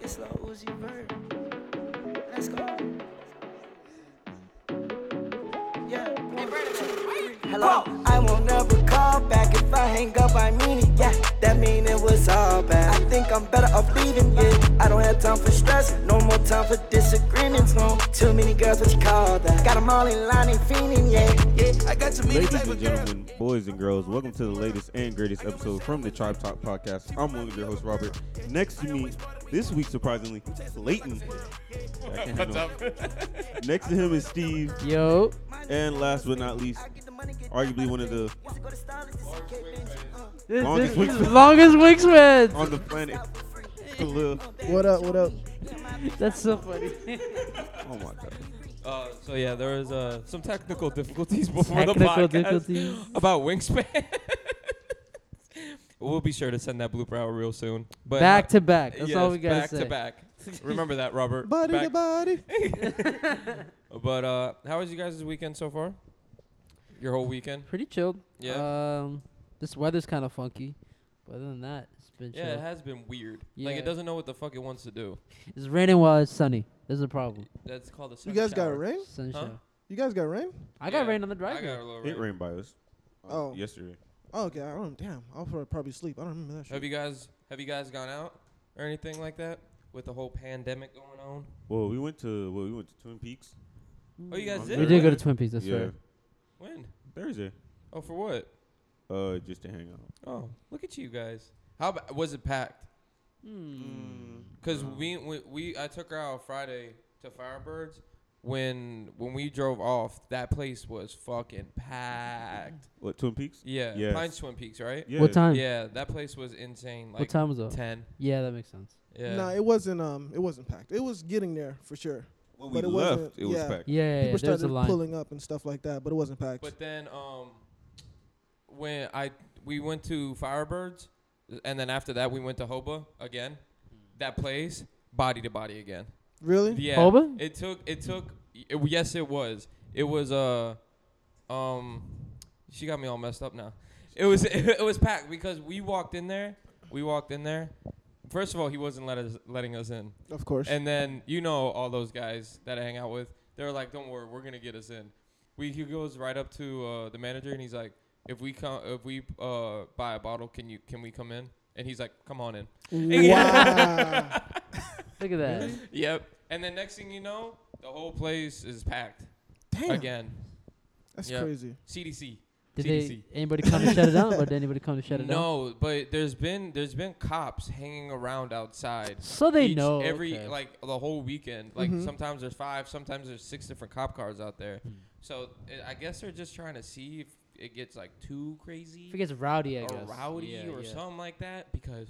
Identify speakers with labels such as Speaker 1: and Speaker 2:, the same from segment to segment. Speaker 1: It's Lil Uzi Vert. Let's go. Yeah. One, two, three.
Speaker 2: Hello? I won't ever call back if I hang up, I mean it, yeah. That mean it was all bad. I think I'm better off leaving, yeah. I don't have time for stress, no more time for disagreements, no. Too many girls, what you call that? Got them all in line and fiending, yeah. Yeah, I got too many
Speaker 3: Ladies
Speaker 2: type
Speaker 3: and
Speaker 2: of girls.
Speaker 3: gentlemen, boys and girls, welcome to the latest and greatest episode from the Tribe Talk Podcast. I'm one of your hosts, Robert. Next to me, this week surprisingly, Leighton. I can't
Speaker 4: What's
Speaker 3: handle
Speaker 4: up?
Speaker 3: it. Next to him is Steve,
Speaker 5: Yo,
Speaker 3: and last but not least, arguably one of the
Speaker 5: this,
Speaker 3: Longest
Speaker 5: this,
Speaker 3: wings-
Speaker 5: this is longest wingspan.
Speaker 3: on the planet. Khalil.
Speaker 6: What up? What up?
Speaker 5: That's so funny.
Speaker 3: Oh my god.
Speaker 4: Uh, so yeah, there was uh, some technical difficulties before the
Speaker 5: Technical
Speaker 4: podcast
Speaker 5: difficulties.
Speaker 4: about wingspan. we'll be sure to send that blooper out real soon. But
Speaker 5: Back to back. That's all
Speaker 4: Yes,
Speaker 5: we gotta
Speaker 4: back
Speaker 5: say.
Speaker 4: to back. Remember that, Robert.
Speaker 6: Body
Speaker 4: Back-
Speaker 6: to body.
Speaker 4: But uh, how was you guys' weekend so far? Your whole weekend?
Speaker 5: Pretty chilled.
Speaker 4: Yeah.
Speaker 5: Um, this weather's kind of funky, but other than that, it's been chill.
Speaker 4: Yeah, it has been weird. Like
Speaker 5: Yeah.
Speaker 4: it doesn't know what the fuck it wants to do.
Speaker 5: it's raining while it's sunny. This is a problem.
Speaker 4: That's called a.
Speaker 6: You
Speaker 4: sun
Speaker 6: guys got
Speaker 4: shower.
Speaker 6: rain?
Speaker 5: Sunshine.
Speaker 6: You guys got rain?
Speaker 5: I got
Speaker 4: Yeah,
Speaker 5: rain on the drive.
Speaker 4: I got a little
Speaker 3: It
Speaker 4: rain.
Speaker 3: rained by us. uh,
Speaker 6: Oh.
Speaker 3: Yesterday.
Speaker 6: Oh, okay. I don't. Damn. I'll prob- probably sleep. I don't remember that shit.
Speaker 4: Have you guys have you guys gone out or anything like that with the whole pandemic going on?
Speaker 3: Well, we went to well, we went to Twin Peaks.
Speaker 4: Oh, you guys
Speaker 3: We
Speaker 4: did.
Speaker 5: We did go to Twin Peaks. That's
Speaker 3: yeah.
Speaker 5: right.
Speaker 4: When?
Speaker 3: Thursday.
Speaker 4: Oh, for what?
Speaker 3: Uh, just to hang out.
Speaker 4: Oh, look at you guys. How ba- was it packed? Cause
Speaker 5: Uh-huh.
Speaker 4: we, we we I took her out Friday to Firebirds. When when we drove off, that place was fucking packed.
Speaker 3: What Twin Peaks?
Speaker 4: Yeah,
Speaker 3: Yes.
Speaker 4: Pine Twin Peaks, right?
Speaker 3: Yeah.
Speaker 5: What time?
Speaker 4: Yeah, that place was insane. Like
Speaker 5: what time was that?
Speaker 4: ten.
Speaker 5: Yeah, that makes sense.
Speaker 4: Yeah.
Speaker 6: Nah, it wasn't. Um, it wasn't packed. It was getting there for sure.
Speaker 3: When we
Speaker 6: But it
Speaker 3: left,
Speaker 6: wasn't-
Speaker 3: it was
Speaker 6: yeah.
Speaker 3: packed.
Speaker 5: Yeah, yeah, yeah
Speaker 6: People
Speaker 5: there's a
Speaker 6: started
Speaker 5: line.
Speaker 6: pulling up and stuff like that, but it wasn't packed.
Speaker 4: But then um, when I we went to Firebirds, and then after that we went to Hoba again.
Speaker 5: Hmm.
Speaker 4: That place, body to body again.
Speaker 6: really?
Speaker 4: Yeah.
Speaker 5: Hoba?
Speaker 4: It took. It took. It, yes, it was. It was. Uh, um, she got me all messed up now. It was. It, was packed because we walked in there. We walked in there. First of all, he wasn't let us, letting us in.
Speaker 6: Of course.
Speaker 4: And then you know all those guys that I hang out with, they're like, "Don't worry, we're gonna get us in." We he goes right up to uh, the manager and he's like, "If we come, if we uh, buy a bottle, can you can we come in?" And he's like, "Come on in."
Speaker 6: wow.
Speaker 5: Look at that.
Speaker 4: Yep. And then next thing you know, the whole place is packed
Speaker 6: Damn.
Speaker 4: again.
Speaker 6: That's
Speaker 4: Yeah.
Speaker 6: crazy.
Speaker 4: CDC.
Speaker 5: Did
Speaker 4: CDC.
Speaker 5: they, anybody come to shut it down, or did anybody come to shut it down?
Speaker 4: no, but there's been there's been cops hanging around outside.
Speaker 5: So they
Speaker 4: each-
Speaker 5: know.
Speaker 4: every
Speaker 5: okay. Mm-hmm.
Speaker 4: like the whole weekend. Like
Speaker 6: Mhm.
Speaker 4: sometimes there's five, sometimes there's six different cop cars out there.
Speaker 5: Hmm.
Speaker 4: So it, I guess they're just trying to see if it gets like too crazy
Speaker 5: if it gets rowdy, I
Speaker 4: or
Speaker 5: guess.
Speaker 4: rowdy
Speaker 5: Yeah,
Speaker 4: or
Speaker 5: yeah.
Speaker 4: something like that because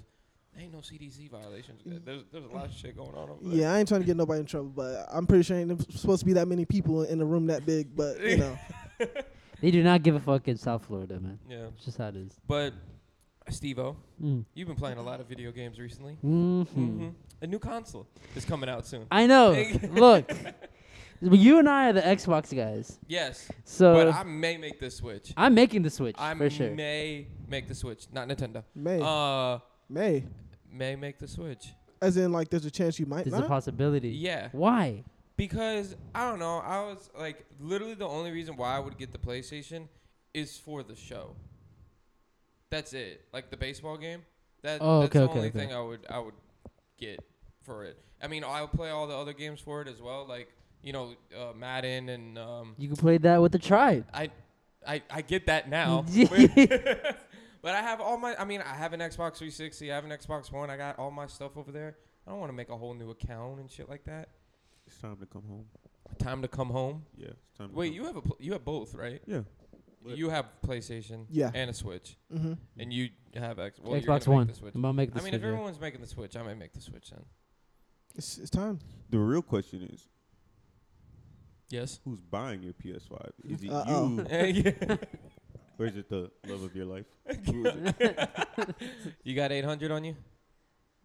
Speaker 4: there ain't no CDC violations.
Speaker 5: Mm.
Speaker 4: There's there's a lot of shit going on over there.
Speaker 6: Yeah, I ain't trying to get nobody in trouble, but I'm pretty sure ain't supposed to be that many people in a room that big. But you know,
Speaker 5: They do not give a fuck in South Florida, man.
Speaker 4: Yeah.
Speaker 5: It's just how it is.
Speaker 4: But Steve-O,
Speaker 6: Mm-hmm.
Speaker 5: Mm.
Speaker 4: you've been playing a lot of video games recently.
Speaker 5: hmm
Speaker 4: Mhm. A new console is coming out soon.
Speaker 5: I know. Look, you and I are the Xbox guys,
Speaker 4: Yes, but
Speaker 5: so
Speaker 4: I may make the switch.
Speaker 5: I'm making the Uh, switch
Speaker 4: I
Speaker 5: for sure.
Speaker 4: may make the switch, not Nintendo.
Speaker 6: May
Speaker 4: Uh,
Speaker 6: May,
Speaker 4: may make the switch.
Speaker 6: as in like there's a chance you might
Speaker 5: There's a
Speaker 6: not.
Speaker 5: possibility.
Speaker 4: Yeah,
Speaker 5: Why?
Speaker 4: because I don't know. I was like, literally, the only reason why I would get the PlayStation is for the show. That's it. Like the baseball game. That,
Speaker 5: Oh,
Speaker 4: that's
Speaker 5: okay,
Speaker 4: the
Speaker 5: okay,
Speaker 4: only
Speaker 5: okay.
Speaker 4: thing I would I would get for it. I mean, I'll play all the other games for it as well. Like you know, uh, Madden and um,
Speaker 5: You can play that with the tribe.
Speaker 4: I, I, I get that now.
Speaker 5: Yeah.
Speaker 4: but but I have all my. I mean, I have an Xbox 360. I have an Xbox One. I got all my stuff over there. I don't want to make a whole new account and shit like that.
Speaker 3: It's time to come home.
Speaker 4: Time to come home.
Speaker 3: Yeah. It's time to
Speaker 4: Wait,
Speaker 3: come.
Speaker 4: you have a pl- you have both, right?
Speaker 3: Yeah. What?
Speaker 4: You have PlayStation
Speaker 6: Yeah.
Speaker 4: and a Switch,
Speaker 6: Mm-hmm.
Speaker 4: and you have X- well, you're gonna
Speaker 5: Xbox
Speaker 4: make
Speaker 5: One.
Speaker 4: The Switch.
Speaker 5: I'm gonna
Speaker 4: I
Speaker 5: make the
Speaker 4: mean,
Speaker 5: switch.
Speaker 4: if
Speaker 5: yeah.
Speaker 4: everyone's making the Switch, I might make the Switch then.
Speaker 6: It's, it's time.
Speaker 3: The real question is,
Speaker 4: Yes.
Speaker 3: who's buying your PS5? Is it
Speaker 6: Uh-oh.
Speaker 3: you,
Speaker 4: you
Speaker 3: or is it the love of your life? Who is it?
Speaker 4: got 800 on you?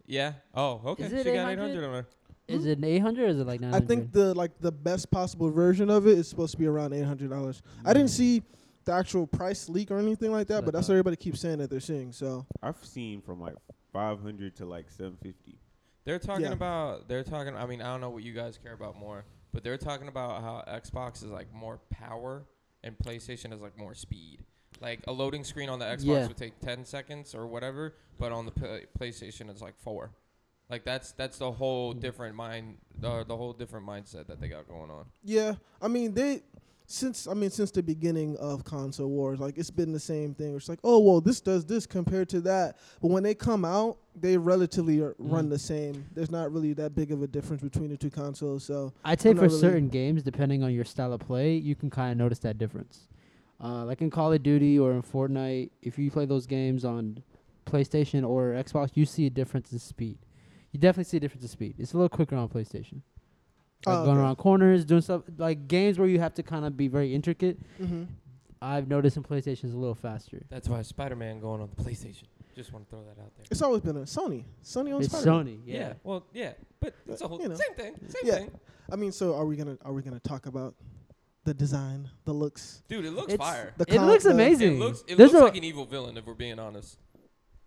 Speaker 4: Yeah. Oh, okay.
Speaker 5: Is it
Speaker 4: she got
Speaker 5: 800?
Speaker 4: 800 on her.
Speaker 5: Is it an 800 or is it like
Speaker 6: I
Speaker 5: 900?
Speaker 6: think the like the best possible version of it is supposed to be around eight hundred dollars. I didn't see the actual price leak or anything Mm. like that,
Speaker 5: That's what I
Speaker 6: but that's
Speaker 5: thought.
Speaker 6: what everybody keeps saying that they're seeing. So
Speaker 3: I've seen from like 500 to like 750.
Speaker 4: They're talking
Speaker 6: Yeah.
Speaker 4: about they're talking. I mean, I don't know what you guys care about more, but they're talking about how Xbox is like more power and PlayStation is like more speed. Like a loading screen on the Xbox
Speaker 5: Yeah.
Speaker 4: would take ten seconds or whatever, but on the P- PlayStation it's like four. Like that's that's the whole different mind, uh, the whole different mindset that they got going on.
Speaker 6: Yeah, I mean they since I mean since the beginning of console wars, like it's been the same thing. It's like, oh well, this does this compared to that, but when they come out, they relatively are, run the same. There's not really that big of a difference between the two consoles. So
Speaker 5: I'd say
Speaker 6: I'm
Speaker 5: for
Speaker 6: not really-
Speaker 5: certain games, depending on your style of play, you can kind of notice that difference. Uh, like in Call of Duty or in Fortnite, if you play those games on PlayStation or Xbox, you see a difference in speed. You definitely see a difference in speed. It's a little quicker on PlayStation. Like
Speaker 6: Oh,
Speaker 5: going
Speaker 6: okay.
Speaker 5: around corners, doing stuff like games where you have to kind of be very intricate.
Speaker 6: mm-hmm.
Speaker 5: I've noticed in PlayStation is a little faster.
Speaker 4: That's why Spider-Man going on the PlayStation. Just want to throw that out there.
Speaker 6: it's always been a Sony, Sony on
Speaker 5: It's
Speaker 6: Spider.
Speaker 5: Sony, yeah.
Speaker 4: Well, yeah, but it's a whole
Speaker 6: you know.
Speaker 4: same thing. Same
Speaker 6: Yeah.
Speaker 4: thing.
Speaker 6: I mean, so are we gonna are we gonna talk about the design, the looks,
Speaker 4: Dude, it looks
Speaker 5: It's-
Speaker 4: fire.
Speaker 6: the
Speaker 5: It
Speaker 6: con-
Speaker 5: looks
Speaker 6: the-
Speaker 5: amazing.
Speaker 4: It looks it
Speaker 5: There's
Speaker 4: looks
Speaker 5: no-
Speaker 4: like an evil villain if we're being honest.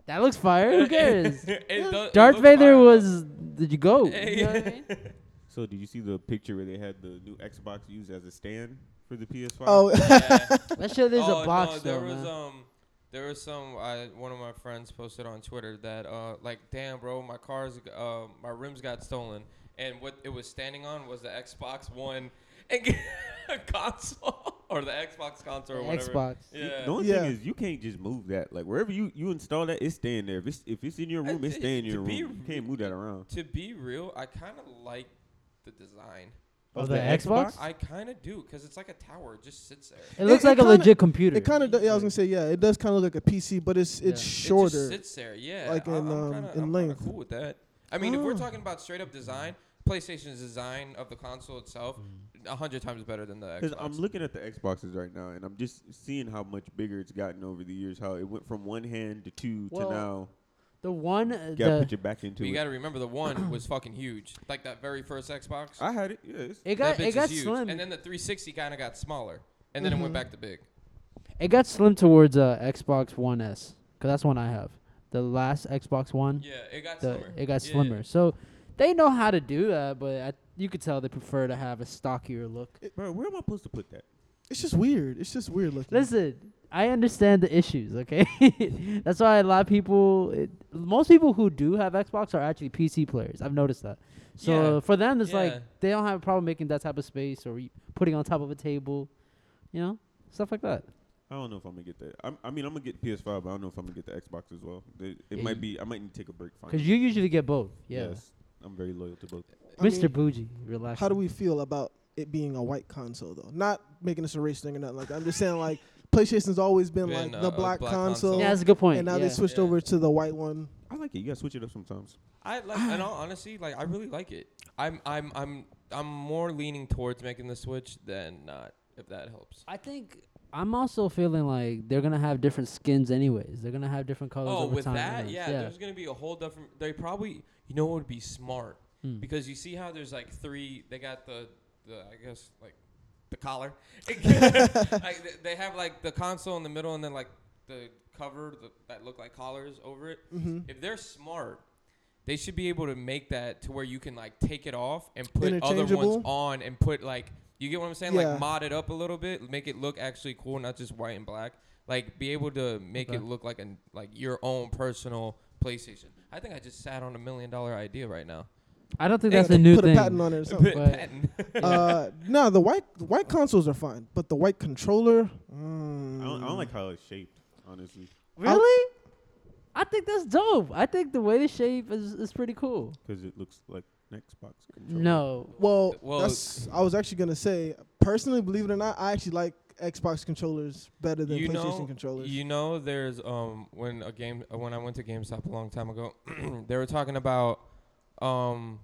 Speaker 5: that looks fire. Who cares?
Speaker 4: It does- it
Speaker 5: Darth
Speaker 4: looks fire,
Speaker 5: Vader
Speaker 4: though.
Speaker 5: was. Did you go?
Speaker 4: Hey.
Speaker 5: You know what I mean?
Speaker 3: So did you see the picture where they had the new Xbox used as a stand for the PS5?
Speaker 6: Oh,
Speaker 5: That shit is
Speaker 4: Oh,
Speaker 5: a box
Speaker 4: no, there
Speaker 5: though,
Speaker 4: was
Speaker 5: man.
Speaker 4: um there was some I, one of my friends posted on Twitter that uh like damn bro my car's uh, my rims got stolen and what it was standing on was the Xbox One and console or the Xbox console or
Speaker 5: The
Speaker 4: whatever.
Speaker 5: Xbox.
Speaker 4: Yeah.
Speaker 3: The only
Speaker 6: Yeah.
Speaker 3: thing is, you can't just move that. Like wherever you, you install that, it's staying there. If it's if it's in your room,
Speaker 4: I-
Speaker 3: it's staying in
Speaker 4: to
Speaker 3: your room.
Speaker 4: be
Speaker 3: You can't move that around.
Speaker 4: To be real, I kind of like the design.
Speaker 5: Of the Xbox?
Speaker 4: I kind of do because it's like a tower. It just sits there.
Speaker 5: It looks
Speaker 6: it
Speaker 5: like a
Speaker 6: kinda-
Speaker 5: legit computer.
Speaker 6: it kind of. Yeah, I was gonna say yeah, it does kind of look like a PC, but it's
Speaker 5: Yeah. It
Speaker 6: it's
Speaker 5: just
Speaker 4: It
Speaker 6: shorter.
Speaker 4: just sits there, yeah.
Speaker 6: like
Speaker 4: I-
Speaker 6: in,
Speaker 4: I'm
Speaker 6: um,
Speaker 4: kinda,
Speaker 6: in
Speaker 4: I'm
Speaker 6: length.
Speaker 4: Kinda cool with that. I mean, if we're
Speaker 5: Ah.
Speaker 6: Oh.
Speaker 4: talking about straight up design, PlayStation's design of the console itself, a hundred times better than the Xbox.
Speaker 3: Because I'm looking at the Xboxes right now, and I'm just seeing how much bigger it's gotten over the years. How it went from one hand to two
Speaker 5: Well,
Speaker 3: to now.
Speaker 5: the one. uh,
Speaker 3: You gotta
Speaker 5: the-
Speaker 3: put your back into
Speaker 4: But
Speaker 3: it.
Speaker 4: you got to remember the one was fucking huge, like that very first Xbox.
Speaker 3: I had it. Yeah, it's,
Speaker 4: that
Speaker 5: it got
Speaker 4: bitch
Speaker 5: it
Speaker 4: is
Speaker 5: got Mm-hmm.
Speaker 4: huge.
Speaker 5: slim.
Speaker 4: and then the 360 kind of got smaller, and then it went back to big.
Speaker 5: it got slim towards uh, Xbox One S because that's one I have. The last Xbox One.
Speaker 4: Yeah, it got
Speaker 5: the,
Speaker 4: slimmer.
Speaker 5: it got
Speaker 4: Yeah.
Speaker 5: slimmer. So they know how to do that, but I, you could tell they prefer to have a stockier look.
Speaker 3: bro. Where am I supposed to put that?
Speaker 6: it's just weird. It's just weird looking.
Speaker 5: Listen, I understand the issues, okay? That's why a lot of people, it, most people who do have Xbox are actually PC players. I've noticed that. So
Speaker 4: Yeah.
Speaker 5: for them, it's like
Speaker 4: Yeah.
Speaker 5: they don't have a problem making that type of space or y- putting on top of a table, you know, stuff like that.
Speaker 3: I don't know if I'm gonna get that. I'm, I mean, I'm gonna get PS5, but I don't know if I'm gonna get the Xbox as well. They, it
Speaker 5: Yeah,
Speaker 3: might
Speaker 5: you-
Speaker 3: be. I might need to take a break.
Speaker 5: Because
Speaker 3: Finally.
Speaker 5: you usually get both. Yeah.
Speaker 3: I'm very loyal to both.
Speaker 6: I
Speaker 5: Mr.
Speaker 6: mean,
Speaker 5: Bougie, relax.
Speaker 6: How do we feel about it being a white console though? Not making this a race thing or nothing like that. I'm just saying like PlayStation's always been
Speaker 4: Been
Speaker 6: like
Speaker 4: a-
Speaker 6: the
Speaker 4: a
Speaker 6: black,
Speaker 4: black
Speaker 6: console,
Speaker 4: console.
Speaker 5: Yeah, that's a good point.
Speaker 6: and now
Speaker 5: yeah.
Speaker 6: they switched
Speaker 4: Yeah.
Speaker 6: over to the white one.
Speaker 3: I like it. You gotta switch it up sometimes.
Speaker 4: I like, and all honestly, like I really like it. I'm, I'm, I'm, I'm more leaning towards making the switch than not. If that helps.
Speaker 5: I think I'm also feeling like they're gonna have different skins, anyways. They're gonna have different colors.
Speaker 4: Oh,
Speaker 5: over
Speaker 4: with
Speaker 5: time
Speaker 4: that,
Speaker 5: anyways.
Speaker 4: yeah, There's gonna be a whole different. They probably, you know, what would be smart because you see how there's like three. They got the, the I guess like the collar. like th- they have like the console in the middle, and then like the cover the, that look like collars over it. If they're smart, they should be able to make that to where you can like take it off and put other ones
Speaker 6: Interchangeable?
Speaker 4: on and put like you get what I'm saying?
Speaker 6: Yeah.
Speaker 4: Like mod it up a little bit, make it look actually cool, not just white and black. Like be able to make it
Speaker 5: Okay.
Speaker 4: look like an like your own personal PlayStation. I think I just sat on a million dollar idea right now.
Speaker 5: I don't think
Speaker 4: Hey,
Speaker 5: that's
Speaker 6: They
Speaker 5: a new
Speaker 6: put
Speaker 5: thing.
Speaker 6: a patent on it or something.
Speaker 5: But-
Speaker 4: Patent.
Speaker 6: uh, no, the white the white consoles are fine, but the white controller.
Speaker 3: I, don't, I
Speaker 6: mm.
Speaker 3: don't like how it's shaped, honestly,
Speaker 5: really? I think that's dope. I think the way the shape is, is pretty cool.
Speaker 3: because it looks like an Xbox controller.
Speaker 5: No,
Speaker 6: Well,
Speaker 4: Well,
Speaker 6: that's, I was actually gonna say, personally, believe it or not, I actually like Xbox controllers better than
Speaker 4: you
Speaker 6: PlayStation
Speaker 4: know,
Speaker 6: controllers.
Speaker 4: You know, there's um when a game uh, when I went to GameStop a long time ago, they were talking about um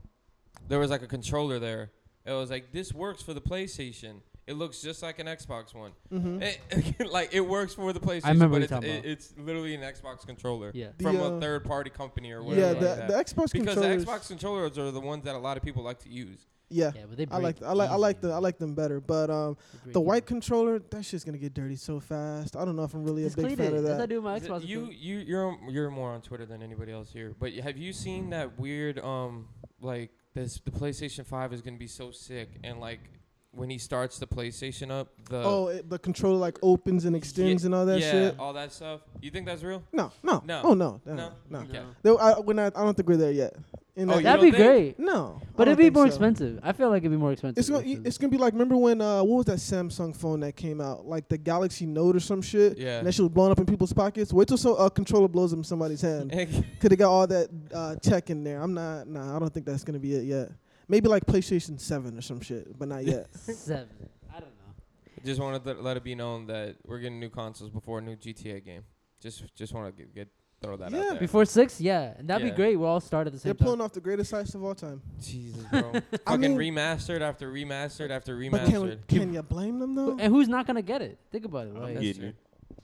Speaker 4: there was like a controller there. It was like this works for the PlayStation. It looks just like an Xbox one.
Speaker 6: Mm-hmm.
Speaker 4: It- like it works for the PlayStation,
Speaker 5: remember
Speaker 4: but
Speaker 5: what
Speaker 4: it's,
Speaker 5: you're talking
Speaker 4: it-
Speaker 5: about.
Speaker 4: it's literally an Xbox controller
Speaker 5: Yeah.
Speaker 4: from
Speaker 6: The,
Speaker 4: a
Speaker 6: uh,
Speaker 4: third party company or
Speaker 5: Yeah,
Speaker 4: whatever.
Speaker 6: yeah,
Speaker 4: like
Speaker 6: the,
Speaker 4: that.
Speaker 6: the Xbox
Speaker 4: because the
Speaker 6: controllers.
Speaker 4: Xbox controllers are the ones that a lot of people like to use.
Speaker 6: Yeah.
Speaker 7: Yeah, but they
Speaker 6: I
Speaker 7: break
Speaker 6: like th- I like I like
Speaker 7: easy.
Speaker 6: the I like them better, but um
Speaker 7: They break
Speaker 6: the white
Speaker 7: easy.
Speaker 6: controller that shit's gonna get dirty so fast. I don't know if I'm really a
Speaker 5: Just
Speaker 6: big
Speaker 5: clean
Speaker 6: fan
Speaker 5: it.
Speaker 6: of
Speaker 5: That's what I
Speaker 6: that.
Speaker 5: do with my
Speaker 4: Th-
Speaker 5: Xbox.
Speaker 4: You you you're you're more on Twitter than anybody else here. But have you seen that weird um like this the PlayStation Five is gonna be so sick and like when he starts the PlayStation up the
Speaker 6: oh, it, the controller like opens and extends
Speaker 4: Uh, yeah,
Speaker 6: and all that
Speaker 4: yeah,
Speaker 6: shit.
Speaker 4: all that stuff. You think that's real?
Speaker 6: No, no,
Speaker 4: No.
Speaker 6: Oh no, no,
Speaker 4: No?
Speaker 6: no.
Speaker 4: Okay.
Speaker 6: Though I, we're not, I don't think we're there yet. In
Speaker 4: Oh,
Speaker 6: that-
Speaker 4: you
Speaker 5: That'd
Speaker 4: don't
Speaker 5: be
Speaker 4: think?
Speaker 5: great,
Speaker 6: no,
Speaker 5: but
Speaker 6: I
Speaker 5: it'd
Speaker 6: don't
Speaker 5: be
Speaker 6: think
Speaker 5: more
Speaker 6: so.
Speaker 5: expensive. I feel like it'd be more expensive.
Speaker 6: It's gonna
Speaker 5: actually.
Speaker 6: it's gonna be like remember when uh what was that Samsung phone that came out like the Galaxy Note or some shit
Speaker 4: Yeah.
Speaker 6: and that shit was blowing up in people's pockets. Wait till so a controller blows up in somebody's hand. Could have got all that uh, tech in there. I'm not. Nah, I don't think that's gonna be it yet. Maybe like PlayStation Seven or some shit, but not yet.
Speaker 7: seven. I don't know.
Speaker 4: just wanted to let it be known that we're getting new consoles before a new GTA game. Just just want to get, get throw that
Speaker 6: Yeah.
Speaker 4: out there.
Speaker 5: before six. Yeah, and that'd
Speaker 4: Yeah.
Speaker 5: be great. We'll all start at the same
Speaker 6: They're
Speaker 5: time.
Speaker 6: pulling off the greatest sites of all time.
Speaker 4: Jesus, bro. Fucking
Speaker 6: I mean-
Speaker 4: remastered after remastered eh. after
Speaker 6: But
Speaker 4: remastered.
Speaker 6: can can you blame them though?
Speaker 5: and who's not gonna get it? Think about it.
Speaker 4: Oh,
Speaker 5: Like,
Speaker 4: that's
Speaker 3: Yeah.
Speaker 4: true.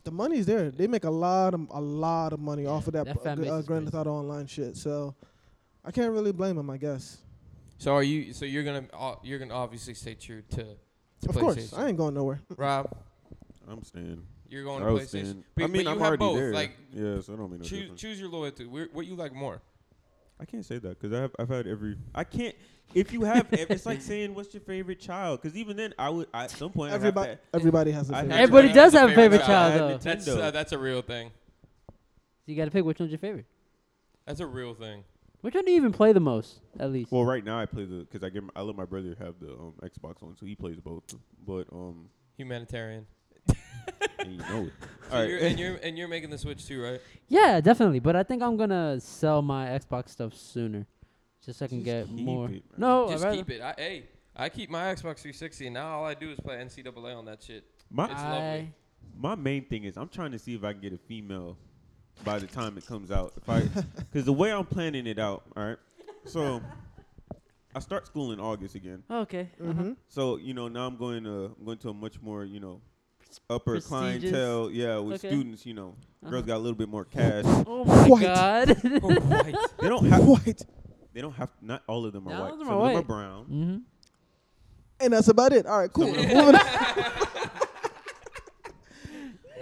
Speaker 6: The money's there. They make a lot of a lot of money off of that,
Speaker 7: that fan
Speaker 6: uh,
Speaker 7: base
Speaker 6: uh,
Speaker 7: is
Speaker 6: Grand
Speaker 7: crazy.
Speaker 6: Theft Auto Online shit. So I can't really blame them. I guess.
Speaker 4: So are you? So you're gonna uh, you're gonna obviously stay true to, to
Speaker 6: Of course,
Speaker 4: PlayStation.
Speaker 6: I ain't going nowhere.
Speaker 4: Rob,
Speaker 3: I'm staying.
Speaker 4: you're going
Speaker 3: I
Speaker 4: to
Speaker 3: was
Speaker 4: PlayStation.
Speaker 3: staying.
Speaker 4: But-
Speaker 3: I
Speaker 4: but
Speaker 3: mean,
Speaker 4: you
Speaker 3: I'm
Speaker 4: have
Speaker 3: already
Speaker 4: both,
Speaker 3: there.
Speaker 4: like,
Speaker 3: yeah, so I don't mean no
Speaker 4: Choose,
Speaker 3: difference.
Speaker 4: choose your loyalty. Where, what you like more?
Speaker 3: I can't say that because I've I've had every. I can't. If you have, ev- it's like saying what's your favorite child? Because even then, I would I, at some point. I'd have
Speaker 6: Everybody,
Speaker 3: to-
Speaker 6: everybody has a
Speaker 3: I'd
Speaker 6: favorite.
Speaker 3: have to
Speaker 5: Everybody
Speaker 3: have
Speaker 5: does
Speaker 4: a
Speaker 5: have a favorite
Speaker 4: favorite
Speaker 5: child,
Speaker 3: child.
Speaker 5: though.
Speaker 4: That's
Speaker 3: Nintendo.
Speaker 4: uh, that's a real thing.
Speaker 5: So you gotta pick which one's your favorite.
Speaker 4: That's a real thing.
Speaker 5: Which one do you even play the most? At least.
Speaker 3: Well, right now I play the because I get my- I let my brother have the um, Xbox one, so he plays both. But um,
Speaker 4: Humanitarian.
Speaker 3: and you know it.
Speaker 4: So
Speaker 3: All
Speaker 4: you're,
Speaker 3: right,
Speaker 4: and you're and you're making the switch too, right?
Speaker 5: Yeah, definitely. But I think I'm gonna sell my Xbox stuff sooner, just so I can
Speaker 3: Just
Speaker 5: get
Speaker 3: keep
Speaker 5: more.
Speaker 3: it, man.
Speaker 5: no,
Speaker 4: Just
Speaker 5: I'd rather-
Speaker 4: keep it. I, hey, I keep my Xbox 360, and now all I do is play NCAA on that shit.
Speaker 3: my
Speaker 4: It's
Speaker 5: I,
Speaker 4: lovely.
Speaker 3: my main thing is I'm trying to see if I can get a female by the time it comes out. If I because the way I'm planning it out, all right. So I start school in August again.
Speaker 5: Oh, okay. Mm-hmm.
Speaker 6: hmm
Speaker 3: So you know now I'm going to I'm going to a much more you know upper
Speaker 5: Prestigious.
Speaker 3: clientele. Yeah, with
Speaker 5: Okay.
Speaker 3: students, you know,
Speaker 5: Uh-huh.
Speaker 3: girls got a little bit more cash.
Speaker 5: Oh my
Speaker 6: White.
Speaker 5: god. Mm-hmm.
Speaker 4: Oh, right.
Speaker 3: they don't have
Speaker 6: White,
Speaker 3: they don't have not all of them are
Speaker 5: Not all
Speaker 3: white.
Speaker 5: of them
Speaker 3: Some
Speaker 5: are
Speaker 3: of them
Speaker 5: white.
Speaker 3: are brown.
Speaker 5: mm-hmm.
Speaker 6: and that's about it. All right, cool.
Speaker 3: Someone-
Speaker 6: Moving on.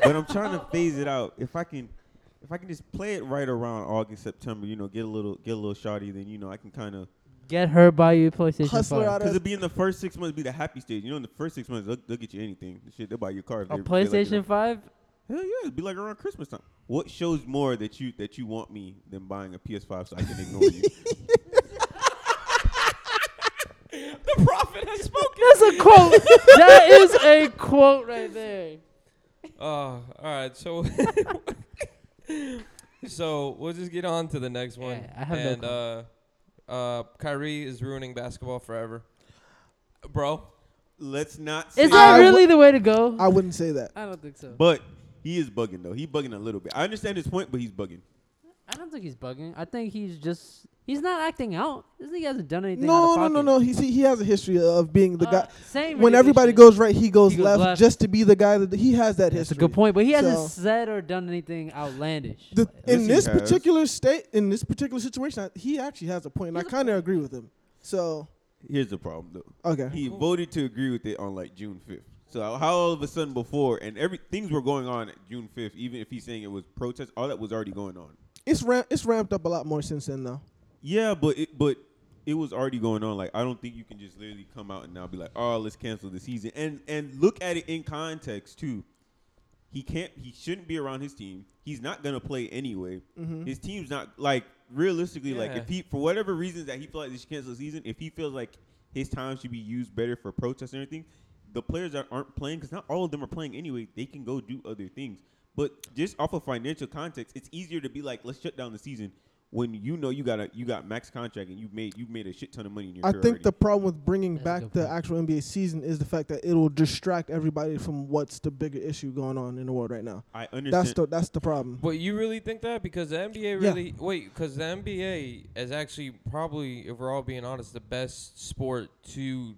Speaker 3: but I'm trying to phase it out. If I can, if I can just play it right around August, September, you know, get a little, get a little shoddy, then you know, I can kind of
Speaker 5: Get her by you PlayStation
Speaker 6: Hustler
Speaker 5: 5.
Speaker 6: out
Speaker 3: because
Speaker 6: of
Speaker 3: it'll be in the first six months, be the happy stage. You know, in the first six months, they'll, they'll get you anything. Shit, they'll buy your car. if
Speaker 5: A
Speaker 3: they- they like it.
Speaker 5: PlayStation 5?
Speaker 3: Hell yeah, it'd be like around Christmas time. What shows more that you that you want me than buying a PS5 so I can ignore you?
Speaker 4: the prophet has spoken.
Speaker 5: That's a quote. that is a quote right there.
Speaker 4: Oh, all right. So, so we'll just get on to the next one.
Speaker 5: Yeah, I have no
Speaker 4: and uh, uh, Kyrie is ruining basketball forever, bro.
Speaker 3: Let's not. Say
Speaker 5: Is that
Speaker 6: I w-
Speaker 5: really the way to go?
Speaker 6: I wouldn't say that.
Speaker 5: I don't think so.
Speaker 3: But he is bugging though. He bugging a little bit. I understand his point, but he's bugging.
Speaker 5: I don't think he's bugging. I think he's just he's not acting out. This nigga hasn't done anything. out
Speaker 6: No,
Speaker 5: of
Speaker 6: no, no,
Speaker 5: pocket.
Speaker 6: no. He see, he has a history of being the
Speaker 5: Uh,
Speaker 6: guy.
Speaker 5: same
Speaker 6: When
Speaker 5: ridiculous
Speaker 6: everybody
Speaker 5: shit.
Speaker 6: goes right, he goes,
Speaker 5: He goes
Speaker 6: left,
Speaker 5: left.
Speaker 6: just to be the guy that he has that
Speaker 5: That's a
Speaker 6: history.
Speaker 5: good point, but he hasn't
Speaker 6: So-
Speaker 5: said or done anything outlandish.
Speaker 6: The,
Speaker 5: Like,
Speaker 3: Yes,
Speaker 6: in
Speaker 3: he
Speaker 6: this
Speaker 3: has.
Speaker 6: particular state, in this particular situation, I, he actually has a point, and I kind of agree with him. So
Speaker 3: Here's the problem though.
Speaker 6: okay,
Speaker 3: He voted to agree with it on like June 5th. So how all of a sudden before and every things were going on at June 5th, even if he's saying it was protest, all that was already going on.
Speaker 6: it's ram- it's ramped up a lot more since then, though.
Speaker 3: Yeah, but it but it was already going on. Like I don't think you can just literally come out and now be like, oh, let's cancel the season. And and look at it in context too. He can't. He shouldn't be around his team. He's not gonna play anyway.
Speaker 6: Mm-hmm.
Speaker 3: His team's not like realistically. Like
Speaker 4: Yeah.
Speaker 3: if he for whatever reasons that he feels like they should cancel the season, if he feels like his time should be used better for protests and everything, the players that aren't playing because not all of them are playing anyway. They can go do other things. But just off of financial context, it's easier to be like, let's shut down the season when you know you got a you got max contract and you made you made a shit ton of money in your
Speaker 6: I
Speaker 3: career
Speaker 6: think the
Speaker 3: already.
Speaker 6: problem with bringing
Speaker 5: That's a
Speaker 6: back
Speaker 5: good
Speaker 6: the
Speaker 5: point.
Speaker 6: actual NBA season is the fact that it will distract everybody from what's the bigger issue going on in the world right now.
Speaker 3: I understand.
Speaker 6: That's the that's the problem.
Speaker 4: But you really think that because the NBA really wait because the NBA is actually probably if we're all being honest the best sport to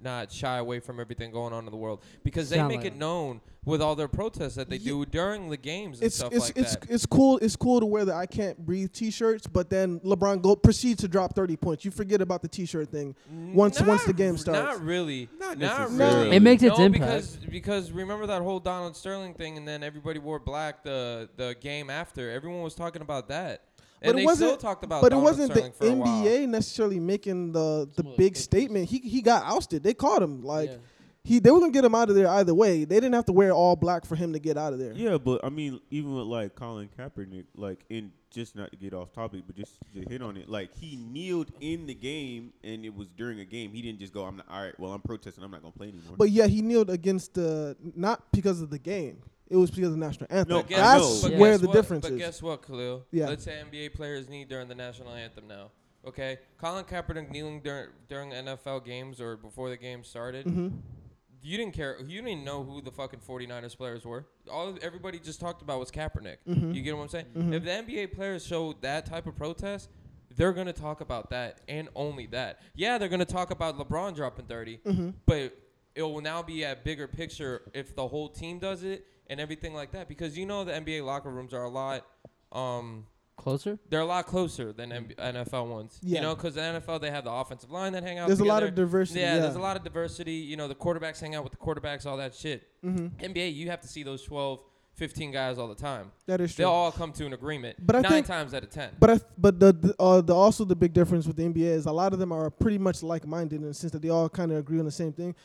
Speaker 4: not shy away from everything going on in the world because they
Speaker 5: Sound
Speaker 4: make
Speaker 5: like
Speaker 4: it
Speaker 5: them.
Speaker 4: known with all their protests that they
Speaker 6: Ye-
Speaker 4: do during the games and
Speaker 6: It's
Speaker 4: stuff
Speaker 6: it's
Speaker 4: like
Speaker 6: it's
Speaker 4: that.
Speaker 6: it's cool. It's cool to wear the I can't breathe T-shirts, but then LeBron go proceeds to drop thirty points. You forget about the T-shirt thing once
Speaker 4: Not-
Speaker 6: once the game starts.
Speaker 4: Not really.
Speaker 3: Not
Speaker 4: Not,
Speaker 3: necessarily.
Speaker 4: really.
Speaker 5: It makes its
Speaker 4: no,
Speaker 5: impact.
Speaker 4: because because remember that whole Donald Sterling thing, and then everybody wore black the the game after. Everyone was talking about that, and
Speaker 6: but
Speaker 4: they
Speaker 6: it wasn't.
Speaker 4: still talked about.
Speaker 6: but
Speaker 4: Donald
Speaker 6: it wasn't
Speaker 4: Sterling
Speaker 6: the
Speaker 4: for a while.
Speaker 6: NBA necessarily making the the
Speaker 5: Some of the
Speaker 6: big
Speaker 5: pictures.
Speaker 6: statement. He he got ousted. They caught him. Like
Speaker 5: Yeah.
Speaker 6: he they were gonna get him out of there either way. They didn't have to wear all black for him to get out of there.
Speaker 3: Yeah, but I mean, even with like Colin Kaepernick, like in just not to get off topic, but just to hit on it, like he kneeled in the game, and it was during a game. He didn't just go, "I'm not all right. Well, I'm protesting. I'm not gonna play anymore."
Speaker 6: But yeah, he kneeled against the not because of the game. It was because of the national anthem.
Speaker 3: No,
Speaker 4: But guess-
Speaker 6: That's
Speaker 3: no.
Speaker 4: but
Speaker 6: where
Speaker 4: guess
Speaker 6: the
Speaker 4: what-
Speaker 6: difference
Speaker 4: But
Speaker 6: is.
Speaker 4: guess what, Khalil?
Speaker 6: Yeah.
Speaker 4: Let's say NBA players knee during the national anthem now. Okay, Colin Kaepernick kneeling during during NFL games or before the game started.
Speaker 6: Mm-hmm.
Speaker 4: You didn't care. You didn't know who the fucking 49ers players were. All everybody just talked about was Kaepernick.
Speaker 6: Mm-hmm.
Speaker 4: You get what I'm saying? If the NBA players show that type of protest, they're gonna talk about that and only that. Yeah, they're gonna talk about LeBron dropping 30,
Speaker 6: Mm-hmm.
Speaker 4: but it will now be a bigger picture if the whole team does it and everything like that. Because you know the NBA locker rooms are a lot, um,
Speaker 5: Closer?
Speaker 4: they're a lot closer than MB- NFL ones.
Speaker 6: Yeah.
Speaker 4: You know, because the NFL they have the offensive line that hang out.
Speaker 6: There's a lot of
Speaker 4: together.
Speaker 6: diversity,
Speaker 4: Yeah,
Speaker 6: yeah.
Speaker 4: there's a lot of diversity. You know, the quarterbacks hang out with the quarterbacks, all that shit.
Speaker 6: Mm-hmm.
Speaker 4: NBA, you have to see those 12, 15 guys all the time.
Speaker 6: that is true.
Speaker 4: They'll all come to an agreement.
Speaker 6: But I
Speaker 4: nine
Speaker 6: think-
Speaker 4: times out of ten.
Speaker 6: But I, but the, the, uh, the also the big difference with the NBA is a lot of them are pretty much like-minded in the sense that they all kind of agree on the same thing.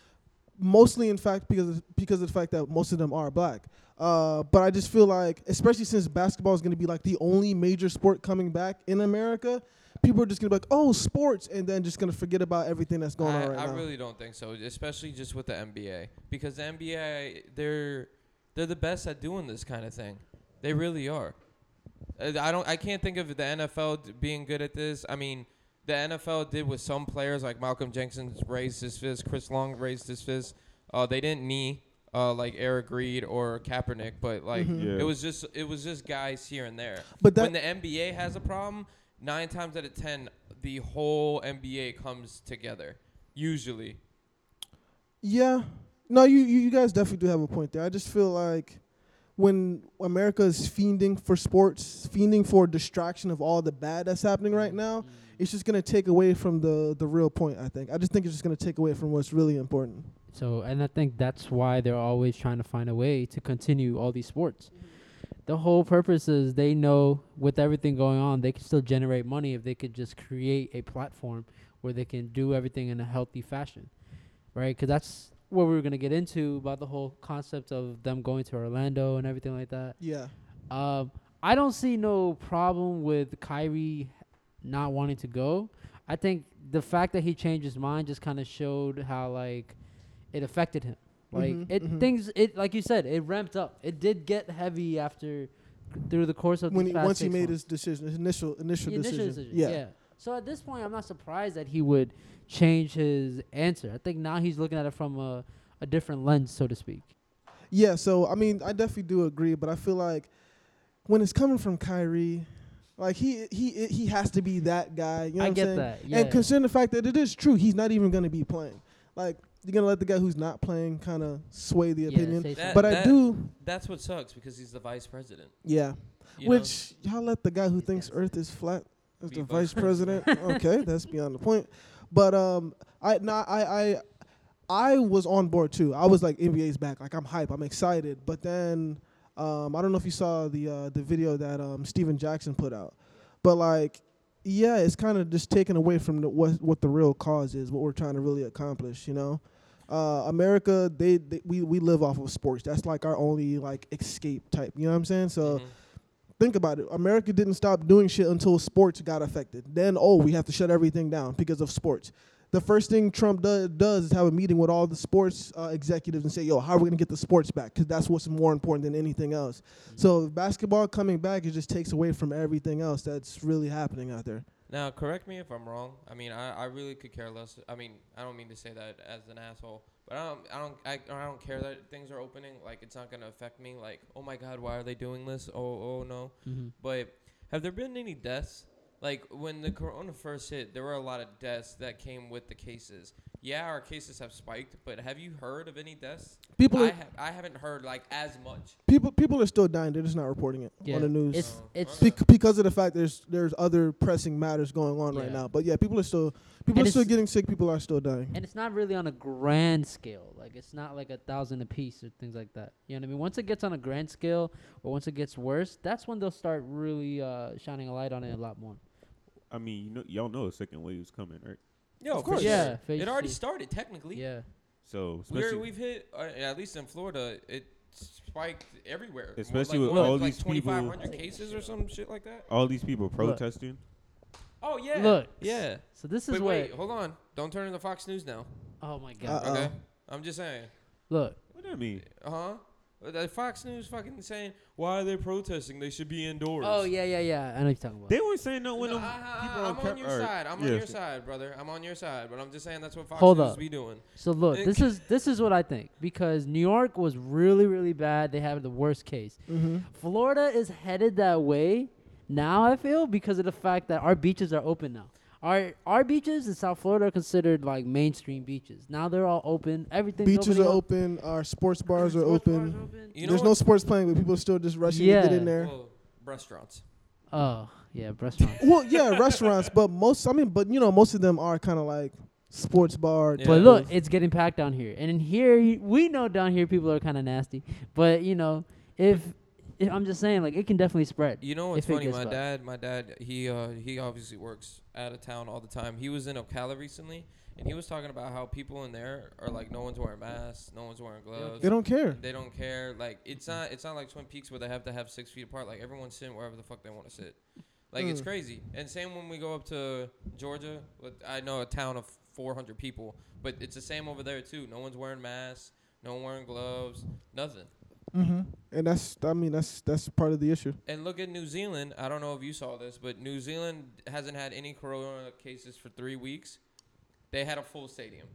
Speaker 6: Mostly, in fact, because of, because of the fact that most of them are black. Uh, but I just feel like, especially since basketball is going to be like the only major sport coming back in America, people are just going to be like, "Oh, sports," and then just going to forget about everything that's going
Speaker 4: I,
Speaker 6: on right
Speaker 4: I
Speaker 6: now.
Speaker 4: really don't think so, especially just with the NBA because the NBA they're they're the best at doing this kind of thing. They really are. Uh, I don't I can't think of the NFL d- being good at this. I mean, the NFL did with some players like Malcolm Jenkins raised his fist, Chris Long raised his fist. Uh, they didn't knee uh, like Eric Reed or Kaepernick, but like
Speaker 6: Mm-hmm.
Speaker 3: Yeah.
Speaker 4: it was just it was just guys here and there.
Speaker 6: But that-
Speaker 4: when the NBA has a problem, nine times out of ten, the whole NBA comes together. Usually,
Speaker 6: Yeah. No, you, you you guys definitely do have a point there. I just feel like when America is fiending for sports, fiending for distraction of all the bad that's happening right now, it's just gonna take away from the the real point. I think. I just think it's just gonna take away from what's really important.
Speaker 5: So, and I think that's why they're always trying to find a way to continue all these sports. The whole purpose is they know with everything going on, they can still generate money if they could just create a platform where they can do everything in a healthy fashion, right? Because that's what we were going to get into about the whole concept of them going to Orlando and everything like that.
Speaker 6: Yeah.
Speaker 5: Um, I don't see no problem with Kyrie not wanting to go. I think the fact that he changed his mind just kind of showed how like it affected him. Like
Speaker 6: Mhm,
Speaker 5: it
Speaker 6: mhm.
Speaker 5: things it like you said it ramped up. It did get heavy after through the course of
Speaker 6: When
Speaker 5: the
Speaker 6: he,
Speaker 5: past
Speaker 6: once he
Speaker 5: six
Speaker 6: made
Speaker 5: months.
Speaker 6: his decision, his initial initial,
Speaker 5: The initial
Speaker 6: decision.
Speaker 5: decision,
Speaker 6: Yeah.
Speaker 5: So at this point, I'm not surprised that he would change his answer. I think now he's looking at it from a, a different lens, so to speak.
Speaker 6: Yeah, so I mean, I definitely do agree, but I feel like when it's coming from Kyrie, like he he he has to be that guy. You know
Speaker 5: I
Speaker 6: what
Speaker 5: get
Speaker 6: I'm saying?
Speaker 5: that, yeah.
Speaker 6: And considering the fact that it is true, he's not even going to be playing. Like you're going to let the guy who's not playing kind of sway the
Speaker 5: Yeah,
Speaker 6: opinion.
Speaker 5: say
Speaker 4: That-
Speaker 6: but I
Speaker 4: that-
Speaker 6: do,
Speaker 4: that's what sucks because he's the vice president.
Speaker 6: yeah.
Speaker 4: you know?
Speaker 6: Which y'all let the guy who thinks Earth is flat as
Speaker 4: Be
Speaker 6: the
Speaker 4: vice
Speaker 6: vice president. okay, that's beyond the point. But um, I no, I I I was on board too. I was like NBA's back. Like I'm hype. I'm excited. But then um, I don't know if you saw the uh, the video that um Steven Jackson put out. But like, yeah, it's kind of just taken away from the, what what the real cause is, what we're trying to really accomplish. You know. Uh, America, they, they we, we live off of sports. That's like our only like escape type. You know what I'm saying? So
Speaker 4: Mhm.
Speaker 6: think about it. America didn't stop doing shit until sports got affected. Then, oh, we have to shut everything down because of sports. The first thing Trump do- does is have a meeting with all the sports uh, executives and say, yo, how are we going to get the sports back? Because that's what's more important than anything else.
Speaker 5: Mm-hmm.
Speaker 6: So basketball coming back, it just takes away from everything else that's really happening out there.
Speaker 4: Now, correct me if I'm wrong. I mean, I, I really could care less. I mean, I don't mean to say that as an asshole, but I don't I don't I, I don't care that things are opening. Like, it's not gonna affect me. Like, oh my god, why are they doing this? Oh oh no. But have there been any deaths like when the corona first hit, there were a lot of deaths that came with the cases. Yeah, our cases have spiked, but have you heard of any deaths?
Speaker 6: People,
Speaker 4: I,
Speaker 6: are,
Speaker 4: ha- I haven't heard like as much.
Speaker 6: people, people are still dying. They're just not reporting it
Speaker 5: Yeah.
Speaker 6: on the news.
Speaker 5: It's
Speaker 4: Oh,
Speaker 5: it's
Speaker 6: Bec- because of the fact there's there's other pressing matters going on right
Speaker 5: Yeah.
Speaker 6: now. But yeah, people are still people
Speaker 5: And
Speaker 6: are still
Speaker 5: it's-
Speaker 6: getting sick. People are still dying.
Speaker 5: and it's not really on a grand scale. Like it's not like a thousand apiece or things like that. You know what I mean? Once it gets on a grand scale, or once it gets worse, that's when they'll start really uh, shining a light on it a lot more.
Speaker 3: I mean, you know, y'all know a second wave is coming, right?
Speaker 4: Yeah,
Speaker 6: Of course.
Speaker 5: Yeah,
Speaker 4: it already
Speaker 5: facially.
Speaker 4: started technically.
Speaker 5: Yeah,
Speaker 3: So
Speaker 4: We're,
Speaker 3: especially
Speaker 4: we've hit uh, at least in Florida, it spiked everywhere. More
Speaker 3: Especially
Speaker 4: like,
Speaker 3: with
Speaker 4: more
Speaker 3: all
Speaker 4: like
Speaker 3: these people-
Speaker 4: 2,500 cases or some shit like that.
Speaker 3: all these people protesting.
Speaker 4: Oh yeah.
Speaker 5: Look.
Speaker 4: Yeah.
Speaker 5: So this
Speaker 4: But
Speaker 5: is where.
Speaker 4: wait, hold on. Don't turn into Fox News now.
Speaker 5: Oh my
Speaker 6: Uh,
Speaker 5: god.
Speaker 6: Uh-oh.
Speaker 4: Okay. I'm just saying.
Speaker 5: Look,
Speaker 3: What do I mean?
Speaker 4: Uh huh. The Fox News fucking saying why are they protesting? They should be indoors.
Speaker 5: Oh yeah, yeah, yeah. I know what you're talking about.
Speaker 3: They weren't saying no when
Speaker 4: No,
Speaker 3: them
Speaker 4: I- I-
Speaker 3: people
Speaker 4: I'm
Speaker 3: cam-
Speaker 4: on your
Speaker 3: or-
Speaker 4: side. I'm
Speaker 3: yeah,
Speaker 4: on your side, brother. I'm on your side. But I'm just saying that's what Fox
Speaker 5: Hold
Speaker 4: News
Speaker 5: up.
Speaker 4: be doing.
Speaker 5: so look,
Speaker 4: it
Speaker 5: this
Speaker 4: c-
Speaker 5: is this is what I think because New York was really really bad. They have the worst case.
Speaker 6: Mm-hmm.
Speaker 5: Florida is headed that way now. I feel because of the fact that our beaches are open now. Our our beaches in South Florida are considered like mainstream beaches. Now they're all open. Everything
Speaker 6: Beaches
Speaker 5: nobody
Speaker 6: are
Speaker 5: else-
Speaker 6: open. Our sports bars are
Speaker 5: Sports
Speaker 6: open.
Speaker 5: bars are open.
Speaker 4: You know
Speaker 6: there's
Speaker 4: what?
Speaker 6: no sports playing, but people are still just rushing to get
Speaker 5: Yeah.
Speaker 6: in there.
Speaker 4: Well, restaurants.
Speaker 5: Oh yeah, restaurants.
Speaker 6: Well, yeah, restaurants, but most I mean, but you know, most of them are kind of like sports bar.
Speaker 4: Yeah.
Speaker 6: type
Speaker 5: But look,
Speaker 6: of-
Speaker 5: it's getting packed down here, and in here y- we know down here people are kind of nasty. But you know, if, if I'm just saying, like it can definitely spread.
Speaker 4: You know what's
Speaker 5: if it
Speaker 4: funny?
Speaker 5: gets
Speaker 4: My
Speaker 5: bad.
Speaker 4: dad, my dad, he uh, he obviously works out of town all the time. He was in Ocala recently, and he was talking about how people in there are like, no one's wearing masks, no one's wearing gloves.
Speaker 6: they don't care.
Speaker 4: They don't care. Like it's not it's not like Twin Peaks where they have to have six feet apart. Like everyone's sitting wherever the fuck they want to sit. Like it's
Speaker 6: Mm.
Speaker 4: crazy. And same when we go up to Georgia. with- I know a town of 400 people, but it's the same over there too. No one's wearing masks. No one wearing gloves. Nothing.
Speaker 6: Mm-hmm. And that's I mean that's that's part of the issue.
Speaker 4: And look at New Zealand. I don't know if you saw this, but New Zealand hasn't had any corona cases for three weeks. They had a full stadium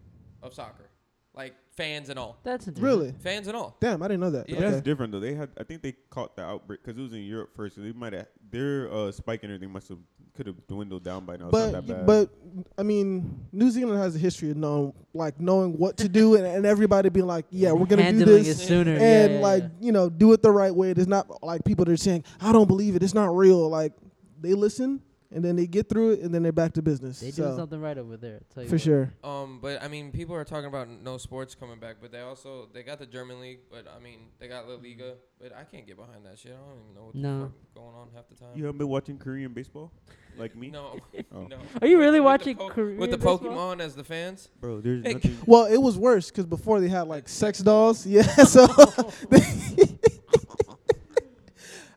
Speaker 4: of soccer, like fans and all.
Speaker 5: That's interesting.
Speaker 6: Really?
Speaker 4: Fans and all.
Speaker 6: Damn, I didn't know that.
Speaker 4: Yeah.
Speaker 3: But That's
Speaker 6: Okay.
Speaker 3: different though. They had, I think they caught the outbreak because it was in Europe first. So they might have their uh, spike and everything must have could have dwindled down by now. It's not that
Speaker 6: But
Speaker 3: bad.
Speaker 6: but I mean, New Zealand has a history of knowing like knowing what to do and, and everybody being like, yeah, we're gonna do
Speaker 5: Handling it
Speaker 6: this.
Speaker 5: sooner.
Speaker 6: And
Speaker 5: yeah, yeah,
Speaker 6: like
Speaker 5: yeah.
Speaker 6: you know, do it the right way. There's not like people that are saying, "I don't believe it. It's not real." Like they listen and then they get through it and then they're back to business.
Speaker 5: they
Speaker 6: so,
Speaker 5: doing something right over there. I'll tell you
Speaker 6: for
Speaker 5: what.
Speaker 6: sure.
Speaker 4: Um, but I mean, people are talking about no sports coming back, but they also they got the German league, but I mean, they got La Liga, but I can't get behind that shit. I don't even know what
Speaker 5: No.
Speaker 4: the fuck going on half the time.
Speaker 3: you haven't been watching Korean baseball like me,
Speaker 4: No,
Speaker 3: Oh.
Speaker 4: no.
Speaker 5: Are you
Speaker 4: With
Speaker 5: really
Speaker 4: the
Speaker 5: watching
Speaker 4: po-
Speaker 5: Korean
Speaker 4: with the
Speaker 5: baseball?
Speaker 4: Pokemon as the fans?
Speaker 3: bro. There's
Speaker 4: Hey,
Speaker 3: nothing.
Speaker 6: Well, it was worse because before they had like sex dolls. Yeah, so they-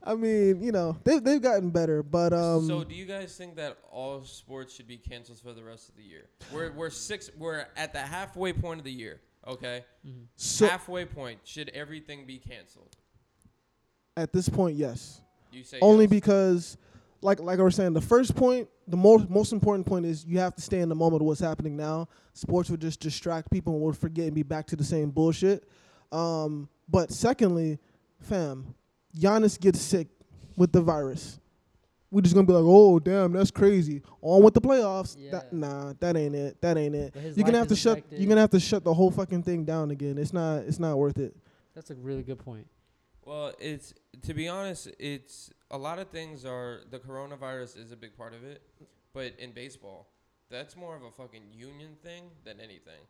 Speaker 6: I mean, you know, they they've gotten better, but um,
Speaker 4: so do you guys think that all sports should be canceled for the rest of the year? We're we're six. We're at the halfway point of the year. Okay,
Speaker 6: so
Speaker 4: halfway point. Should everything be canceled?
Speaker 6: at this point, yes,
Speaker 4: You say
Speaker 6: only
Speaker 4: yes.
Speaker 6: because, like like I was saying, the first point, the most most important point is you have to stay in the moment of what's happening now. Sports will just distract people and we'll forget and be back to the same bullshit. Um, but secondly, fam, Giannis gets sick with the virus. We're just gonna be like, oh damn, that's crazy. On with the playoffs. That,
Speaker 5: Yeah.
Speaker 6: nah, that ain't it. That ain't it.
Speaker 5: But his
Speaker 6: You're gonna
Speaker 5: life
Speaker 6: have to
Speaker 5: is
Speaker 6: shut.
Speaker 5: affected.
Speaker 6: You're gonna have to shut the whole fucking thing down again. It's not. It's not worth it.
Speaker 5: That's a really good point.
Speaker 4: Well, it's to be honest, it's a lot of things are the coronavirus is a big part of it, but in baseball, that's more of a fucking union thing than anything.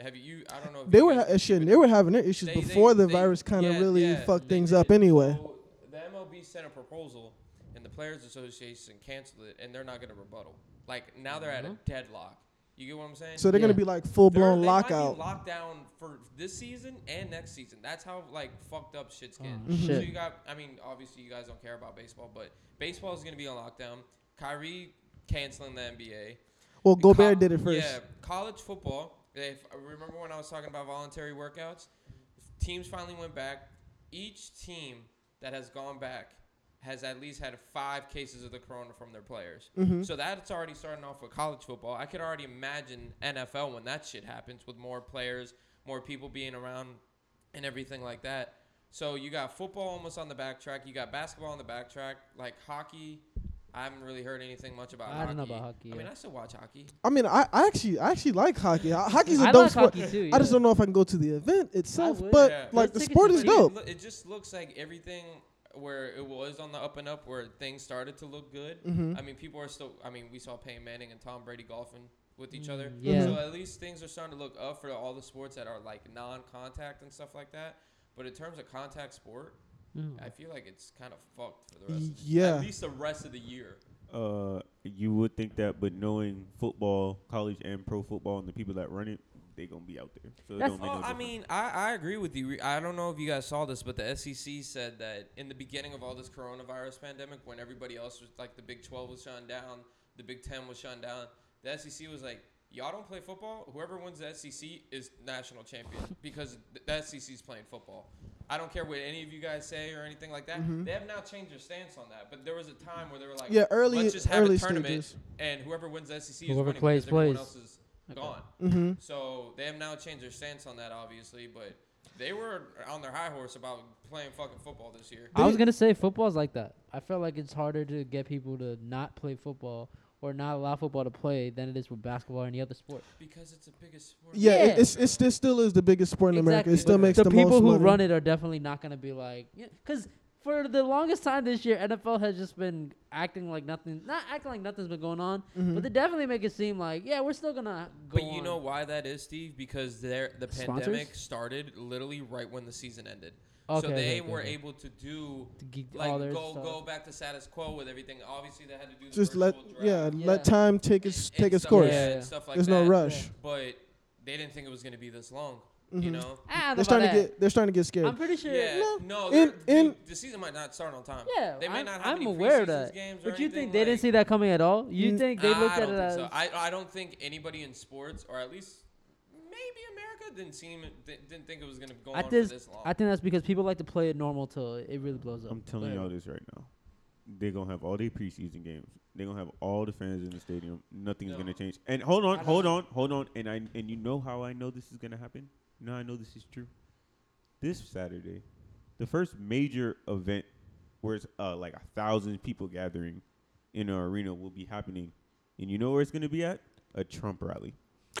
Speaker 4: Have you? I don't know. If
Speaker 6: They
Speaker 4: you
Speaker 6: were
Speaker 4: guys
Speaker 6: ha-
Speaker 4: keep
Speaker 6: shit.
Speaker 4: it-
Speaker 6: They were having their issues
Speaker 4: they- they-
Speaker 6: before the
Speaker 4: they-
Speaker 6: virus kind of
Speaker 4: yeah,
Speaker 6: really
Speaker 4: yeah,
Speaker 6: fucked
Speaker 4: they
Speaker 6: things
Speaker 4: did.
Speaker 6: up anyway.
Speaker 4: So the MLB sent a proposal, and the Players Association canceled it, and they're not going to rebuttal. Like now they're at a
Speaker 5: Mhm.
Speaker 4: deadlock. You get what I'm saying?
Speaker 6: Mm-hmm. So, they're gonna
Speaker 5: Yeah.
Speaker 6: be like full
Speaker 4: They're-
Speaker 6: blown
Speaker 4: they Might
Speaker 6: lockout.
Speaker 4: be locked down for this season and next season. That's how like fucked up shit's getting.
Speaker 5: Oh,
Speaker 6: Mm-hmm.
Speaker 4: So
Speaker 5: shit.
Speaker 4: you got. I mean, obviously you guys don't care about baseball, but baseball is gonna be on lockdown. Kyrie canceling the NBA.
Speaker 6: Well,
Speaker 4: Co-
Speaker 6: Gobert did it first.
Speaker 4: Yeah, college football. If remember when I was talking about voluntary workouts, teams finally went back. Each team that has gone back has at least had five cases of the corona from their players. So that's already starting off with college football. I could already imagine NFL when that shit happens with more players, more people being around, and everything like that. So you got football almost on the backtrack. You got basketball on the backtrack. Like hockey, I haven't really heard anything much about.
Speaker 5: I
Speaker 4: hockey.
Speaker 5: don't know about hockey,
Speaker 4: I mean,
Speaker 5: yeah.
Speaker 4: I still watch hockey.
Speaker 6: I mean, I, I actually I actually like hockey. Ho- Hockey's a
Speaker 5: I
Speaker 6: dope
Speaker 5: like
Speaker 6: sport.
Speaker 5: hockey too,
Speaker 6: I just
Speaker 5: yeah.
Speaker 6: don't know if I can go to the event itself,
Speaker 5: would.
Speaker 6: but
Speaker 4: Yeah.
Speaker 5: Those
Speaker 6: like the
Speaker 5: tickets
Speaker 6: sport
Speaker 5: are
Speaker 6: is
Speaker 5: pretty
Speaker 6: dope.
Speaker 4: It, loo- it just looks like everything where it was on the up and up, where things started to look good.
Speaker 6: Mm-hmm.
Speaker 4: I mean, people are still. I mean, we saw Peyton Manning and Tom Brady golfing with each other.
Speaker 5: Mm, yeah.
Speaker 4: So at least things are starting to look up for all the sports that are like non-contact and stuff like that. But in terms of contact sport, I feel like it's kind of fucked for the rest. Of the,
Speaker 6: Yeah.
Speaker 4: At least the rest of the year.
Speaker 3: Uh, you would think that, but knowing football, college and pro football, and the people that run it, they gonna be out there. So it
Speaker 5: That's
Speaker 3: don't make
Speaker 4: Oh,
Speaker 3: no
Speaker 4: I
Speaker 3: difference.
Speaker 4: mean, I, I agree with you. I don't know if you guys saw this, but the SEC said that in the beginning of all this coronavirus pandemic, when everybody else was like the Big 12 was shut down, the Big 10 was shut down, the SEC was like, y'all don't play football? Whoever wins the SEC is national champion because th- the SEC is playing football. I don't care what any of you guys say or anything like that. They have now changed their stance on that, but there was a time where they were like,
Speaker 6: Mm-hmm. Yeah, early-
Speaker 4: let's just have
Speaker 6: early
Speaker 4: a tournament,
Speaker 6: stages.
Speaker 4: and whoever wins the SEC
Speaker 5: Whoever
Speaker 4: is winning
Speaker 5: plays,
Speaker 4: because everyone
Speaker 5: plays.
Speaker 4: else is gone.
Speaker 6: Mm-hmm.
Speaker 4: So they have now changed their stance on that, obviously, but they were on their high horse about playing fucking football this year.
Speaker 5: I was gonna say football's like that. I feel like it's harder to get people to not play football or not allow football to play than it is with basketball or any other sport.
Speaker 4: Because it's the biggest sport.
Speaker 6: Yeah,
Speaker 5: Yeah.
Speaker 6: It, it's it's this still is the biggest sport in America. It
Speaker 5: Exactly.
Speaker 6: still makes
Speaker 5: the,
Speaker 6: the,
Speaker 5: people
Speaker 6: most
Speaker 5: who
Speaker 6: money.
Speaker 5: run it are definitely not gonna be like, because for the longest time this year, NFL has just been acting like nothing, not acting like nothing's been going on,
Speaker 6: Mm-hmm.
Speaker 5: but they definitely make it seem like, yeah, we're still gonna go.
Speaker 4: But you
Speaker 5: on.
Speaker 4: know why that is, Steve? Because their the
Speaker 5: Sponsors?
Speaker 4: pandemic started literally right when the season ended.
Speaker 5: Okay,
Speaker 4: so
Speaker 5: okay,
Speaker 4: they
Speaker 5: okay,
Speaker 4: were
Speaker 5: okay.
Speaker 4: able to do
Speaker 5: To geek-
Speaker 4: like
Speaker 5: all their
Speaker 4: go
Speaker 5: stuff.
Speaker 4: go back to status quo with everything. Obviously, they had to do the
Speaker 6: Just
Speaker 4: virtual
Speaker 6: let
Speaker 4: draft
Speaker 6: yeah,
Speaker 4: and
Speaker 5: Yeah.
Speaker 6: let time take its take its
Speaker 4: stuff-
Speaker 6: course.
Speaker 4: yeah, and
Speaker 5: Yeah.
Speaker 4: stuff like
Speaker 6: There's no
Speaker 4: that.
Speaker 6: rush. Mm-hmm.
Speaker 4: But they didn't think it was going to be this long. You know.
Speaker 5: Ah, I don't know
Speaker 6: They're starting
Speaker 5: about
Speaker 6: to
Speaker 5: that.
Speaker 6: get they're starting to get scared.
Speaker 5: I'm pretty sure.
Speaker 4: Yeah,
Speaker 6: No.
Speaker 4: no,
Speaker 6: In-
Speaker 4: in,
Speaker 6: in-
Speaker 4: the season might not start on time.
Speaker 5: Yeah,
Speaker 4: they might
Speaker 5: I'm,
Speaker 4: not have
Speaker 5: I'm
Speaker 4: any
Speaker 5: aware
Speaker 4: preseason
Speaker 5: of that.
Speaker 4: Games or
Speaker 5: But you think
Speaker 4: anything,
Speaker 5: they
Speaker 4: like-
Speaker 5: didn't see that coming at all? You
Speaker 6: Mm.
Speaker 5: think they
Speaker 4: I
Speaker 5: looked at
Speaker 4: don't think
Speaker 5: it as
Speaker 4: so. I, I don't think anybody in sports, or at least maybe America, didn't seem di- didn't think it was going to go
Speaker 5: I
Speaker 4: on
Speaker 5: think,
Speaker 4: for this long.
Speaker 5: I think that's because people like to play it normal till it really blows up.
Speaker 3: I'm telling
Speaker 5: Whatever.
Speaker 3: y'all this right now. They're gonna have all their preseason games. They're gonna have all the fans in the stadium. Nothing's
Speaker 4: No.
Speaker 3: gonna change. And hold on,
Speaker 5: I
Speaker 3: hold on, hold on. And I and you know how I know this is gonna happen? You know how I know this is true. This Saturday, the first major event where it's uh, like a thousand people gathering in an arena will be happening. And you know where it's gonna be at? A Trump rally.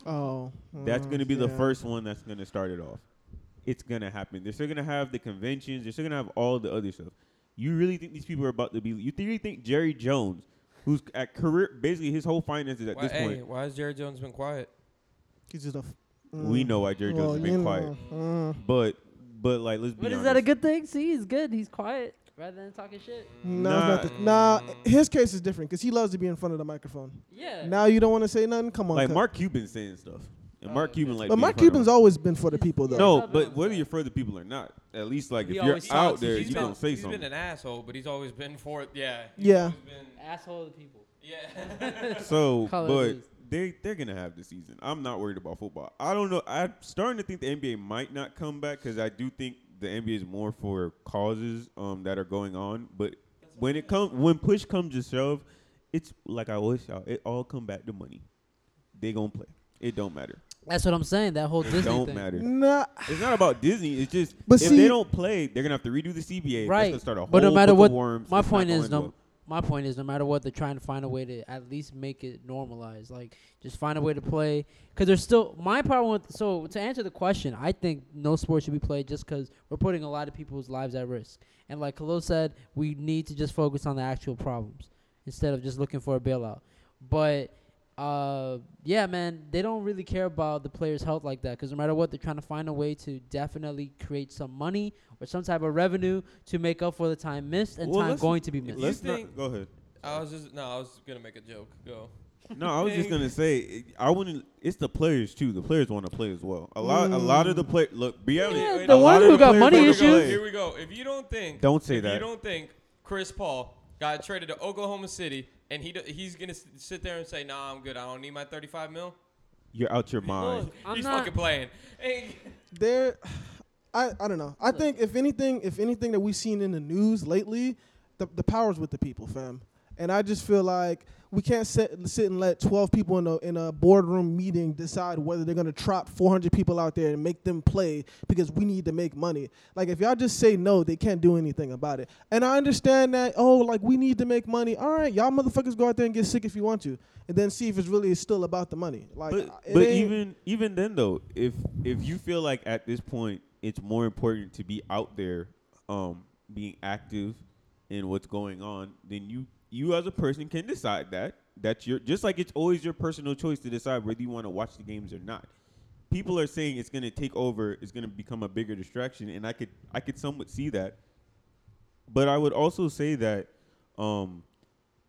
Speaker 6: oh,
Speaker 3: That's
Speaker 6: mm,
Speaker 3: going to be the
Speaker 6: yeah.
Speaker 3: first one that's going to start it off. It's going to happen. They're still going to have the conventions. They're still going to have all the other stuff. You really think these people are about to be? You really think Jerry Jones, who's at career basically his whole finances at
Speaker 4: why,
Speaker 3: this
Speaker 4: hey,
Speaker 3: point?
Speaker 4: why has Jared Jones been quiet?
Speaker 6: He's just a. F- mm.
Speaker 3: We know why Jerry Jones
Speaker 6: Well,
Speaker 3: has
Speaker 6: you
Speaker 3: been
Speaker 6: know,
Speaker 3: quiet,
Speaker 6: mm.
Speaker 3: but but like let's be
Speaker 5: But is
Speaker 3: honest.
Speaker 5: that a good thing? See, he's good. He's quiet rather than talking shit.
Speaker 6: Nah, it's not the- nah, his case is different because he loves to be in front of the microphone.
Speaker 5: Yeah.
Speaker 6: Now you don't want to say nothing. Come on,
Speaker 3: like
Speaker 6: cut.
Speaker 3: Mark Cuban saying stuff,
Speaker 5: Oh,
Speaker 3: and Mark Cuban like.
Speaker 6: But
Speaker 3: being
Speaker 6: Mark
Speaker 3: front of
Speaker 6: Cuban's
Speaker 3: him.
Speaker 6: always been for the people though.
Speaker 3: No,
Speaker 5: Yeah.
Speaker 3: but whether you're for the people or not, at least like
Speaker 5: He
Speaker 3: if you're
Speaker 5: always
Speaker 3: out
Speaker 5: talks.
Speaker 3: there,
Speaker 5: He's
Speaker 3: you
Speaker 4: been,
Speaker 3: gonna say
Speaker 4: He's been
Speaker 3: something.
Speaker 4: an asshole, but he's always been for it. Yeah. he's
Speaker 6: Yeah.
Speaker 4: always been-
Speaker 5: Asshole of the people.
Speaker 4: yeah.
Speaker 3: So,
Speaker 5: Call it a
Speaker 3: but
Speaker 5: lose.
Speaker 3: they they're gonna have the season. I'm not worried about football. I don't know. I'm starting to think the NBA might not come back because I do think the NBA is more for causes um, that are going on. But when it comes, when push comes to shove, it's like I always shout. It all come back to money. They gonna play. It don't matter.
Speaker 5: That's what I'm saying. That whole
Speaker 3: It
Speaker 5: Disney
Speaker 3: don't
Speaker 5: thing.
Speaker 3: matter.
Speaker 6: Nah,
Speaker 3: It's not about Disney. It's just
Speaker 6: But
Speaker 3: if
Speaker 6: see-
Speaker 3: they don't play, they're gonna have to redo the CBA. That's
Speaker 5: Right.
Speaker 3: gonna start a whole
Speaker 5: But no matter
Speaker 3: book
Speaker 5: what,
Speaker 3: of worms.
Speaker 5: my
Speaker 3: It's not
Speaker 5: point
Speaker 3: gonna
Speaker 5: is
Speaker 3: end
Speaker 5: no.
Speaker 3: well.
Speaker 5: My point is no matter what, they're trying to find a way to at least make it normalized. Like just find a way to play because there's still my problem with. So to answer the question, I think no sport should be played just because we're putting a lot of people's lives at risk. And like Khalil said, we need to just focus on the actual problems instead of just looking for a bailout. But uh, yeah, man, they don't really care about the players' health like that because no matter what, they're trying to find a way to definitely create some money or some type of revenue to make up for the time missed and
Speaker 3: Well,
Speaker 5: time
Speaker 3: let's-
Speaker 5: going to be missed.
Speaker 3: Let's
Speaker 4: You
Speaker 3: not
Speaker 4: think-
Speaker 3: go ahead.
Speaker 4: I was just no, I was gonna make a joke. Go.
Speaker 3: No, I was just gonna say it- I wouldn't. It's the players too. The players want to play as well. A lot, a lot of the play. Look, be honest.
Speaker 5: Yeah,
Speaker 3: a
Speaker 5: the
Speaker 3: lot
Speaker 5: one
Speaker 3: of
Speaker 5: who
Speaker 3: the
Speaker 5: got
Speaker 3: players
Speaker 5: money
Speaker 3: wanna
Speaker 4: Here we go,
Speaker 5: issues.
Speaker 3: play.
Speaker 4: Here we go. If you don't think,
Speaker 3: Don't say
Speaker 4: if
Speaker 3: that.
Speaker 4: You don't think Chris Paul got traded to Oklahoma City and he do- he's gonna s- sit there and say, "Nah, I'm good. I don't need my 35 mil."
Speaker 3: You're out your mind.
Speaker 5: Look, I'm
Speaker 4: he's
Speaker 5: not-
Speaker 4: fucking playing. Hey,
Speaker 6: there I, I don't know. I think if anything if anything that we've seen in the news lately, the, the power's with the people, fam. And I just feel like we can't sit, sit and let 12 people in a, in a boardroom meeting decide whether they're going to trot 400 people out there and make them play because we need to make money. Like, if y'all just say no, they can't do anything about it. And I understand that, oh, like, we need to make money. All right, y'all motherfuckers go out there and get sick if you want to. And then see if it's really still about the money. Like, uh,
Speaker 3: but,
Speaker 6: it
Speaker 3: but
Speaker 6: ain't-
Speaker 3: even even then though, if if you feel like at this point it's more important to be out there, um, being active in what's going on, then you you as a person can decide that. That's your just like it's always your personal choice to decide whether you want to watch the games or not. People are saying it's gonna take over, it's gonna become a bigger distraction, and I could I could somewhat see that. But I would also say that um,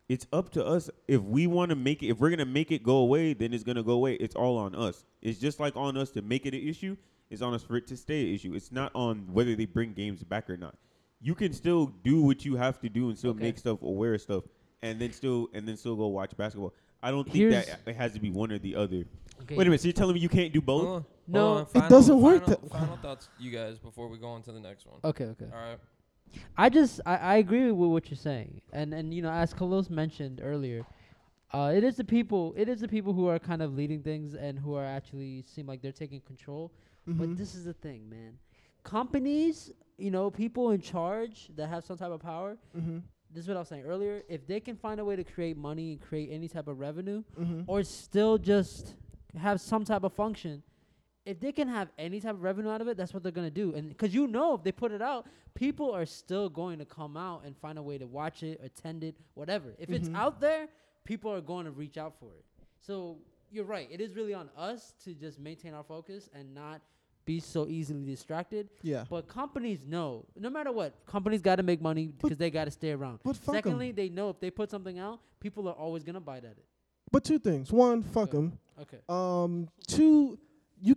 Speaker 3: it's up to us if we want to make it. If we're gonna make it go away, then it's gonna go away. It's all on us. It's just like on us to make it an issue. It's on us for it to stay an issue. It's not on whether they bring games back or not. You can still do what you have to do and still
Speaker 5: Okay.
Speaker 3: make stuff aware of stuff, and then still and then still go watch basketball. I don't think that
Speaker 5: Here's-
Speaker 3: it has to be one or the other.
Speaker 5: Okay. Uh-huh.
Speaker 3: Wait a minute. So you're telling me you can't do both?
Speaker 4: Hold on,
Speaker 5: No,
Speaker 4: hold on,
Speaker 5: it
Speaker 4: final-
Speaker 6: doesn't work
Speaker 4: final-
Speaker 6: that-
Speaker 4: Final thoughts, you guys, before we go on to the next one.
Speaker 5: Okay, okay.
Speaker 4: All right.
Speaker 5: I just I, I agree with what you're saying, and and you know as Kalos mentioned earlier, uh, it is the people it is the people who are kind of leading things and who are actually seem like they're taking control. But this is the thing, man. Companies, you know, people in charge that have some type of power. This is what I was saying earlier. If they can find a way to create money and create any type of revenue, or still just have some type of function, if they can have any type of revenue out of it, that's what they're gonna do. And because you know, if they put it out, people are still going to come out and find a way to watch it, attend it, whatever. If it's out there, people are going to reach out for it. So you're right. It is really on us to just maintain our focus and not be so easily distracted.
Speaker 6: Yeah.
Speaker 5: But companies know, no matter what, companies got to make money because they got to stay around.
Speaker 6: but fuck 'em.
Speaker 5: Secondly, they know if they put something out, people are always gonna bite at it.
Speaker 6: But two things. One, fuck
Speaker 5: Go.
Speaker 6: them.
Speaker 5: Okay.
Speaker 6: Um, two, you,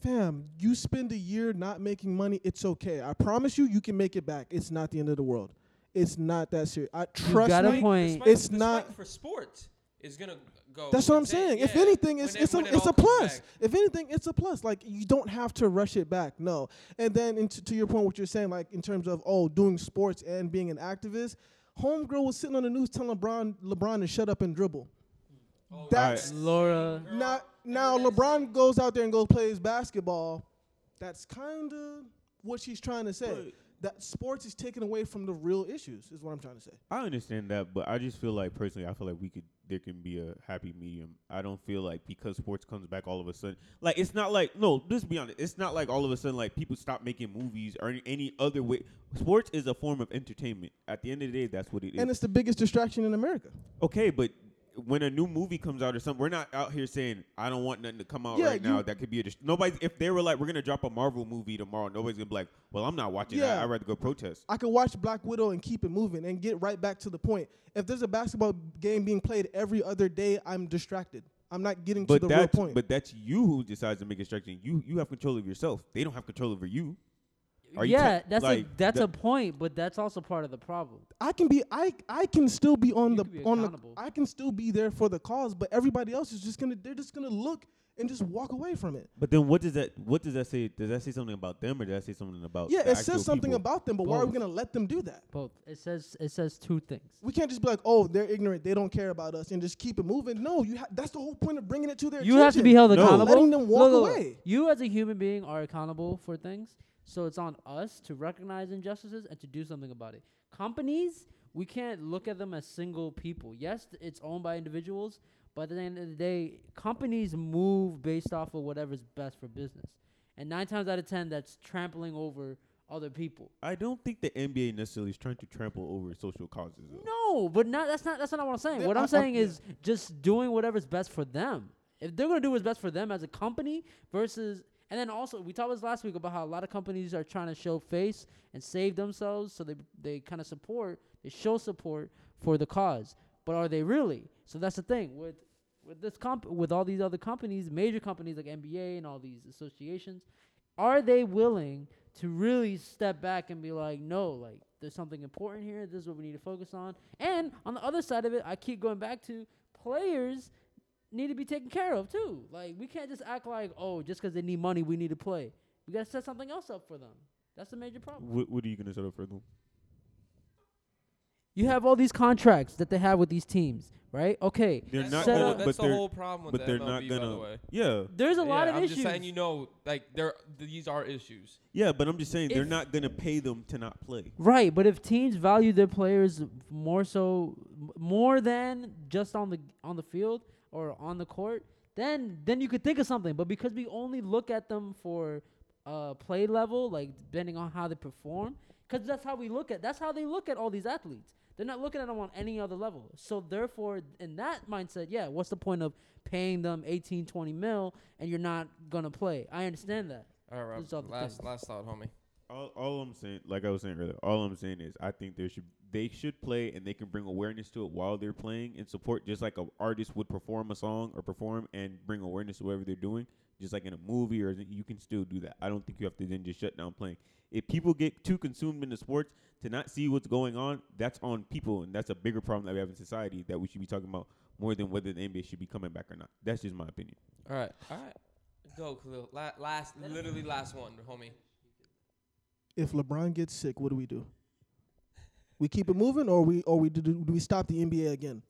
Speaker 6: fam, you spend a year not making money. It's okay. I promise you, you can make it back. It's not the end of the world. It's not that serious. I trust
Speaker 5: got a
Speaker 6: me.
Speaker 5: point.
Speaker 4: The spike-
Speaker 6: It's
Speaker 4: the
Speaker 6: not-
Speaker 4: spike for sports. Is gonna go.
Speaker 6: That's what I'm
Speaker 4: insane.
Speaker 6: saying. If
Speaker 4: Yeah,
Speaker 6: anything,
Speaker 4: when
Speaker 6: it's
Speaker 4: it-
Speaker 6: it's a,
Speaker 4: when it
Speaker 6: it's
Speaker 4: all
Speaker 6: a
Speaker 4: comes
Speaker 6: plus.
Speaker 4: back.
Speaker 6: If anything, it's a plus. Like you don't have to rush it back. No. And then into, to your point, what you're saying, like in terms of oh, doing sports and being an activist, homegirl was sitting on the news telling LeBron LeBron to shut up and dribble.
Speaker 4: Mm.
Speaker 6: That's
Speaker 5: Laura.
Speaker 6: Now, now LeBron goes out there and goes plays basketball. That's kind of what she's trying to say.
Speaker 3: But-
Speaker 6: that sports is taken away from the real issues is what I'm trying to say.
Speaker 3: I understand that, but I just feel like personally, I feel like we could there can be a happy medium. I don't feel like because sports comes back all of a sudden, like it's not like no, just be honest, it's not like all of a sudden like people stop making movies or any- any other way. Sports is a form of entertainment. At the end of the day, that's what it is.
Speaker 6: And it's the biggest distraction in America.
Speaker 3: okay, but when a new movie comes out or something, we're not out here saying I don't want nothing to come out
Speaker 6: Yeah,
Speaker 3: right now.
Speaker 6: you-
Speaker 3: That could be a dist- nobody. If they were like, we're gonna drop a Marvel movie tomorrow, nobody's gonna be like, well, I'm not watching that.
Speaker 6: Yeah.
Speaker 3: I'd rather go protest.
Speaker 6: I could watch Black Widow and keep it moving and get right back to the point. If there's a basketball game being played every other day, I'm distracted. I'm not getting
Speaker 3: But
Speaker 6: to the real
Speaker 3: that's
Speaker 6: point.
Speaker 3: but that's you who decides to make instruction. You you have control of yourself. They don't have control over you. Are you
Speaker 5: yeah,
Speaker 3: te-
Speaker 5: that's a
Speaker 3: like,
Speaker 5: that's
Speaker 3: that-
Speaker 5: a point, but that's also part of the problem.
Speaker 6: I can be I I can still be on
Speaker 5: You
Speaker 6: the
Speaker 5: can be
Speaker 6: on the
Speaker 5: accountable.
Speaker 6: I can still be there for the cause, but everybody else is just gonna they're just gonna look and just walk away from it.
Speaker 3: But then what does that what does that say? Does that say something about them or does that say something about
Speaker 6: Yeah,
Speaker 3: the
Speaker 6: it
Speaker 3: actual
Speaker 6: says something
Speaker 3: people?
Speaker 6: about them, but why are we
Speaker 5: Both.
Speaker 6: gonna let them do that?
Speaker 5: Both. It says it says two things.
Speaker 6: We can't just be like, oh, they're ignorant, they don't care about us, and just keep it moving. No, you ha- that's the whole point of bringing it to their
Speaker 5: You have to be
Speaker 6: attention.
Speaker 5: held
Speaker 3: No.
Speaker 5: accountable.
Speaker 6: Letting them
Speaker 5: Look,
Speaker 6: walk
Speaker 5: look, look.
Speaker 6: away.
Speaker 5: You as a human being are accountable for things, so it's on us to recognize injustices and to do something about it. Companies, we can't look at them as single people. Yes, th- it's owned by individuals, but at the end of the day, companies move based off of whatever's best for business. And nine times out of ten, that's trampling over other people.
Speaker 3: I don't think the NBA necessarily is trying to trample over social causes. though.
Speaker 5: No, but not. That's not. That's not what I'm saying.
Speaker 6: Yeah,
Speaker 5: What
Speaker 6: I-
Speaker 5: I'm
Speaker 6: I'm-
Speaker 5: saying
Speaker 6: yeah.
Speaker 5: is just doing whatever's best for them. If they're gonna do what's best for them as a company versus, and then also we talked about this last week about how a lot of companies are trying to show face and save themselves, so they they kind of support, they show support for the cause, but are they really? So that's the thing with with this comp with all these other companies, major companies like NBA and all these associations, are they willing to really step back and be like, no, like there's something important here. This is what we need to focus on. And on the other side of it, I keep going back to players need to be taken care of too. Like we can't just act like, oh, just because they need money, we need to play. We gotta set something else up for them. That's a major problem.
Speaker 3: What, what are you gonna set up for them?
Speaker 5: You have all these contracts that they have with these teams, right? Okay.
Speaker 3: They're
Speaker 4: that's
Speaker 3: not
Speaker 4: the
Speaker 5: set
Speaker 4: whole,
Speaker 3: gonna,
Speaker 5: up-
Speaker 3: but
Speaker 4: that's the
Speaker 3: they're,
Speaker 4: whole problem with
Speaker 3: but
Speaker 4: the
Speaker 3: they're
Speaker 4: MLB,
Speaker 3: not
Speaker 4: by the
Speaker 3: gonna.
Speaker 4: way.
Speaker 3: yeah,
Speaker 5: There's a lot
Speaker 4: Yeah,
Speaker 5: of
Speaker 4: I'm
Speaker 5: issues.
Speaker 4: just saying, you know, like there these are issues.
Speaker 3: yeah, but I'm just saying they're
Speaker 5: If-
Speaker 3: not gonna pay them to not play.
Speaker 5: Right, but if teams value their players more so m- more than just on the on the field or on the court, then then you could think of something. But because we only look at them for uh, play level, like depending on how they perform, because that's how we look at that's how they look at all these athletes. They're not looking at them on any other level. So therefore, in that mindset, yeah, what's the point of paying them 18, 20 mil and you're not gonna play? I understand that.
Speaker 4: All right,
Speaker 5: These are the
Speaker 4: last
Speaker 5: things.
Speaker 4: last thought, homie.
Speaker 3: All, all I'm saying, like I was saying earlier, all I'm saying is I think there should they should play and they can bring awareness to it while they're playing and support just like an artist would perform a song or perform and bring awareness to whatever they're doing, just like in a movie or you can still do that. I don't think you have to then just shut down playing. If people get too consumed in the sports to not see what's going on, that's on people and that's a bigger problem that we have in society that we should be talking about more than whether the NBA should be coming back or not. That's just my opinion.
Speaker 4: All right, all right. Go, Khalil. La- last, literally last one, homie.
Speaker 6: If LeBron gets sick, what do we do? We keep it moving, or we or we do, do we stop the NBA again?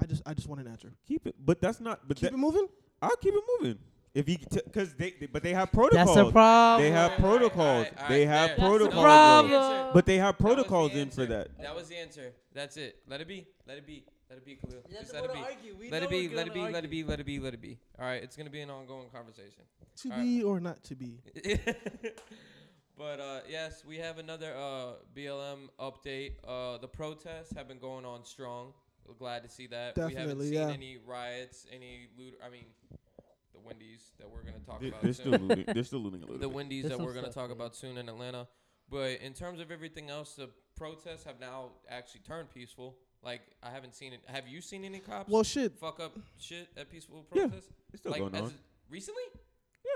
Speaker 6: I just I just want an answer.
Speaker 3: Keep it, but that's not. But
Speaker 6: Keep
Speaker 3: that,
Speaker 6: it moving.
Speaker 3: I'll keep it moving. If you, because they, they, but they have
Speaker 5: That's
Speaker 3: protocols.
Speaker 5: the problem.
Speaker 3: They have
Speaker 4: All right, all right,
Speaker 3: protocols.
Speaker 4: all right,
Speaker 3: They have
Speaker 4: there.
Speaker 3: protocols.
Speaker 5: bro.
Speaker 4: That was the
Speaker 5: Problem.
Speaker 4: answer.
Speaker 3: But they have
Speaker 4: That was the
Speaker 3: protocols in for
Speaker 4: answer.
Speaker 3: that.
Speaker 4: That was the answer. That's it. Let it be. Let it be. Let it be, Khalil.
Speaker 5: Yeah,
Speaker 4: Just
Speaker 5: but
Speaker 4: let it
Speaker 5: we're
Speaker 4: be.
Speaker 5: gonna argue. We
Speaker 4: Let
Speaker 5: know
Speaker 4: it be.
Speaker 5: we're
Speaker 4: Let it
Speaker 5: gonna
Speaker 4: be. Let
Speaker 5: argue.
Speaker 4: it be. Let it be. Let it be. All right, it's gonna be an ongoing conversation.
Speaker 6: To
Speaker 4: All right.
Speaker 6: be or not to be.
Speaker 4: but uh, yes, we have another uh, BLM update. Uh, the protests have been going on strong. We're glad to see that. we haven't
Speaker 6: Definitely,
Speaker 4: seen
Speaker 6: yeah.
Speaker 4: any riots, any loot. I mean, the Wendy's that we're gonna talk
Speaker 3: They-
Speaker 4: about.
Speaker 3: They're
Speaker 4: soon
Speaker 3: still looting. They're still looting a little
Speaker 4: the
Speaker 3: bit.
Speaker 4: Wendy's
Speaker 5: There's
Speaker 4: that
Speaker 5: some
Speaker 4: we're going to
Speaker 5: stuff,
Speaker 4: talk
Speaker 5: yeah.
Speaker 4: about soon in Atlanta. But in terms of everything else, the protests have now actually turned peaceful. Like I haven't seen it. Have you seen any cops
Speaker 6: Well, shit.
Speaker 4: fuck up shit at peaceful
Speaker 3: Yeah,
Speaker 4: protests?
Speaker 3: it's still
Speaker 4: like,
Speaker 3: going
Speaker 4: as
Speaker 3: on.
Speaker 4: of- Recently,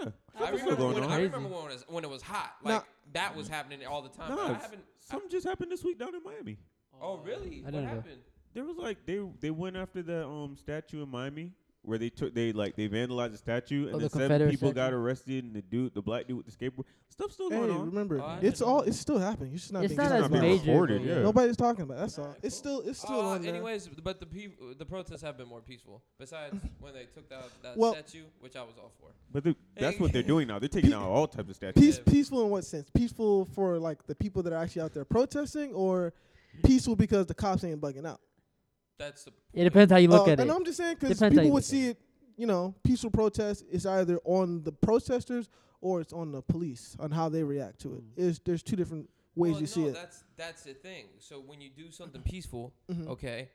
Speaker 3: Yeah,
Speaker 4: I
Speaker 3: something's still
Speaker 4: remember,
Speaker 3: going
Speaker 4: when,
Speaker 3: on.
Speaker 4: I
Speaker 5: Crazy.
Speaker 4: remember when it was when it was hot.
Speaker 6: Nah.
Speaker 4: Like that was happening all the time.
Speaker 3: Nah,
Speaker 4: but I
Speaker 3: it's-
Speaker 4: haven't.
Speaker 3: Something just happened this week down in Miami.
Speaker 4: Oh really?
Speaker 5: Uh, I
Speaker 4: what
Speaker 5: don't know.
Speaker 4: happened?
Speaker 3: There was like they they went after the um statue in Miami where they took they like they vandalized the statue and
Speaker 5: Oh,
Speaker 3: then
Speaker 5: the
Speaker 3: seven
Speaker 5: Confederate
Speaker 3: people got
Speaker 5: statue?
Speaker 3: arrested and the dude the black dude with the skateboard stuff's still
Speaker 6: Hey,
Speaker 3: going on.
Speaker 6: remember,
Speaker 4: Oh, I
Speaker 6: it's
Speaker 4: didn't
Speaker 6: all
Speaker 4: know.
Speaker 6: it's still happening. It's just not
Speaker 5: It's
Speaker 6: being
Speaker 5: not
Speaker 6: talked
Speaker 5: as
Speaker 3: not being
Speaker 6: about.
Speaker 5: major.
Speaker 3: reported,
Speaker 5: but
Speaker 3: yeah.
Speaker 6: Nobody's talking about. it, That's all. It's still it's still
Speaker 4: Uh,
Speaker 6: on there.
Speaker 4: anyways, but the people, the protests have been more peaceful. Besides when they took out that
Speaker 6: Well-
Speaker 4: statue, which I was all for.
Speaker 3: But the, that's what they're doing now. They're taking out all types of statues.
Speaker 6: Peace,
Speaker 4: Yeah.
Speaker 6: peaceful in what sense? Peaceful for like the people that are actually out there protesting, or peaceful because the cops ain't bugging out.
Speaker 4: That's the. Point.
Speaker 5: It depends how you look
Speaker 6: Uh,
Speaker 5: at it.
Speaker 6: and I'm just saying because
Speaker 5: Depends how
Speaker 6: people
Speaker 5: you
Speaker 6: would
Speaker 5: look
Speaker 6: see it, you know, peaceful protest is either on the protesters or it's on the police on how they react to it.
Speaker 5: Hmm.
Speaker 6: Is there's two different ways
Speaker 4: well,
Speaker 6: you see
Speaker 4: no,
Speaker 6: it.
Speaker 4: That's that's the thing. So when you do something peaceful,
Speaker 6: Mm-hmm.
Speaker 4: okay,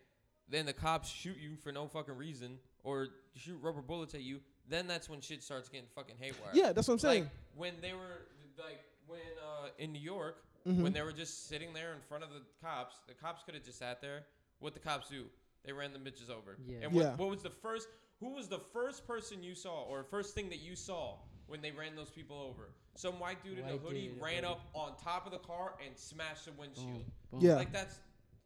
Speaker 4: then the cops shoot you for no fucking reason or shoot rubber bullets at you. Then that's when shit starts getting fucking haywire.
Speaker 6: Yeah, that's what I'm saying.
Speaker 4: Like when they were like when uh, in New York,
Speaker 6: Mm-hmm.
Speaker 4: when they were just sitting there in front of the cops, the cops could have just sat there. What the cops do? They ran the bitches over.
Speaker 5: Yeah.
Speaker 4: And what,
Speaker 6: Yeah.
Speaker 4: what was the first? Who was the first person you saw or first thing that you saw when they ran those people over? Some white dude in a
Speaker 5: White
Speaker 4: hoodie
Speaker 5: dude in a
Speaker 4: ran
Speaker 5: hoodie.
Speaker 4: up on top of the car and smash the windshield.
Speaker 6: Yeah.
Speaker 4: Like that's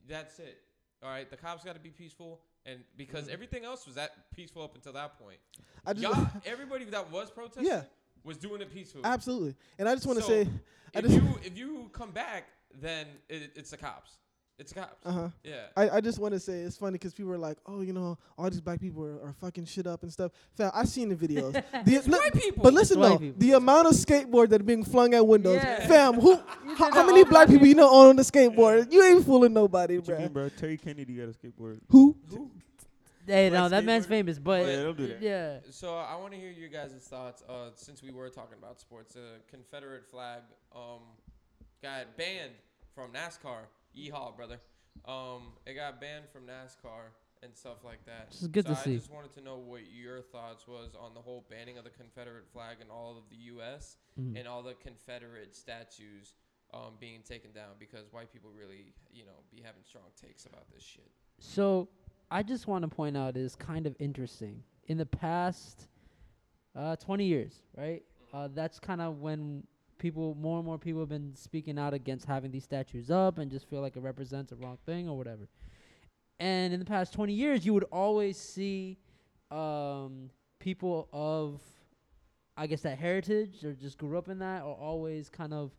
Speaker 4: that's it. All right, the cops got to be peaceful, and
Speaker 5: Mm-hmm.
Speaker 4: because everything else was that peaceful up until that point.
Speaker 6: I just
Speaker 4: Y'all, everybody that was protesting
Speaker 6: Yeah.
Speaker 4: was doing it peacefully.
Speaker 6: absolutely, and I just want to
Speaker 4: So,
Speaker 6: say, I
Speaker 4: if
Speaker 6: just
Speaker 4: you if you come back, then it, it's the cops. It's the cops.
Speaker 6: Uh-huh.
Speaker 4: Yeah.
Speaker 6: I, I just want to say it's funny because people are like, oh, you know, all these black people are, are fucking shit up and stuff. Fam, I've seen the videos. The, no,
Speaker 4: white people.
Speaker 6: But listen
Speaker 5: It's
Speaker 6: though,
Speaker 5: white people.
Speaker 6: the amount of skateboard that are being flung at windows.
Speaker 5: Yeah.
Speaker 6: Fam, who? How,
Speaker 5: said
Speaker 6: how
Speaker 5: that
Speaker 6: many
Speaker 5: all black
Speaker 6: black people you know own a skateboard? You ain't fooling nobody,
Speaker 3: What you mean,
Speaker 6: bruh.
Speaker 3: bro? Terry Kennedy got a skateboard.
Speaker 6: Who?
Speaker 5: Hey, no,
Speaker 3: Black
Speaker 5: that man's
Speaker 3: skateboarder.
Speaker 5: famous, but
Speaker 3: Yeah, don't do that.
Speaker 5: yeah.
Speaker 4: So I want to hear you guys' thoughts. Uh, since we were talking about sports, the Confederate flag um, got banned from NASCAR. Yeehaw, brother! Um, it got banned from NASCAR and stuff like that.
Speaker 5: This is good
Speaker 4: so
Speaker 5: to
Speaker 4: I
Speaker 5: see.
Speaker 4: just wanted to know what your thoughts was on the whole banning of the Confederate flag in all of the U.S.
Speaker 5: Mm-hmm.
Speaker 4: and all the Confederate statues um, being taken down because white people really, you know, be having strong takes about this shit.
Speaker 5: So I just want to point out is kind of interesting. In the past uh, 20 years, right? Uh, that's kind of when people, more and more people have been speaking out against having these statues up and just feel like it represents a wrong thing or whatever. And in the past 20 years, you would always see um, people of, I guess, that heritage or just grew up in that or always kind of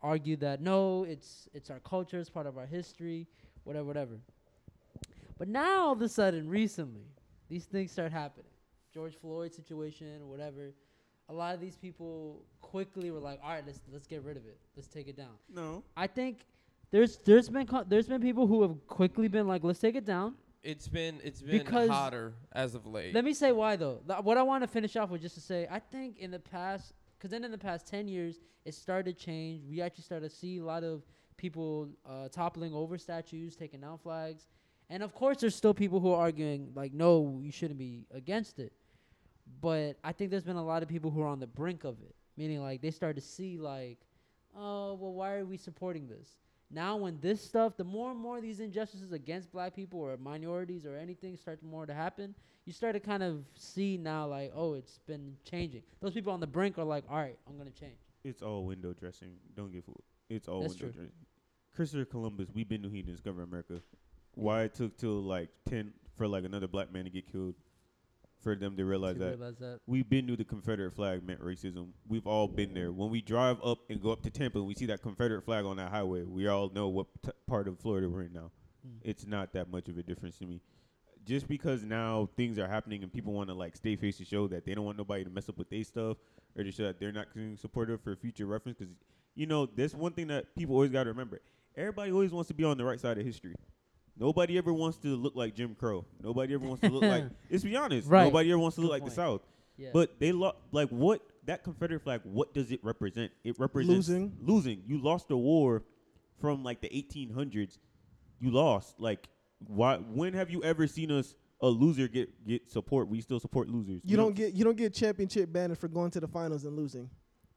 Speaker 5: argue that no, it's it's our culture, it's part of our history, whatever, whatever. But now all of a sudden, recently, these things start happening. George Floyd situation, whatever. A lot of these people quickly were like, "All right, let's let's get rid of it. Let's take it down."
Speaker 3: No.
Speaker 5: I think there's there's been co- there's been people who have quickly been like, "Let's take it down."
Speaker 4: It's been it's been
Speaker 5: Because-
Speaker 4: hotter as of late.
Speaker 5: Let me say why though. Th- What I want to finish off with just to say, I think in the past, because then in the past ten years, it started to change. We actually started to see a lot of people uh, toppling over statues, taking down flags, and of course, there's still people who are arguing like, no, you shouldn't be against it. But I think there's been a lot of people who are on the brink of it, meaning like they start to see like, oh, well, why are we supporting this? Now, when this stuff, the more and more these injustices against black people or minorities or anything start more to happen, you start to kind of see now, like, oh, it's been changing. Those people on the brink are like, all right, I'm going to change.
Speaker 3: It's all window dressing. Don't get fooled. It's all
Speaker 5: That's
Speaker 3: window
Speaker 5: true.
Speaker 3: dressing. Christopher Columbus, we've been to he discovered America. Why it took till like ten for like another black man to get killed for them to realize
Speaker 5: To
Speaker 3: that.
Speaker 5: realize that.
Speaker 3: We've been to the Confederate flag meant racism. We've all been there. When we drive up and go up to Tampa and we see that Confederate flag on that highway, we all know what t- part of Florida we're in now.
Speaker 5: Mm.
Speaker 3: It's not that much of a difference to me. Just because now things are happening and people want to like stay face to show that they don't want nobody to mess up with their stuff or to show that they're not being supportive for future reference. Because you know, that's one thing that people always got to remember. Everybody always wants to be on the right side of history. Nobody ever wants to look like Jim Crow. Nobody ever wants to look like. Let's be honest.
Speaker 5: Right.
Speaker 3: Nobody ever wants to
Speaker 5: Good
Speaker 3: look like
Speaker 5: point.
Speaker 3: the South.
Speaker 5: Yeah.
Speaker 3: But they lost. Like what? That Confederate flag. What does it represent? It represents
Speaker 6: Losing.
Speaker 3: Losing. You lost a war from like the 1800s. You lost. Like why? When have you ever seen us a loser get get support? We still support losers.
Speaker 6: You don't get you don't get championship banners for going to the finals and losing.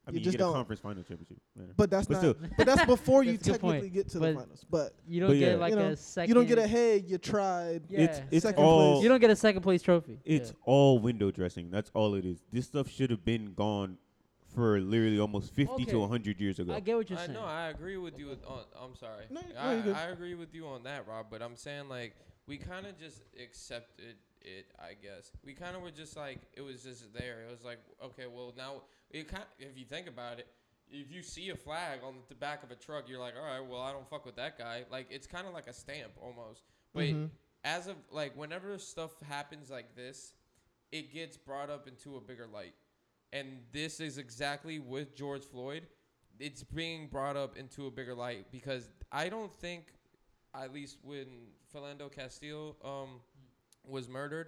Speaker 3: I
Speaker 6: you
Speaker 3: mean, you
Speaker 6: just
Speaker 3: get a
Speaker 6: don't.
Speaker 3: conference final championship. man.
Speaker 6: But that's not.
Speaker 3: still.
Speaker 6: But that's before you
Speaker 5: That's a good point.
Speaker 6: technically get to
Speaker 5: But
Speaker 6: the finals. But
Speaker 5: You don't
Speaker 3: But
Speaker 5: get
Speaker 3: yeah.
Speaker 5: like
Speaker 6: you know,
Speaker 5: a second.
Speaker 6: you don't get a hey, you tried.
Speaker 5: Yeah.
Speaker 3: It's it's
Speaker 6: Second
Speaker 3: all
Speaker 6: place.
Speaker 5: you don't get a second place trophy.
Speaker 3: It's
Speaker 5: Yeah.
Speaker 3: all window dressing. That's all it is. This stuff should have been gone for literally almost 50
Speaker 5: Okay.
Speaker 3: to 100 years ago.
Speaker 5: I get what you're
Speaker 4: I
Speaker 5: saying.
Speaker 4: know. I agree with you. with- On, I'm sorry.
Speaker 6: No, no,
Speaker 4: I,
Speaker 6: you're good.
Speaker 4: I agree with you on that, Rob. But I'm saying like we kind of just accepted it. I guess we kind of were just like it was just there. It was like okay, well now it kind. If you think about it, if you see a flag on the back of a truck, you're like, all right, well I don't fuck with that guy. Like it's kind of like a stamp almost. But
Speaker 6: Mm-hmm.
Speaker 4: as of like whenever stuff happens like this, it gets brought up into a bigger light. And this is exactly with George Floyd. It's being brought up into a bigger light because I don't think, at least when Philando Castile um, was murdered,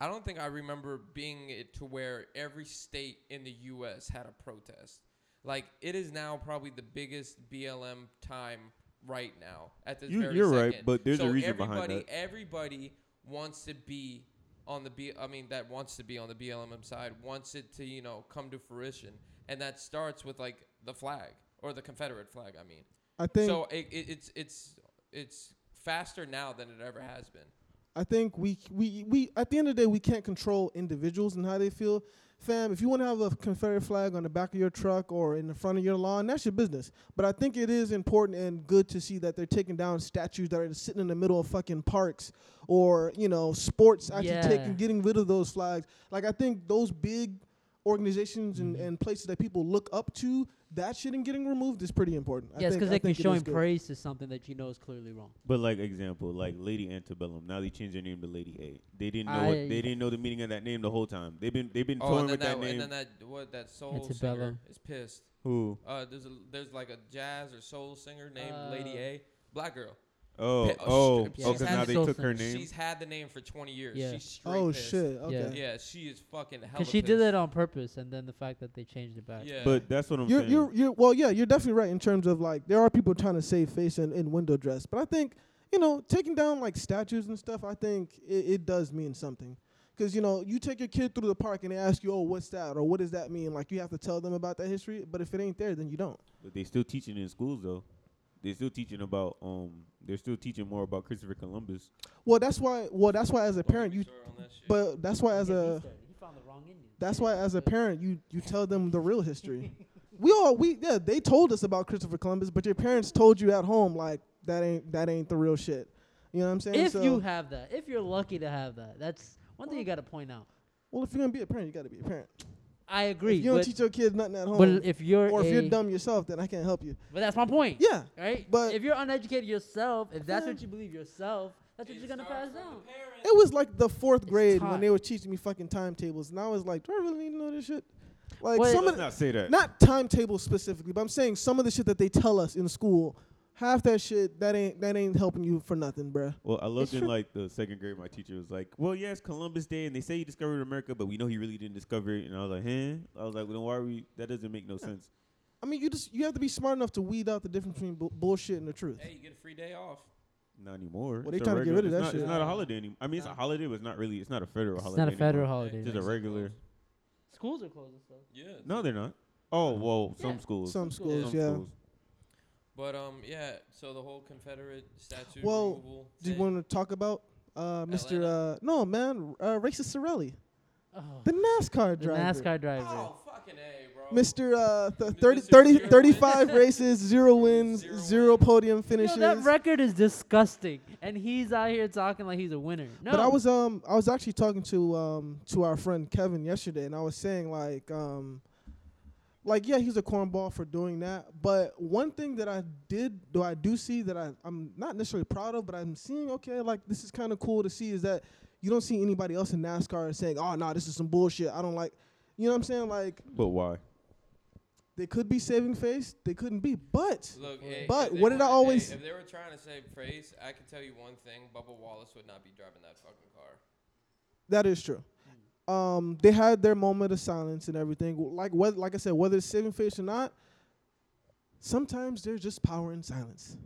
Speaker 4: I don't think I remember being it to where every state in the U.S. had a protest. Like it is now probably the biggest BLM time right now at this
Speaker 3: You-
Speaker 4: very
Speaker 3: you're right,
Speaker 4: second.
Speaker 3: but there's a
Speaker 4: So
Speaker 3: reason behind
Speaker 4: everybody-
Speaker 3: that.
Speaker 4: everybody wants to be on the B. I mean, that wants to be on the BLM side wants it to you know come to fruition, and that starts with like the flag or the Confederate flag. I mean,
Speaker 6: I think
Speaker 4: so it, it, it's it's it's faster now than it ever has been.
Speaker 6: I think we we we at the end of the day we can't control individuals and how they feel. Fam, if you want to have a Confederate flag on the back of your truck or in the front of your lawn, that's your business. But I think it is important and good to see that they're taking down statues that are sitting in the middle of fucking parks or, you know, sports actually
Speaker 5: Yeah.
Speaker 6: taking getting rid of those flags. Like I think those big organizations and,
Speaker 5: Mm-hmm.
Speaker 6: and places that people look up to, that shit and getting removed is pretty important. I
Speaker 5: yes,
Speaker 6: think-
Speaker 5: because
Speaker 6: I
Speaker 5: they can
Speaker 6: think it
Speaker 5: show
Speaker 6: is
Speaker 5: him
Speaker 6: good.
Speaker 5: praise to something that you know is clearly wrong.
Speaker 3: But like example, like Lady Antebellum. Now they changed their name to Lady A. They didn't know
Speaker 6: Ah,
Speaker 3: what,
Speaker 5: I-
Speaker 3: they didn't know the meaning of that name the whole time. They've been they've been
Speaker 4: Oh, and
Speaker 3: toying
Speaker 4: then
Speaker 3: with that,
Speaker 4: that,
Speaker 3: name.
Speaker 4: and then that what that soul singer
Speaker 5: Antebellum.
Speaker 4: is pissed.
Speaker 3: Who?
Speaker 4: Uh, there's a there's like a jazz or soul singer named Lady
Speaker 5: Uh,
Speaker 4: A, black girl.
Speaker 3: Oh,
Speaker 4: Pe-
Speaker 3: oh,
Speaker 4: oh, sh-
Speaker 3: oh,
Speaker 4: she's
Speaker 3: because now
Speaker 4: had
Speaker 3: they
Speaker 5: so
Speaker 3: took her
Speaker 5: thin.
Speaker 3: name.
Speaker 4: She's had the name for 20 years.
Speaker 5: Yeah.
Speaker 4: She's straight.
Speaker 6: Oh
Speaker 4: pissed.
Speaker 6: shit. Okay.
Speaker 4: Yeah, she is fucking hella.
Speaker 5: Because she did
Speaker 4: pissed.
Speaker 5: it on purpose, and then the fact that they changed it back.
Speaker 4: Yeah.
Speaker 3: But that's what I'm
Speaker 6: you're,
Speaker 3: saying.
Speaker 6: you're, you're, well, yeah, you're definitely right in terms of like there are people trying to save face and, and window dress, but I think you know taking down like statues and stuff, I think it, it does mean something. Cause you know you take your kid through the park and they ask you, oh, what's that or what does that mean? Like you have to tell them about that history, but if it ain't there, then you don't.
Speaker 3: But they still teaching in schools though. They're still teaching about um. They're still teaching more about Christopher Columbus.
Speaker 6: Well, that's why. Well, that's why as a
Speaker 4: Don't get
Speaker 6: parent
Speaker 4: me
Speaker 6: you,
Speaker 4: started on that shit.
Speaker 6: but that's why as
Speaker 5: Yeah,
Speaker 6: a
Speaker 5: he started. he found the wrong Indian.
Speaker 6: That's why, as a parent, you you tell them the real history. we all we yeah they told us about Christopher Columbus, but your parents told you at home like that ain't that ain't the real shit. You know what I'm saying?
Speaker 5: If
Speaker 6: So-
Speaker 5: you have that, if you're lucky to have that, that's one thing you got to point out.
Speaker 6: well, if you're gonna be a parent, you got to be a parent.
Speaker 7: I agree.
Speaker 6: you don't
Speaker 7: but,
Speaker 6: teach your kids nothing at home,
Speaker 7: but if you're
Speaker 6: or if
Speaker 7: a-
Speaker 6: you're dumb yourself, then I can't help you.
Speaker 7: but that's my point.
Speaker 6: Yeah,
Speaker 7: Right.
Speaker 6: but-
Speaker 7: if you're uneducated yourself, if that's what you believe yourself, that's what you're gonna pass down.
Speaker 6: It was like the fourth grade
Speaker 7: taught.
Speaker 6: when they were teaching me fucking timetables, and I was like, do I really need to know this shit? Like
Speaker 7: Well,
Speaker 6: some
Speaker 3: Let's
Speaker 6: of the,
Speaker 3: not say that.
Speaker 6: not timetables specifically, but I'm saying some of the shit that they tell us in school, half that shit that ain't that ain't helping you for nothing, bruh.
Speaker 3: Well, I loved
Speaker 6: It's
Speaker 3: in
Speaker 6: true.
Speaker 3: like the second grade. My teacher was like, "Well, yes, Columbus Day, and they say he discovered America, but we know he really didn't discover it." And I was like, "Huh?" I was like, "Well, then why are we? That doesn't make no sense."
Speaker 6: I mean, you just you have to be smart enough to weed out the difference between bu- bullshit and the truth.
Speaker 4: Hey, you get a free day off.
Speaker 3: Not anymore.
Speaker 6: Well, they
Speaker 3: It's a
Speaker 6: trying to get rid of
Speaker 3: regular-
Speaker 6: that
Speaker 3: it's not,
Speaker 6: shit.
Speaker 3: It's not a holiday anymore. I mean, it's a holiday, but it's not really. It's not a federal
Speaker 5: It's
Speaker 3: holiday.
Speaker 5: not a
Speaker 3: anymore.
Speaker 5: federal holiday.
Speaker 3: It's just a
Speaker 5: anymore.
Speaker 3: regular.
Speaker 7: Schools are closing stuff.
Speaker 4: Yeah.
Speaker 3: No, they're not. Oh well,
Speaker 7: Yeah.
Speaker 3: some schools.
Speaker 6: Some schools,
Speaker 3: Some
Speaker 6: yeah.
Speaker 3: schools.
Speaker 4: But um, yeah. So the whole Confederate statue
Speaker 6: Well,
Speaker 4: removal.
Speaker 6: Do you
Speaker 4: thing-
Speaker 6: want to talk about uh, Mr.
Speaker 4: Atlanta.
Speaker 6: Uh, no man, uh, racist Sorelli,
Speaker 7: Oh,
Speaker 6: the NASCAR
Speaker 7: the
Speaker 6: driver,
Speaker 7: NASCAR driver.
Speaker 4: Oh fucking a, bro.
Speaker 6: Mr. Uh, th-
Speaker 4: Mr.
Speaker 6: 30,
Speaker 4: Zero
Speaker 6: 30
Speaker 4: wins.
Speaker 6: 35 races, zero wins,
Speaker 4: Zero
Speaker 6: zero,
Speaker 4: wins.
Speaker 6: podium
Speaker 7: Yo,
Speaker 6: finishes.
Speaker 7: that record is disgusting, and he's out here talking like he's a winner. No,
Speaker 6: But I was um I was actually talking to um to our friend Kevin yesterday, and I was saying like um like yeah he's a cornball for doing that. But one thing that I did though I do see that I I'm not necessarily proud of, but I'm seeing okay like this is kind of cool to see is that you don't see anybody else in NASCAR saying oh no this is some bullshit I don't like you know what I'm saying like
Speaker 3: But why?
Speaker 6: they could be saving face they couldn't be but
Speaker 4: Look, hey,
Speaker 6: But
Speaker 4: if they
Speaker 6: what did I
Speaker 4: wanted-
Speaker 6: always-
Speaker 4: hey, if they were trying to save face, I can tell you one thing: Bubba Wallace would not be driving that fucking car.
Speaker 6: That is true. Um, they had their moment of silence and everything. W- Like whether, like I said, whether it's saving face or not, sometimes there's just power in silence.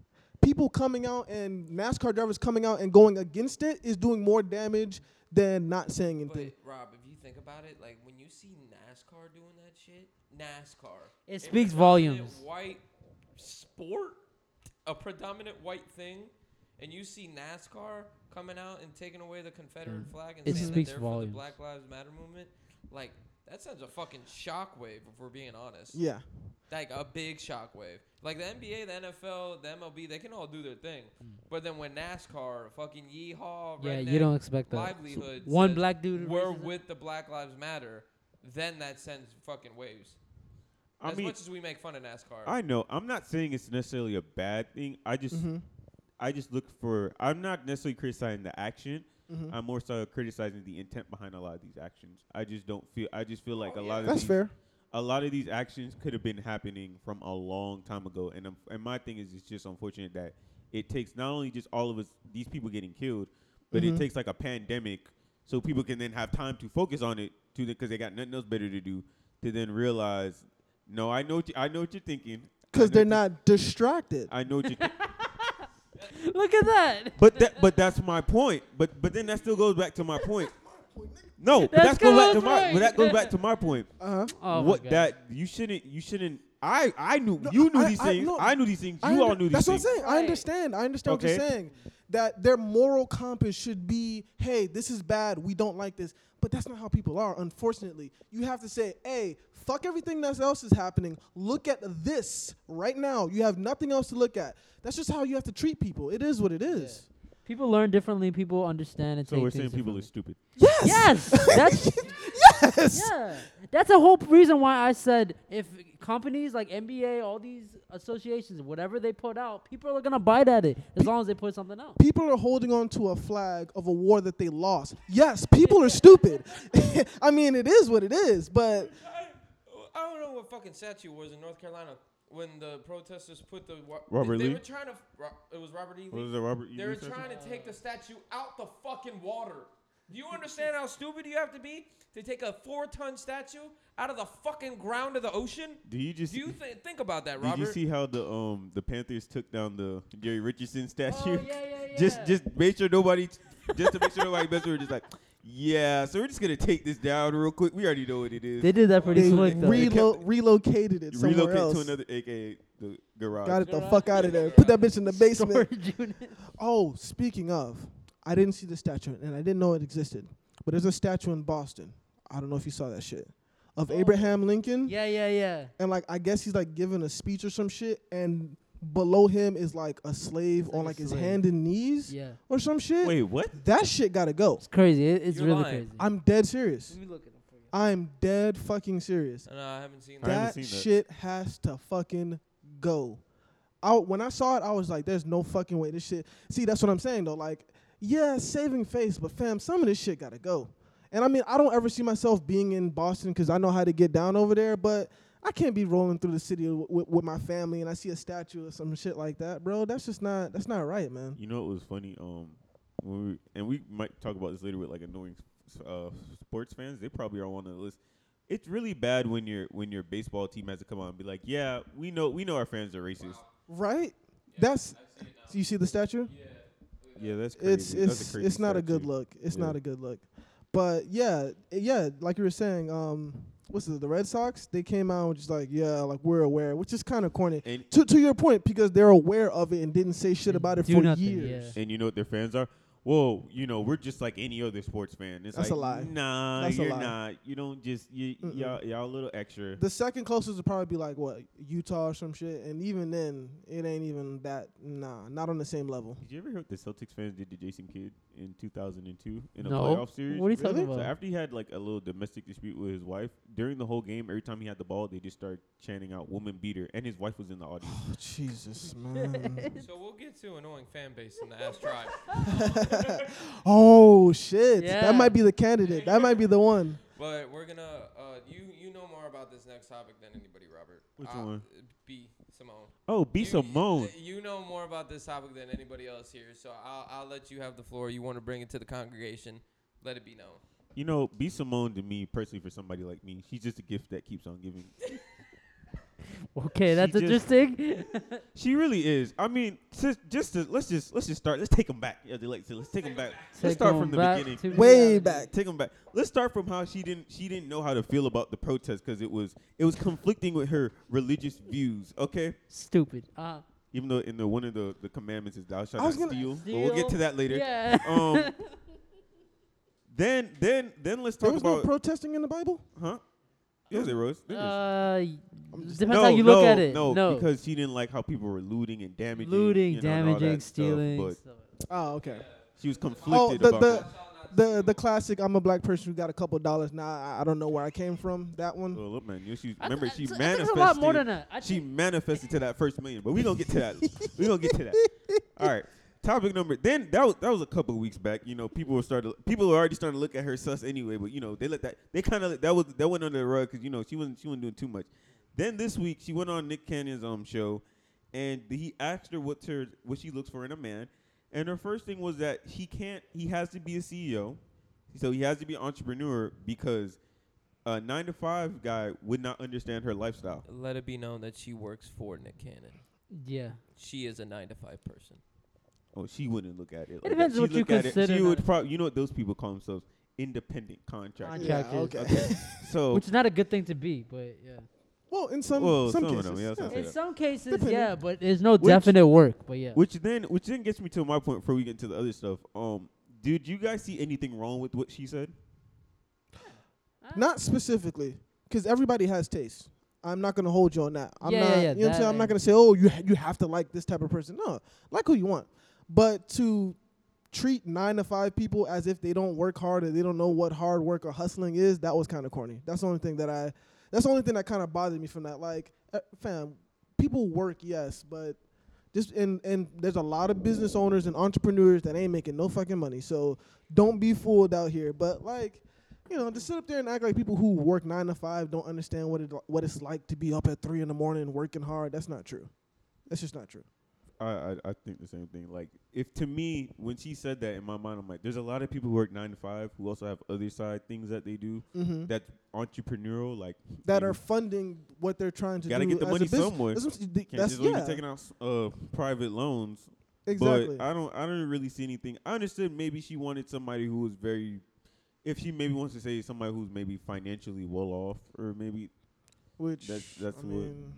Speaker 6: People coming out and NASCAR drivers coming out and going against it is doing more damage than not saying anything.
Speaker 4: But Rob, if you think about it, like when you see NASCAR doing that shit, NASCAR.
Speaker 7: It
Speaker 4: a
Speaker 7: speaks
Speaker 4: predominant
Speaker 7: volumes.
Speaker 4: White sport, a predominant white thing, and you see NASCAR coming out and taking away the Confederate
Speaker 6: Mm.
Speaker 4: flag and
Speaker 5: It
Speaker 4: saying
Speaker 5: speaks
Speaker 4: that they're
Speaker 5: volumes.
Speaker 4: for the Black Lives Matter movement, like that sends a fucking shockwave. If we're being honest,
Speaker 6: Yeah,
Speaker 4: like a big shockwave. Like the NBA, the NFL, the MLB, they can all do their thing,
Speaker 3: Mm.
Speaker 4: but then when NASCAR, fucking yeehaw,
Speaker 5: Yeah,
Speaker 4: redneck,
Speaker 5: you don't expect that.
Speaker 4: livelihood.
Speaker 7: one
Speaker 4: says,
Speaker 7: black dude
Speaker 4: We're
Speaker 7: raises a-
Speaker 4: with the Black Lives Matter. Then that sends fucking waves.
Speaker 3: I
Speaker 4: as
Speaker 3: mean,
Speaker 4: much as we make fun of NASCAR,
Speaker 3: I know. I'm not saying it's necessarily a bad thing. I just,
Speaker 6: Mm-hmm.
Speaker 3: I just look for. I'm not necessarily criticizing the action.
Speaker 6: Mm-hmm.
Speaker 3: I'm more so criticizing the intent behind a lot of these actions. I just don't feel. I just feel like a lot of
Speaker 6: that's
Speaker 3: these,
Speaker 6: fair.
Speaker 3: A lot of these actions could have been happening from a long time ago, and um, and my thing is, it's just unfortunate that it takes not only just all of us, these people getting killed, but
Speaker 6: Mm-hmm.
Speaker 3: it takes like a pandemic, so people can then have time to focus on it, to because they got nothing else better to do, to then realize, no, I know, what you, I know what you're thinking, I
Speaker 6: Because
Speaker 3: know
Speaker 6: they're
Speaker 3: what you-
Speaker 6: not distracted.
Speaker 3: I know what you. think.
Speaker 7: Look at that.
Speaker 3: But that, but that's my point. But but then that still goes back to my point. No, but
Speaker 7: That's
Speaker 3: that's go back to
Speaker 7: Khalil's
Speaker 3: my. But that goes
Speaker 7: point.
Speaker 3: back to my point.
Speaker 6: Uh huh.
Speaker 7: Oh my
Speaker 3: what
Speaker 7: God.
Speaker 3: that you shouldn't you shouldn't. I I knew you knew
Speaker 6: I-
Speaker 3: these
Speaker 6: I-
Speaker 3: things.
Speaker 6: no,
Speaker 3: I knew these things.
Speaker 6: I
Speaker 3: You all
Speaker 6: under-
Speaker 3: knew these
Speaker 6: That's what I'm
Speaker 3: things.
Speaker 6: saying. I
Speaker 7: Right.
Speaker 6: understand. I understand what you're
Speaker 3: Okay.
Speaker 6: saying. That their moral compass should be, hey, this is bad. We don't like this. But that's not how people are, unfortunately. You have to say, hey, fuck everything that else is happening. Look at this right now. You have nothing else to look at. That's just how you have to treat people. It is what it is.
Speaker 7: People learn differently. People understand and
Speaker 3: So
Speaker 7: take
Speaker 3: we're saying
Speaker 7: things
Speaker 3: people are
Speaker 7: differently.
Speaker 3: stupid.
Speaker 7: Yes, that's
Speaker 6: Yes.
Speaker 7: yeah. That's the whole p- reason why I said if companies like NBA, all these associations, whatever they put out, people are gonna bite at it as long as they put something out.
Speaker 6: People are holding on to a flag of a war that they lost. Yes, people are stupid. I mean, it is what it is, but
Speaker 4: I, I don't know what fucking statue was in North Carolina when the protesters put the wa-
Speaker 3: Robert
Speaker 4: they,
Speaker 3: Lee?
Speaker 4: were trying to. Ro- it was Robert E.
Speaker 3: What
Speaker 4: Lee.
Speaker 3: was it, Robert E.
Speaker 4: They were
Speaker 3: Lee statue?
Speaker 4: trying to take the statue out the fucking water. Do you understand how stupid you have to be to take a four-ton statue out of the fucking ground of the ocean?
Speaker 3: Do you just
Speaker 4: Do you thi- think about that,
Speaker 3: did
Speaker 4: Robert?
Speaker 3: you see how the um the Panthers took down the Jerry Richardson statue?
Speaker 7: Oh, yeah, yeah,
Speaker 3: Just
Speaker 7: yeah.
Speaker 3: just make sure nobody just to make sure nobody messes with it, just like yeah. So we're just gonna take this down real quick. We already know what it is.
Speaker 7: They did that pretty
Speaker 6: they
Speaker 7: quick though.
Speaker 3: really-
Speaker 6: relo- relocated it somewhere
Speaker 3: relocate
Speaker 6: else.
Speaker 3: to another aka the garage.
Speaker 6: Got it the
Speaker 7: Garage.
Speaker 6: fuck out of there. Put that bitch in the basement.
Speaker 7: Storage unit.
Speaker 6: Oh, speaking of, I didn't see the statue and I didn't know it existed. But there's a statue in Boston. I don't know if you saw that shit. Of Abraham Lincoln.
Speaker 7: Oh. Yeah, yeah, yeah.
Speaker 6: And like I guess he's like giving a speech or some shit and below him is like a
Speaker 7: It's
Speaker 6: slave
Speaker 7: like
Speaker 6: on
Speaker 7: a
Speaker 6: like his
Speaker 7: slave.
Speaker 6: hand and knees
Speaker 7: Yeah.
Speaker 6: or some shit.
Speaker 3: Wait, what?
Speaker 6: That shit gotta go.
Speaker 7: It's crazy. It, it's
Speaker 4: You're
Speaker 7: really
Speaker 4: lying.
Speaker 7: crazy.
Speaker 6: I'm dead serious.
Speaker 7: Let me look at them for you.
Speaker 6: I'm dead fucking serious.
Speaker 4: Uh, No, I haven't seen
Speaker 3: I
Speaker 4: that.
Speaker 3: haven't
Speaker 6: That
Speaker 3: seen that.
Speaker 6: shit has to fucking go. I, when I saw it, I was like, "There's no fucking way this shit." See, that's what I'm saying though. Like, yeah, saving face, but fam, some of this shit gotta go. And I mean, I don't ever see myself being in Boston because I know how to get down over there, but I can't be rolling through the city w- with, with my family and I see a statue or some shit like that, bro. That's just not. That's not right, man.
Speaker 3: You know what was funny? Um, when we, and we might talk about this later with like annoying s- uh, sports fans. They probably are on the list. It's really bad when your when your baseball team has to come out and be like, "Yeah, we know we know our fans are racist."
Speaker 6: Right? that's. you see the statue?
Speaker 3: Yeah, that's crazy.
Speaker 6: it's
Speaker 3: That's a
Speaker 6: it's
Speaker 3: crazy
Speaker 6: it's not a good
Speaker 3: statue.
Speaker 6: look. It's
Speaker 3: Yeah.
Speaker 6: not a good look. But yeah, yeah, like you were saying, um, what's it? The Red Sox they came out and just like yeah, like we're aware, which is kind of corny.
Speaker 3: And
Speaker 6: To to your point, because they're aware of it and didn't say shit
Speaker 7: And
Speaker 6: about it
Speaker 7: do
Speaker 6: for
Speaker 7: nothing,
Speaker 6: years.
Speaker 7: yeah.
Speaker 3: and you know what their fans are? Whoa, you know we're just like any other sports fan. It's
Speaker 6: That's a
Speaker 3: like,
Speaker 6: lie.
Speaker 3: Nah,
Speaker 6: That's a
Speaker 3: you're
Speaker 6: lie.
Speaker 3: not. You don't just you
Speaker 6: Mm-mm.
Speaker 3: y'all y'all a little extra.
Speaker 6: The second closest would probably be like what Utah or some shit, and even then, it ain't even that. Nah, not on the same level.
Speaker 3: Did you ever hear what the Celtics fans did to Jason Kidd in 2002 in a
Speaker 7: No.
Speaker 3: playoff series?
Speaker 7: What are you talking
Speaker 3: So
Speaker 7: about?
Speaker 3: after he had like a little domestic dispute with his wife, during the whole game, every time he had the ball, they just started chanting out "woman beater," and his wife was in the audience.
Speaker 6: Oh, Jesus, man.
Speaker 4: So we'll get to annoying fan base in the ass tribe.
Speaker 6: oh shit,
Speaker 7: Yeah.
Speaker 6: that might be the candidate. That might be the one.
Speaker 4: But we're gonna uh, you you know more about this next topic than anybody, Robert.
Speaker 3: Which
Speaker 4: uh,
Speaker 3: one?
Speaker 4: B Simone.
Speaker 3: Oh, be
Speaker 4: You-
Speaker 3: Simone.
Speaker 4: Uh, You, you know more about this topic than anybody else here, so I'll I'll let you have the floor. You want to bring it to the congregation? Let it be known.
Speaker 3: You know, be Simone to me personally for somebody like me, she's just a gift that keeps on giving.
Speaker 7: Okay, that's
Speaker 3: just-
Speaker 7: interesting.
Speaker 3: she really is. I mean, just, just to, let's just let's just start. Let's take them back. Yeah, they like to- let's take them back.
Speaker 7: Take
Speaker 3: let's start
Speaker 7: going
Speaker 3: from the
Speaker 7: back
Speaker 3: beginning.
Speaker 7: to
Speaker 6: Way
Speaker 7: reality.
Speaker 6: back.
Speaker 3: Take them back. Let's start from how she didn't she didn't know how to feel about the protest because it was it was conflicting with her religious views. Okay,
Speaker 7: Stupid. Uh,
Speaker 3: even though in the one of the, the commandments is thou shalt
Speaker 6: I was
Speaker 3: not steal,
Speaker 6: gonna-
Speaker 3: but we'll get to
Speaker 7: Steal.
Speaker 3: that later.
Speaker 7: yeah.
Speaker 3: Um, then then then let's
Speaker 6: There
Speaker 3: talk
Speaker 6: was no
Speaker 3: about
Speaker 6: protesting in the Bible.
Speaker 3: huh? Yes, it was. There is.
Speaker 7: Uh, y- depends
Speaker 3: no,
Speaker 7: how you look
Speaker 3: no,
Speaker 7: at it.
Speaker 3: No,
Speaker 7: No,
Speaker 3: because she didn't like how people were looting and damaging,
Speaker 7: looting,
Speaker 3: you know, and all that
Speaker 7: damaging,
Speaker 3: stuff,
Speaker 7: stealing.
Speaker 3: but
Speaker 7: stuff.
Speaker 6: Oh, okay.
Speaker 3: she was
Speaker 6: Oh,
Speaker 3: conflicted
Speaker 6: the
Speaker 3: about
Speaker 6: the,
Speaker 3: that.
Speaker 6: the the classic. I'm a black person who got a couple dollars. Now I, I don't know where I came from. That one.
Speaker 3: Well, Oh, look, man, you she,
Speaker 7: I th-
Speaker 3: remember
Speaker 7: I
Speaker 3: she
Speaker 7: th- I think it's
Speaker 3: manifested.
Speaker 7: a lot more than that. I
Speaker 3: she
Speaker 7: think-
Speaker 3: manifested to that first million, but we gonna get to that. we gonna get to that. All right, topic number. Then that was, that was a couple of weeks back. You know, people were starting. People were already starting to look at her sus anyway. But you know, they let that. They kind of that was that went under the rug because you know she wasn't she wasn't doing too much. Then this week she went on Nick Cannon's um show, and he asked her what her what she looks for in a man, and her first thing was that he can't. He has to be a CEO, so he has to be an entrepreneur because a nine to five guy would not understand her lifestyle.
Speaker 4: Let it be known that she works for Nick Cannon.
Speaker 7: Yeah.
Speaker 4: She is a nine to five person.
Speaker 3: Oh, she wouldn't look at it. Like
Speaker 7: depends
Speaker 3: that.
Speaker 7: what
Speaker 3: She'd
Speaker 7: you
Speaker 3: look at
Speaker 7: consider
Speaker 3: It. She would
Speaker 7: that.
Speaker 3: probably, you know, what those people call themselves independent contractors.
Speaker 7: Contract-
Speaker 6: Yeah.
Speaker 7: Contractors.
Speaker 6: Okay.
Speaker 3: So,
Speaker 7: Which is not a good thing to be, but yeah.
Speaker 6: Well, in some
Speaker 3: Well,
Speaker 6: some,
Speaker 3: some of
Speaker 6: cases.
Speaker 3: them, yeah, some
Speaker 6: yeah.
Speaker 7: In some cases,
Speaker 6: Depending.
Speaker 7: yeah, but there's no
Speaker 3: Which-
Speaker 7: definite work. But yeah.
Speaker 3: which then, which then gets me to my point before we get into the other stuff. Um, did you guys see anything wrong with what she said?
Speaker 6: Not specifically, because everybody has taste. I'm not gonna hold you on that. I'm
Speaker 7: Yeah,
Speaker 6: not.
Speaker 7: yeah, yeah,
Speaker 6: you know what I'm
Speaker 7: that
Speaker 6: saying? I'm
Speaker 7: I-
Speaker 6: not gonna say, oh, you ha- you have to like this type of person. No, like who you want, but to treat nine to five people as if they don't work hard or they don't know what hard work or hustling is, that was kind of corny. That's the only thing that I. That's the only thing that kind of bothered me from that. Like, uh, fam, people work, yes, but just and and there's a lot of business owners and entrepreneurs that ain't making no fucking money. So don't be fooled out here. But like, you know, to sit up there and act like people who work nine to five don't understand what it what it's like to be up at three in the morning working hard. That's not true. That's just not true.
Speaker 3: I, I, I think the same thing. Like, if to me, when she said that in my mind, I'm like, there's a lot of people who work nine to five who also have other side things that they do
Speaker 6: Mm-hmm.
Speaker 3: that's entrepreneurial, like
Speaker 6: That
Speaker 3: you
Speaker 6: are funding what they're trying
Speaker 3: Mm-hmm.
Speaker 6: to
Speaker 3: Gotta
Speaker 6: do.
Speaker 3: get the
Speaker 6: as a
Speaker 3: money
Speaker 6: business.
Speaker 3: somewhere.
Speaker 6: That's, what- th-
Speaker 3: can't
Speaker 6: that's-
Speaker 3: just leave you
Speaker 6: yeah,
Speaker 3: taking out s- uh private loans
Speaker 6: exactly.
Speaker 3: But I don't I don't really see anything. I understood maybe she wanted somebody who was very if she maybe wants to say somebody who's maybe financially well off or maybe
Speaker 6: Which
Speaker 3: that's- that's
Speaker 6: I
Speaker 3: what-
Speaker 6: mean,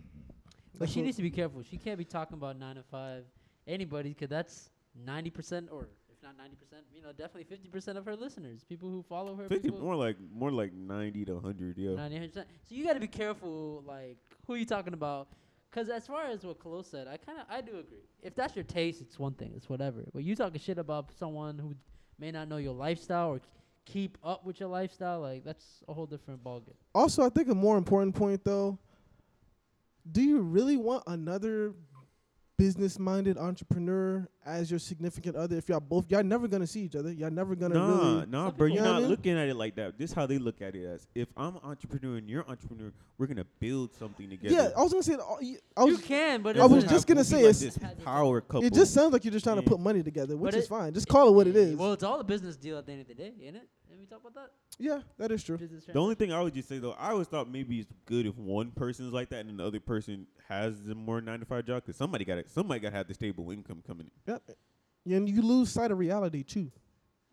Speaker 7: But
Speaker 6: that's
Speaker 7: she
Speaker 6: what-
Speaker 7: needs to be careful. She can't be talking about nine to five anybody because that's ninety percent, or if not ninety percent, you know, definitely fifty percent of her listeners, people who follow her.
Speaker 3: 50
Speaker 7: people,
Speaker 3: more like more like 90 to 100, yeah.
Speaker 7: 90%. So you got to be careful, like who you talking about. Because as far as what Khalil said, I kind of I do agree. If that's your taste, it's one thing, it's whatever. But you talking shit about someone who may not know your lifestyle or c- keep up with your lifestyle, like that's a whole different ballgame.
Speaker 6: Also, I think a more important point though. Do you really want another business-minded entrepreneur as your significant other? If y'all both, y'all never gonna see each other. Y'all never gonna
Speaker 3: Nah,
Speaker 6: really.
Speaker 3: nah,
Speaker 7: Some
Speaker 3: bro,
Speaker 7: people-
Speaker 3: you're
Speaker 6: You know what I
Speaker 3: not
Speaker 6: mean?
Speaker 3: looking at it like that. This is how they look at it as if I'm an entrepreneur and you're an entrepreneur, we're gonna build something together.
Speaker 6: Yeah, I was gonna say. that all- y- I
Speaker 7: You
Speaker 6: was,
Speaker 7: can, but
Speaker 6: I
Speaker 7: it's
Speaker 6: was
Speaker 7: a-
Speaker 6: just gonna say
Speaker 3: it's
Speaker 6: it's-
Speaker 3: power couple.
Speaker 6: it just sounds like you're just trying to
Speaker 3: Yeah.
Speaker 6: put money together, which
Speaker 7: But
Speaker 6: is
Speaker 7: it-
Speaker 6: fine. Just call it what it is.
Speaker 7: Well, it's all a business deal at the end of the day, isn't it? Did we talk about that?
Speaker 6: yeah, that is true.
Speaker 7: Business
Speaker 3: the only thing I would just say though, I always thought maybe it's good if one person's like that and the other person has the more nine to five job because somebody got it. Somebody got to have the stable income coming in.
Speaker 6: Yep. And you lose sight of reality too. You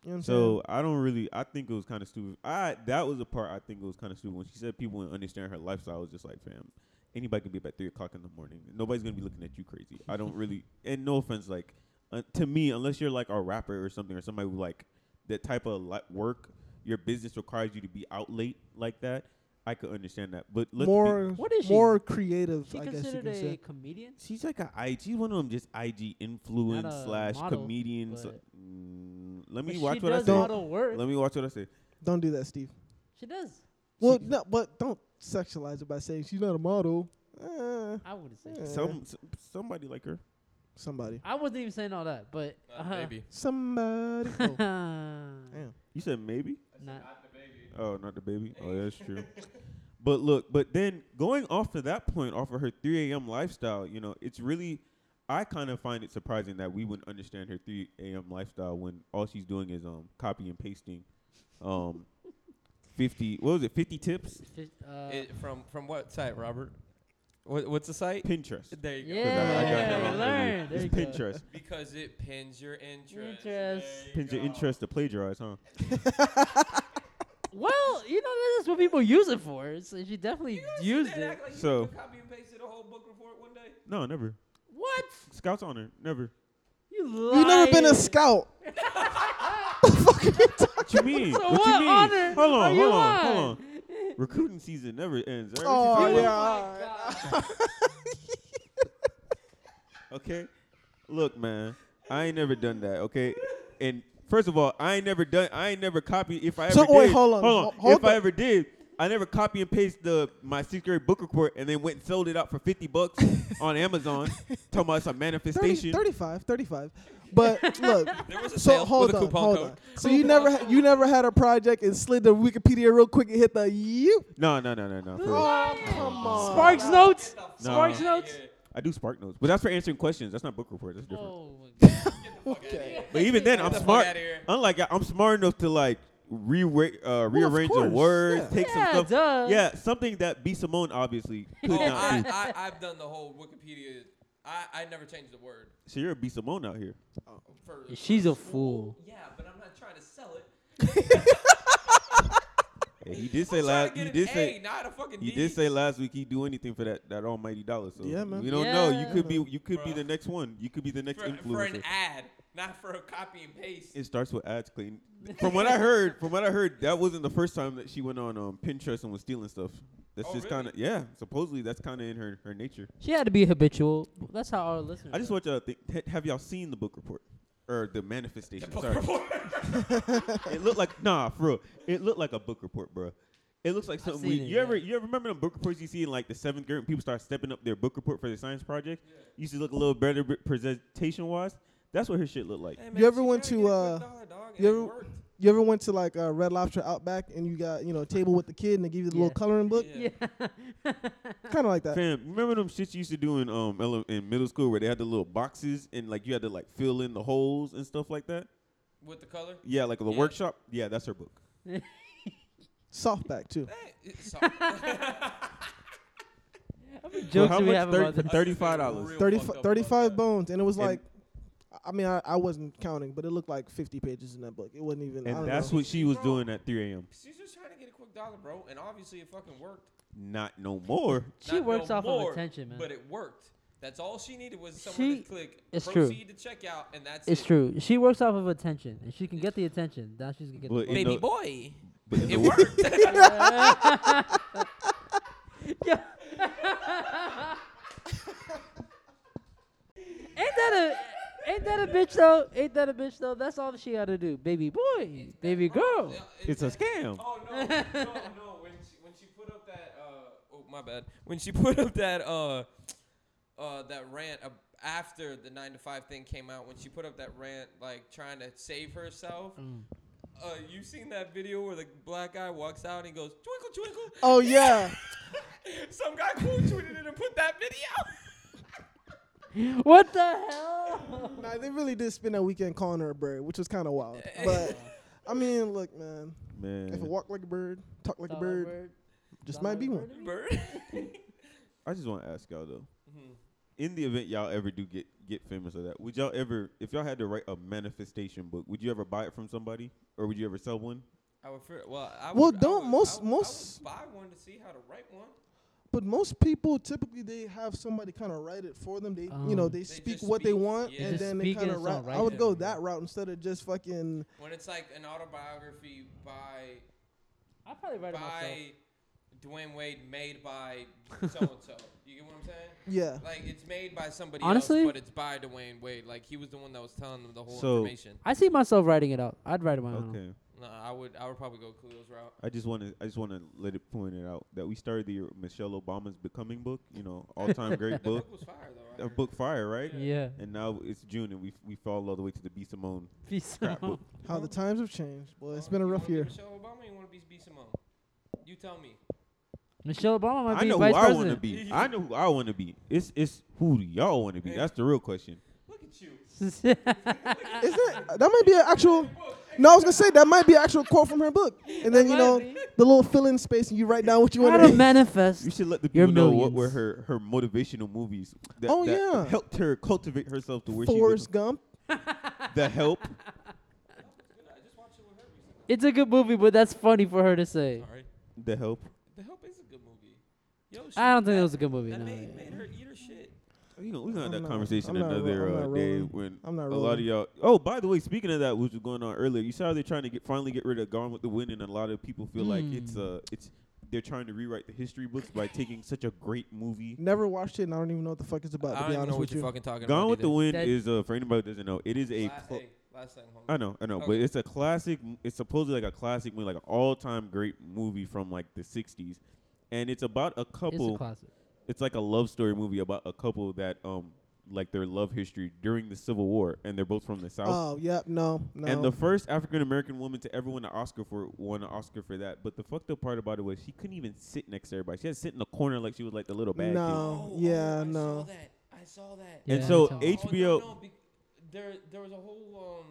Speaker 6: know what I'm
Speaker 3: So I don't really. I think it was kind of stupid. I that was the part I think it was kind of stupid when she said people wouldn't understand her lifestyle. I was just like, fam, anybody can be up at three o'clock in the morning. Nobody's gonna be looking at you crazy. I don't really. And no offense, like uh, to me, unless you're like a rapper or something or somebody who like that type of li- work, your business requires you to be out late like that. I could understand that, but
Speaker 6: saying?
Speaker 3: let's be-
Speaker 6: more
Speaker 7: What is she?
Speaker 6: more creative,
Speaker 7: She
Speaker 6: I guess you
Speaker 7: considered
Speaker 6: can
Speaker 7: a
Speaker 6: say.
Speaker 7: comedian.
Speaker 3: She's like a I. She's one of them just IG influence
Speaker 7: a
Speaker 3: slash
Speaker 7: model,
Speaker 3: comedian. sl-
Speaker 7: but-
Speaker 3: mm, let me
Speaker 7: But
Speaker 3: watch
Speaker 7: she
Speaker 3: what I
Speaker 7: does
Speaker 3: say.
Speaker 7: model work.
Speaker 3: Let me watch what I say.
Speaker 6: Don't do that, Steve.
Speaker 7: She does.
Speaker 6: Well, no, but don't sexualize it by saying she's not a model. Uh,
Speaker 7: I wouldn't say.
Speaker 6: Yeah.
Speaker 7: that.
Speaker 3: Some s- somebody like her.
Speaker 6: somebody,
Speaker 7: I wasn't even saying all that, but
Speaker 4: Uh,
Speaker 3: Uh-huh.
Speaker 4: maybe.
Speaker 6: somebody. Oh, damn.
Speaker 3: You said maybe?
Speaker 7: Not-
Speaker 3: Oh, not the baby. Oh, that's true. but look, but then going off to that point, off of her 3 a.m. lifestyle, you know, it's really, I kind of find it surprising that we wouldn't understand her 3 a.m. lifestyle when all she's doing is um copy and pasting, um, 50. What was it? 50 tips.
Speaker 7: Fish- uh,
Speaker 4: It, from from what site, Robert? What, what's the site?
Speaker 3: Pinterest. 'Cause
Speaker 4: There you go.
Speaker 3: I- I got that
Speaker 7: Yeah,
Speaker 3: wrong
Speaker 7: learn.
Speaker 3: earlier.
Speaker 7: There you
Speaker 3: It's
Speaker 7: go.
Speaker 3: Pinterest.
Speaker 4: Because it pins your interest.
Speaker 7: Interest.
Speaker 4: There you
Speaker 3: Pins your
Speaker 4: go.
Speaker 3: interest to plagiarize, huh?
Speaker 7: well, you know that's what people use it for. So she definitely used it.
Speaker 3: So-
Speaker 4: copy and pasted a whole book report one day.
Speaker 3: No, never.
Speaker 7: what?
Speaker 3: Scouts on her. Never.
Speaker 7: You
Speaker 6: You never been a
Speaker 7: lying.
Speaker 6: scout.
Speaker 3: What you mean?
Speaker 7: So
Speaker 3: what,
Speaker 7: what
Speaker 3: you mean?
Speaker 7: honor
Speaker 3: hold on,
Speaker 7: are you
Speaker 3: hold on, hold
Speaker 7: on?
Speaker 3: on. Recruiting season never ends. right?
Speaker 6: Oh
Speaker 3: What you talking
Speaker 6: yeah.
Speaker 3: about?
Speaker 6: all right.
Speaker 3: Okay. Look, man, I ain't never done that. Okay. And first of all, I ain't never done. I ain't never copied. If I ever
Speaker 6: So,
Speaker 3: did,
Speaker 6: wait, hold on,
Speaker 3: hold on.
Speaker 6: ho- hold
Speaker 3: if I
Speaker 6: on.
Speaker 3: ever did, I never copy and paste the my sixth grade book report and then went and sold it out for fifty bucks on Amazon. Talking about some
Speaker 6: 30,
Speaker 3: manifestation.
Speaker 6: 35, 35. But look,
Speaker 4: There was a
Speaker 6: so
Speaker 4: sale
Speaker 6: hold
Speaker 4: with a
Speaker 6: on,
Speaker 4: coupon
Speaker 6: hold
Speaker 4: code.
Speaker 6: on. So you never ha- you never had a project and slid to Wikipedia real quick and hit the you.
Speaker 3: No, no, no, no, no. for real.
Speaker 6: Oh come on.
Speaker 7: Sparks notes.
Speaker 3: No.
Speaker 7: Sparks notes.
Speaker 3: I do Spark Notes, but that's for answering questions. That's not book report. That's different.
Speaker 7: Oh my god.
Speaker 6: Okay.
Speaker 3: But even then, I'm
Speaker 4: the fuck
Speaker 3: smart.
Speaker 4: outta here.
Speaker 3: Unlike I'm smart enough to like rewrite, uh, rearrange the
Speaker 6: course,
Speaker 3: words,
Speaker 6: yeah.
Speaker 3: take
Speaker 7: Yeah,
Speaker 3: some stuff.
Speaker 7: duh.
Speaker 3: Yeah, something that B Simone obviously could
Speaker 4: Oh,
Speaker 3: not do.
Speaker 4: I, I, I've done the whole Wikipedia. I, I never changed the word.
Speaker 3: So you're a B Simone out here.
Speaker 4: For,
Speaker 7: She's a fool.
Speaker 4: yeah, but I'm not trying to sell it.
Speaker 3: Yeah, he did say
Speaker 4: I'm trying
Speaker 3: last.
Speaker 4: to get
Speaker 3: He
Speaker 4: an
Speaker 3: did
Speaker 4: A,
Speaker 3: say.
Speaker 4: not a fucking
Speaker 3: He
Speaker 4: D.
Speaker 3: did say last week he'd do anything for that that almighty dollar. So
Speaker 6: Yeah, man.
Speaker 3: we don't know. You
Speaker 7: Yeah.
Speaker 3: could be. You could be
Speaker 4: Bruh.
Speaker 3: the next one. You could be the next
Speaker 4: for,
Speaker 3: influencer.
Speaker 4: for an ad, not for a copy and paste.
Speaker 3: It starts with ads clean. From what I heard, from what I heard, that wasn't the first time that she went on um, Pinterest and was stealing stuff. That's
Speaker 4: Oh,
Speaker 3: just
Speaker 4: really?
Speaker 3: kind of yeah. Supposedly that's kind of in her her nature.
Speaker 7: She had to be habitual. That's how our listeners.
Speaker 3: I just
Speaker 7: are.
Speaker 3: want y'all to think. ha- Have y'all seen the book report or the manifestation?
Speaker 4: Book
Speaker 3: Sorry,
Speaker 4: report.
Speaker 3: it looked like nah, for real. It looked like a book report, bro. It looks like something. We,
Speaker 7: seen it,
Speaker 3: you ever
Speaker 7: yeah.
Speaker 3: you ever remember the book reports you see in like the seventh grade when people start stepping up their book report for their science project? Used to look a little better presentation wise. That's what her shit looked like.
Speaker 6: man, ever she went gotta to, get a quick uh, you ever- You ever went to like a Red Lobster Outback and you got you know a table with the kid and they give you the
Speaker 7: Yeah.
Speaker 6: little coloring book?
Speaker 4: Yeah.
Speaker 6: Kind of like that.
Speaker 3: Uh, Fam, remember them shits you used to do in um ele- in middle school where they had the little boxes and like you had to like fill in the holes and stuff like that.
Speaker 4: With the color?
Speaker 3: Yeah, like the
Speaker 4: Yeah.
Speaker 3: workshop. Yeah, that's her book.
Speaker 6: Softback too.
Speaker 4: Eh, it's all-
Speaker 3: So
Speaker 7: Jokes
Speaker 3: how
Speaker 7: we
Speaker 3: much?
Speaker 7: have
Speaker 3: Thir-
Speaker 7: about
Speaker 3: for
Speaker 7: this.
Speaker 3: thirty five dollars.
Speaker 4: Real
Speaker 6: 30,
Speaker 4: fucked up
Speaker 6: 35
Speaker 4: about that.
Speaker 6: bones and it was
Speaker 3: And-
Speaker 6: like, I mean I, I wasn't counting but it looked like fifty pages in that book. It wasn't even. I
Speaker 3: And
Speaker 6: don't
Speaker 3: that's
Speaker 6: know.
Speaker 3: what she was doing at three a.m.
Speaker 4: She's just trying to get a quick dollar, bro. And obviously it fucking worked.
Speaker 3: Not no more.
Speaker 7: She
Speaker 4: Not
Speaker 7: works
Speaker 4: no
Speaker 7: off
Speaker 4: more,
Speaker 7: of attention, man.
Speaker 4: But it worked. That's all she needed was someone
Speaker 7: She-
Speaker 4: to click
Speaker 7: it's true.
Speaker 4: proceed to checkout, and that's
Speaker 7: it's
Speaker 4: it.
Speaker 7: true. She works off of attention, and she can get the attention. Now she's gonna get.
Speaker 3: But
Speaker 7: the
Speaker 3: in
Speaker 4: Baby
Speaker 3: the-
Speaker 4: boy.
Speaker 3: But in
Speaker 4: It
Speaker 3: the-
Speaker 4: worked.
Speaker 7: Yeah. Ain't that a? ain't that a bitch though? Ain't that a bitch though? That's all she gotta do, baby boy, baby girl.
Speaker 3: It's a scam.
Speaker 4: Oh no, no, no! When she, when she put up that uh, oh my bad. When she put up that uh, uh, that rant ab- after the nine to five thing came out, when she put up that rant like trying to save herself.
Speaker 6: Mm.
Speaker 4: Uh, you seen that video where the black guy walks out and he goes twinkle twinkle?
Speaker 6: Oh yeah.
Speaker 4: Some guy cool tweeted it and put that video.
Speaker 7: What the hell?
Speaker 6: Nah, they really did spend that weekend calling her a bird, which was kind of wild.
Speaker 4: Eh.
Speaker 6: But I mean, look, man, if I
Speaker 3: Man,
Speaker 6: walk like a bird, talk like
Speaker 7: Thought
Speaker 6: a
Speaker 7: I
Speaker 6: bird,
Speaker 7: heard-
Speaker 6: just
Speaker 7: thought I
Speaker 6: might be
Speaker 7: heard
Speaker 6: one.
Speaker 7: it.
Speaker 4: Bird.
Speaker 3: I just want to ask y'all though.
Speaker 4: Mm-hmm.
Speaker 3: In the event y'all ever do get get famous or that, would y'all ever, if y'all had to write a manifestation book, would you ever buy it from somebody, or would you ever sell one?
Speaker 4: I would. feel- Well, I would,
Speaker 6: Well,
Speaker 4: I
Speaker 6: don't
Speaker 4: would- I
Speaker 6: most-
Speaker 4: would- I would
Speaker 6: most-
Speaker 4: buy one to see how to write one.
Speaker 6: But most people typically they have somebody kind of write it for them. They you know
Speaker 7: Um,
Speaker 6: they,
Speaker 4: They
Speaker 6: speak
Speaker 4: just
Speaker 6: what they
Speaker 4: speak,
Speaker 6: want
Speaker 4: yeah.
Speaker 6: and
Speaker 4: Just
Speaker 6: then they
Speaker 7: speak and
Speaker 6: kind of
Speaker 7: it's
Speaker 6: write.
Speaker 7: all right
Speaker 6: I would
Speaker 7: there.
Speaker 6: go that route instead of just fucking.
Speaker 4: When it's like an autobiography by
Speaker 7: I probably write it myself.
Speaker 4: by Dwayne Wade, made by so and so. You get what I'm saying?
Speaker 6: Yeah,
Speaker 4: Like it's made by somebody
Speaker 7: Honestly?
Speaker 4: else, but it's by Dwayne Wade. Like he was the one that was telling them the whole
Speaker 3: So-
Speaker 4: information.
Speaker 7: I see myself writing it out. I'd write it my own.
Speaker 3: Okay,
Speaker 4: No, I would. I would probably go Cleo's route.
Speaker 3: I just want to, I just want to let it point it out that we started the Michelle Obama's Becoming book, you know, all time great
Speaker 4: That
Speaker 3: book,
Speaker 4: book was fire though.
Speaker 3: a
Speaker 4: Right?
Speaker 3: book fire, right?
Speaker 7: Yeah.
Speaker 3: And now it's June, and we we fall all the way to the B Simone
Speaker 7: Peace
Speaker 3: scrapbook.
Speaker 6: how
Speaker 4: Um,
Speaker 6: the times have changed. Boy, it's been a rough year.
Speaker 4: Michelle Obama, you want to be B. Simone? You tell me.
Speaker 7: Michelle Obama might
Speaker 3: I
Speaker 7: be
Speaker 3: know who
Speaker 7: vice
Speaker 3: I want to
Speaker 7: president.
Speaker 3: be. I know who I want to be. It's it's who do y'all want to be? That's the real question.
Speaker 4: Look at you. Uh,
Speaker 6: Is that that might be an actual? No, I was gonna say that might be an actual quote from her book. And then you
Speaker 7: might
Speaker 6: know
Speaker 7: be.
Speaker 6: the little fill in space and you write down what you
Speaker 7: How
Speaker 6: want
Speaker 7: to
Speaker 6: to.
Speaker 3: You
Speaker 7: manifest.
Speaker 3: should let the
Speaker 7: Your
Speaker 3: people know what were
Speaker 7: millions.
Speaker 3: her, her motivational movies that,
Speaker 6: Oh,
Speaker 3: that
Speaker 6: yeah.
Speaker 3: helped her cultivate herself to where
Speaker 6: Forrest Gump.
Speaker 3: she is. The help.
Speaker 7: It's a good movie, but that's funny for her to say.
Speaker 4: All right.
Speaker 3: The help.
Speaker 4: The Help is a good movie. Yo, she,
Speaker 7: I don't think it was a
Speaker 4: that-
Speaker 7: good movie.
Speaker 4: That
Speaker 7: No.
Speaker 4: made, made her eat her shit.
Speaker 3: You know, we gonna have
Speaker 6: I'm
Speaker 3: that
Speaker 6: not-
Speaker 3: conversation
Speaker 6: I'm not ro-
Speaker 3: another
Speaker 6: I'm
Speaker 3: uh,
Speaker 6: not
Speaker 3: day
Speaker 6: rolling.
Speaker 3: when
Speaker 6: I'm not
Speaker 3: a lot of
Speaker 6: rolling.
Speaker 3: y'all. Oh, by the way, speaking of that, which was going on earlier, you saw they're trying to get finally get rid of Gone with the Wind, and a lot of people feel like it's uh it's they're trying to rewrite the history books by taking such a great movie.
Speaker 6: Never watched it, and I don't even know what the fuck it's about.
Speaker 4: I
Speaker 6: To
Speaker 4: don't even
Speaker 6: be
Speaker 4: know
Speaker 6: honest
Speaker 4: what
Speaker 6: with
Speaker 4: you're
Speaker 6: you.
Speaker 4: fucking talking about.
Speaker 3: Gone with the
Speaker 4: either.
Speaker 3: Wind
Speaker 7: That-
Speaker 3: is uh, for anybody who doesn't know, it is a.
Speaker 4: Last,
Speaker 3: cl-
Speaker 4: hey, last thing, homie.
Speaker 3: I know, I know, but
Speaker 4: Okay.
Speaker 3: it's a classic. m- It's supposedly like a classic movie, like an all-time great movie from like the '60s, and it's about a
Speaker 7: It's
Speaker 3: couple.
Speaker 7: a classic.
Speaker 3: it's like a love story movie about a couple that um like their love history during the Civil War, and they're both from the South.
Speaker 6: Oh, yep, no, no.
Speaker 3: And the first African American woman to ever win an Oscar for won an Oscar for that. But the fucked up part about it was she couldn't even sit next to everybody. She had to sit in the corner like she was like the little bad
Speaker 6: No.
Speaker 4: Oh,
Speaker 6: Yeah,
Speaker 4: I
Speaker 6: no.
Speaker 4: Saw that. I saw that.
Speaker 3: kid. And
Speaker 7: Yeah,
Speaker 3: so
Speaker 7: that's how-
Speaker 4: Oh,
Speaker 3: HBO,
Speaker 4: no, no, be- there, there was a whole um,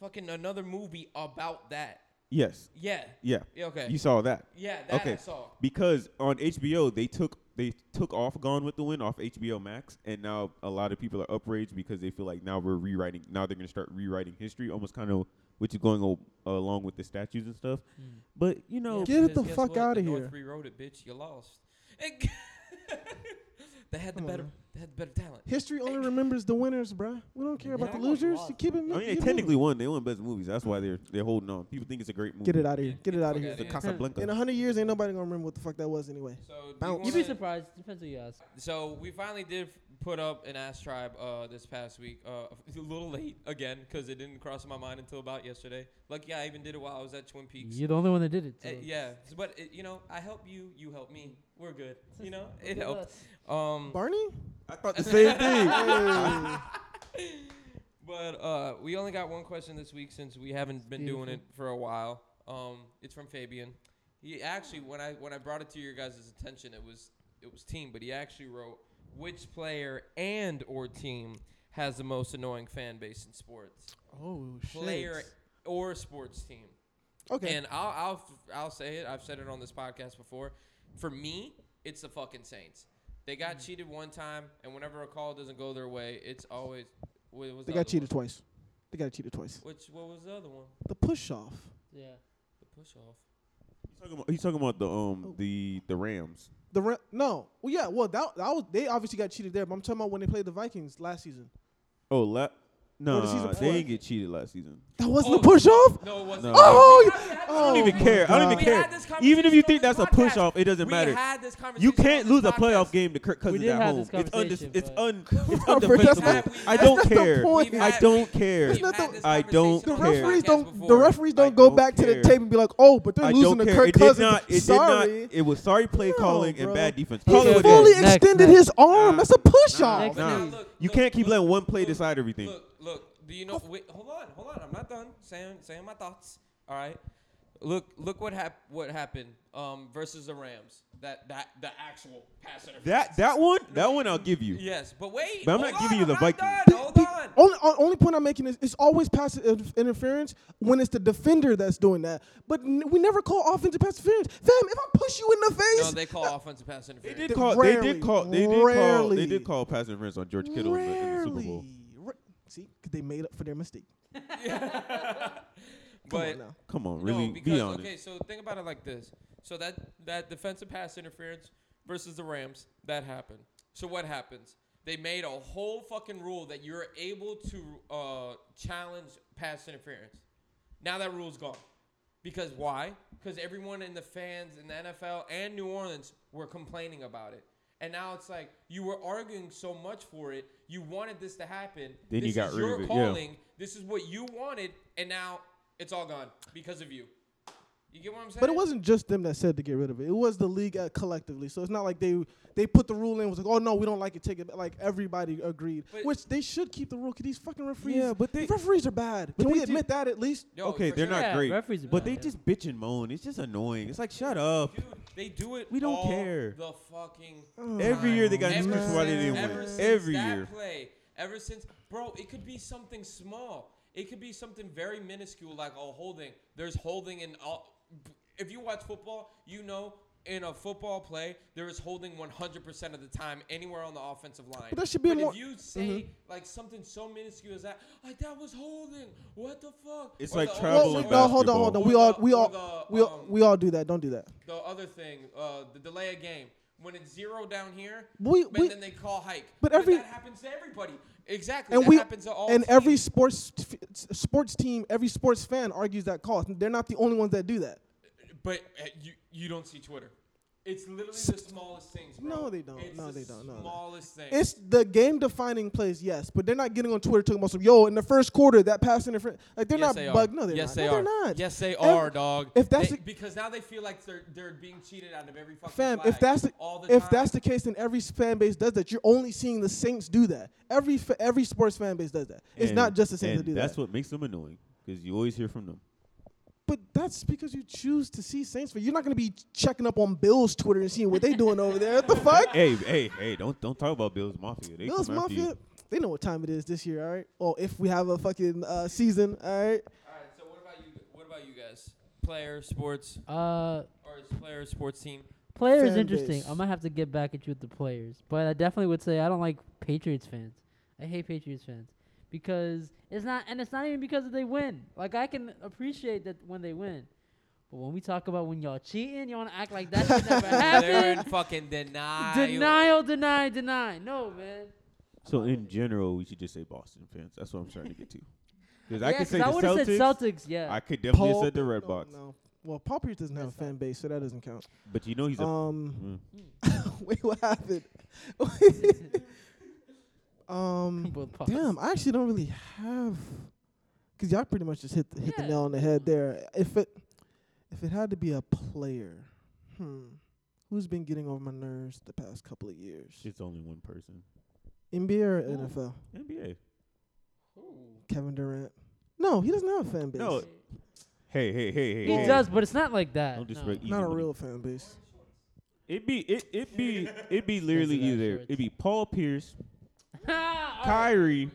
Speaker 4: fucking another movie about that.
Speaker 3: yes,
Speaker 4: Yeah.
Speaker 3: yeah,
Speaker 4: Yeah, Okay.
Speaker 3: you saw that.
Speaker 4: yeah, that
Speaker 3: okay.
Speaker 4: I saw.
Speaker 3: because on HBO they took they took off Gone with the Wind off HBO Max, and now a lot of people are outraged because they feel like now we're rewriting. Now they're gonna start rewriting history, almost kind of which is going o- along with the statues and stuff.
Speaker 4: Mm.
Speaker 3: But you know,
Speaker 6: Get it
Speaker 4: because
Speaker 6: the
Speaker 4: guess
Speaker 6: fuck
Speaker 4: what?
Speaker 6: outta
Speaker 4: The
Speaker 6: here.
Speaker 4: North rewrote it, bitch. You lost. they had the
Speaker 6: Come on,
Speaker 4: better.
Speaker 6: man.
Speaker 4: They had the better talent.
Speaker 6: history only remembers the winners, bruh. We don't care about
Speaker 4: Yeah,
Speaker 6: the
Speaker 4: I got
Speaker 6: losers.
Speaker 4: lost.
Speaker 6: You keep them.
Speaker 3: I mean, they technically won. They won best movies. That's why they're they're holding on. People think it's a great movie.
Speaker 6: get it out of here. Get it out of
Speaker 4: Okay.
Speaker 6: here.
Speaker 3: The
Speaker 4: Yeah.
Speaker 3: Casablanca.
Speaker 6: In a hundred years, ain't nobody gonna remember what the fuck that was anyway.
Speaker 4: So do
Speaker 6: Bounce.
Speaker 4: you
Speaker 7: You'd be
Speaker 4: wanna-
Speaker 7: surprised. Depends who you ask.
Speaker 4: So we finally did f- put up an ass tribe uh, this past week. Uh, a little late again because it didn't cross my mind until about yesterday. Lucky I even did it while I was at Twin Peaks.
Speaker 7: You're the only one that did it.
Speaker 4: Uh,
Speaker 7: so-
Speaker 4: yeah, s- but it, you know, I help you, you help me. We're good. You know,
Speaker 7: Look
Speaker 4: it
Speaker 7: at
Speaker 4: helped.
Speaker 7: us.
Speaker 4: Um,
Speaker 6: Barney.
Speaker 3: I thought the same thing.
Speaker 6: Hey.
Speaker 4: but uh, we only got one question this week since we haven't been doing it
Speaker 7: beautiful.
Speaker 4: for a while. Um, it's from Fabian. He actually, when I when I brought it to your guys' attention, it was it was team, but he actually wrote which player and or team has the most annoying fan base in sports.
Speaker 6: Oh
Speaker 4: Player or sports team.
Speaker 6: Okay.
Speaker 4: And I'll, I'll I'll say it. I've said it on this podcast before. For me, it's the fucking Saints. They got
Speaker 3: Mm-hmm.
Speaker 4: cheated one time, and whenever a call doesn't go their way, it's always. What was the
Speaker 6: they got
Speaker 4: other
Speaker 6: cheated
Speaker 4: one?
Speaker 6: twice. They got cheated twice.
Speaker 4: Which what was the other one?
Speaker 6: The push off.
Speaker 7: Yeah.
Speaker 4: The push off.
Speaker 3: He's talking about, he's talking about the
Speaker 6: Oh.
Speaker 3: um the the Rams.
Speaker 6: The re- no. Well, yeah. Well, that, that was they obviously got cheated there. But I'm talking about when they played the Vikings last season.
Speaker 3: Oh, la-
Speaker 6: Or the
Speaker 3: no,
Speaker 6: season
Speaker 3: nah,
Speaker 6: before.
Speaker 3: they didn't get cheated last season.
Speaker 6: That wasn't
Speaker 4: Oh.
Speaker 6: the push off.
Speaker 4: No, it wasn't.
Speaker 3: No.
Speaker 6: Oh, you-
Speaker 4: I- I- I
Speaker 6: oh,
Speaker 3: don't even care. I don't even
Speaker 4: We
Speaker 3: care.
Speaker 4: had this
Speaker 3: Even if you
Speaker 4: conversation
Speaker 3: think that's a
Speaker 4: on this
Speaker 3: push off, it doesn't
Speaker 4: podcast.
Speaker 3: matter.
Speaker 4: We had this conversation
Speaker 3: You can't
Speaker 4: on this
Speaker 3: lose a
Speaker 4: podcast.
Speaker 3: playoff game to Kirk Cousins
Speaker 7: did
Speaker 3: at
Speaker 7: have
Speaker 3: home.
Speaker 7: this
Speaker 3: It's undis
Speaker 7: conversation,
Speaker 3: it's
Speaker 7: but-
Speaker 3: un it's
Speaker 6: Robert, that's
Speaker 3: undefensible.
Speaker 6: not-
Speaker 3: I
Speaker 6: that's
Speaker 3: don't
Speaker 6: not the
Speaker 3: care.
Speaker 6: point.
Speaker 4: We've
Speaker 3: I
Speaker 4: had-
Speaker 3: don't care.
Speaker 4: We've had this
Speaker 3: I don't
Speaker 6: The
Speaker 4: conversation on
Speaker 3: care.
Speaker 6: referees
Speaker 4: podcast
Speaker 6: don't. The
Speaker 4: before.
Speaker 6: referees
Speaker 3: I
Speaker 6: don't go
Speaker 3: don't
Speaker 6: back to the
Speaker 3: care.
Speaker 6: tape and be like, "Oh, but they're
Speaker 3: I
Speaker 6: losing
Speaker 3: don't
Speaker 6: to
Speaker 3: care.
Speaker 6: Kirk
Speaker 3: It did
Speaker 6: Cousins."
Speaker 3: not. It
Speaker 6: Sorry,
Speaker 3: did not. It was sorry play
Speaker 6: No,
Speaker 3: calling and
Speaker 6: bro.
Speaker 3: bad defense.
Speaker 5: He
Speaker 3: Call it
Speaker 6: he
Speaker 3: what it
Speaker 6: fully
Speaker 3: is.
Speaker 5: Next,
Speaker 6: extended
Speaker 5: next.
Speaker 6: his arm.
Speaker 3: Nah.
Speaker 6: That's a push off.
Speaker 7: Next.
Speaker 4: But now
Speaker 3: Nah,
Speaker 4: look,
Speaker 3: you
Speaker 4: look,
Speaker 3: can't keep
Speaker 4: look,
Speaker 3: letting one play
Speaker 4: look,
Speaker 3: decide everything.
Speaker 4: Look, look. Do you know? Wait, hold on, hold on. I'm not done saying saying my thoughts. All right. Look, look what hap- what happened um, versus the Rams. That that the actual pass interference.
Speaker 3: That that one, that one, I'll give you.
Speaker 4: yes, but wait.
Speaker 3: But I'm
Speaker 4: hold
Speaker 3: not
Speaker 4: on,
Speaker 3: giving you the
Speaker 4: I'm
Speaker 3: Vikings.
Speaker 4: not
Speaker 6: The-
Speaker 4: Done, hold
Speaker 6: the
Speaker 4: on.
Speaker 6: Only, on- only point I'm making is it's always passive in- interference when it's the defender that's doing that. But n- we never call offensive pass interference. Fam, if I push you in the face,
Speaker 4: No, they call offensive pass
Speaker 3: They
Speaker 4: interference.
Speaker 3: did
Speaker 6: Th-
Speaker 3: call. They did
Speaker 6: rarely,
Speaker 3: call. They did call. They
Speaker 6: rarely.
Speaker 3: did call pass interference on George Kittle in the, in the Super Bowl.
Speaker 6: Rarely. Ra- See, 'Cause they made up for their mistake. Come
Speaker 4: but
Speaker 6: on now.
Speaker 3: Come on,
Speaker 4: No,
Speaker 3: really,
Speaker 4: because,
Speaker 3: be honest.
Speaker 4: Okay, so think about it like this. So that that defensive pass interference versus the Rams, that happened. So what happens? They made a whole fucking rule that you're able to uh, challenge pass interference. Now that rule's gone. Because why? Because everyone in the fans in the NFL and New Orleans were complaining about it. And now it's like you were arguing so much for it. You wanted this to happen.
Speaker 3: Then you
Speaker 4: this
Speaker 3: got
Speaker 4: is
Speaker 3: rid
Speaker 4: your
Speaker 3: of it, yeah.
Speaker 4: calling. This is what you wanted, and now it's all gone because of you. You get what I'm saying?
Speaker 6: But it wasn't just them that said to get rid of it. It was the league uh, collectively. So it's not like they they put the rule in. Was like, oh no, we don't like it. Take it. back." Like everybody agreed.
Speaker 4: But-
Speaker 6: Which they should keep the rule. 'cause these fucking referees.
Speaker 3: Yeah, but they-
Speaker 6: referees are bad.
Speaker 3: but
Speaker 6: Can
Speaker 3: they
Speaker 6: we admit that at least?
Speaker 4: Yo,
Speaker 3: okay,
Speaker 4: for
Speaker 3: they're
Speaker 4: sure.
Speaker 3: not
Speaker 7: Yeah,
Speaker 3: great,
Speaker 7: referees are
Speaker 3: but they
Speaker 7: bad, yeah.
Speaker 3: just bitch and moan. It's just annoying. It's like shut up.
Speaker 4: Dude, they do it.
Speaker 3: We don't
Speaker 4: all
Speaker 3: care.
Speaker 4: The fucking
Speaker 3: Every
Speaker 4: time.
Speaker 3: year they got an
Speaker 4: Ever
Speaker 3: excuse why they
Speaker 4: since-
Speaker 3: didn't win.
Speaker 4: ever since
Speaker 3: Every
Speaker 4: that
Speaker 3: year.
Speaker 4: Play ever since, bro. It could be something small. It could be something very minuscule like a holding. There's holding in all. If you watch football, you know in a football play there is holding 100% of the time anywhere on the offensive line.
Speaker 6: But that should be
Speaker 4: But
Speaker 6: more-
Speaker 4: if you say
Speaker 3: Mm-hmm.
Speaker 4: like something so minuscule as that, like that was holding. What the fuck?
Speaker 3: It's
Speaker 4: Or
Speaker 3: like
Speaker 4: the-
Speaker 3: travel
Speaker 6: Well,
Speaker 3: in
Speaker 6: we- no, hold on, hold
Speaker 3: basketball.
Speaker 6: on. We all we
Speaker 4: Or
Speaker 6: all
Speaker 4: the- or the,
Speaker 6: we all,
Speaker 4: um,
Speaker 6: we all do that. Don't do that.
Speaker 4: The other thing, uh, the delay of game. When it's zero down here,
Speaker 6: We-
Speaker 4: but
Speaker 6: we-
Speaker 4: then they call hike.
Speaker 6: but every-
Speaker 4: that happens to everybody. Exactly.
Speaker 6: And
Speaker 4: that
Speaker 6: we
Speaker 4: happens to all
Speaker 6: and every
Speaker 4: teams.
Speaker 6: sports f- sports team, every sports fan argues that call. They're not the only ones that do that.
Speaker 4: But uh, you you don't see Twitter. It's literally the smallest things. Bro.
Speaker 6: No, they don't.
Speaker 4: It's
Speaker 6: No,
Speaker 4: the
Speaker 6: they don't. No, they-
Speaker 4: Smallest thing.
Speaker 6: It's the game defining plays, yes, but they're not getting on Twitter talking about some yo in the first quarter that pass interference. Like they're
Speaker 4: yes,
Speaker 6: not
Speaker 4: they
Speaker 6: bugged.
Speaker 4: Are.
Speaker 6: No, they're
Speaker 4: yes,
Speaker 6: not.
Speaker 4: They
Speaker 6: no,
Speaker 4: are.
Speaker 6: they're not.
Speaker 4: Yes, they
Speaker 6: Ev-
Speaker 4: are, dog.
Speaker 6: If that's
Speaker 4: They-
Speaker 6: the-
Speaker 4: because now they feel like they're they're being cheated out of every fucking
Speaker 6: Fam,
Speaker 4: flag
Speaker 6: if that's the,
Speaker 4: all the
Speaker 6: if
Speaker 4: time.
Speaker 6: that's the case, then every fan base does that. You're only seeing the Saints do that. Every fa- every sports fan base does that. It's
Speaker 3: And-
Speaker 6: not just the
Speaker 3: and
Speaker 6: Saints that do
Speaker 3: That's
Speaker 6: that.
Speaker 3: what makes them annoying because you always hear from them.
Speaker 6: but that's because you choose to see Saints. But you're not going to be checking up on Bills Twitter and seeing what they doing over there. What the fuck?
Speaker 3: hey, hey, hey! Don't don't talk about Bills Mafia. They
Speaker 6: Bills
Speaker 3: come after you.
Speaker 6: Mafia. They know what time it is this year, all right? Well, if we have a fucking uh, season, all right?
Speaker 4: All right. So what about you? What about you guys? Player, sports,
Speaker 7: Uh,
Speaker 4: or is player, sports team.
Speaker 7: players
Speaker 6: Fan
Speaker 7: interesting.
Speaker 6: base.
Speaker 7: I might have to get back at you with the players, but I definitely would say I don't like Patriots fans. I hate Patriots fans because it's not, and it's not even because they win. Like I can appreciate that when they win, but when we talk about when y'all cheating, y'all wanna act like that shit never
Speaker 4: They're in
Speaker 7: happened.
Speaker 4: fucking denial.
Speaker 7: Denial, deny, deny. No, man.
Speaker 3: So in general, we should just say Boston fans. That's what I'm trying to get to. Because I
Speaker 7: Yeah,
Speaker 3: could
Speaker 7: 'cause
Speaker 3: say
Speaker 7: I
Speaker 3: the
Speaker 7: would have
Speaker 3: Celtics.
Speaker 7: said Celtics. Yeah.
Speaker 3: I could definitely
Speaker 6: Paul-
Speaker 3: have said the Red
Speaker 6: no,
Speaker 3: Box.
Speaker 6: No. Well, Paul Pierce doesn't have a fan base, so that doesn't count.
Speaker 3: But you know he's a. Mm,
Speaker 6: Um, wait, what happened? um,
Speaker 7: Both paws.
Speaker 6: damn, I actually don't really have, cause y'all pretty much just hit the, hit the
Speaker 7: Yeah.
Speaker 6: nail on the head there. If it, if it had to be a player, hmm, who's been getting over my nerves the past couple of years?
Speaker 3: it's only one person.
Speaker 6: NBA or NFL?
Speaker 3: NBA.
Speaker 6: Kevin Durant. No, he doesn't have a fan base.
Speaker 3: No. Hey, hey, hey, hey.
Speaker 7: He
Speaker 3: hey.
Speaker 7: does, but it's not like that.
Speaker 3: Don't
Speaker 7: no.
Speaker 3: disrespect.
Speaker 6: not
Speaker 3: either
Speaker 6: a
Speaker 3: one.
Speaker 6: real fan base.
Speaker 3: It be it it be it be literally
Speaker 7: Expensive ass
Speaker 3: either
Speaker 7: shorts.
Speaker 3: it be Paul Pierce,
Speaker 7: Ah, all right.
Speaker 3: Kyrie.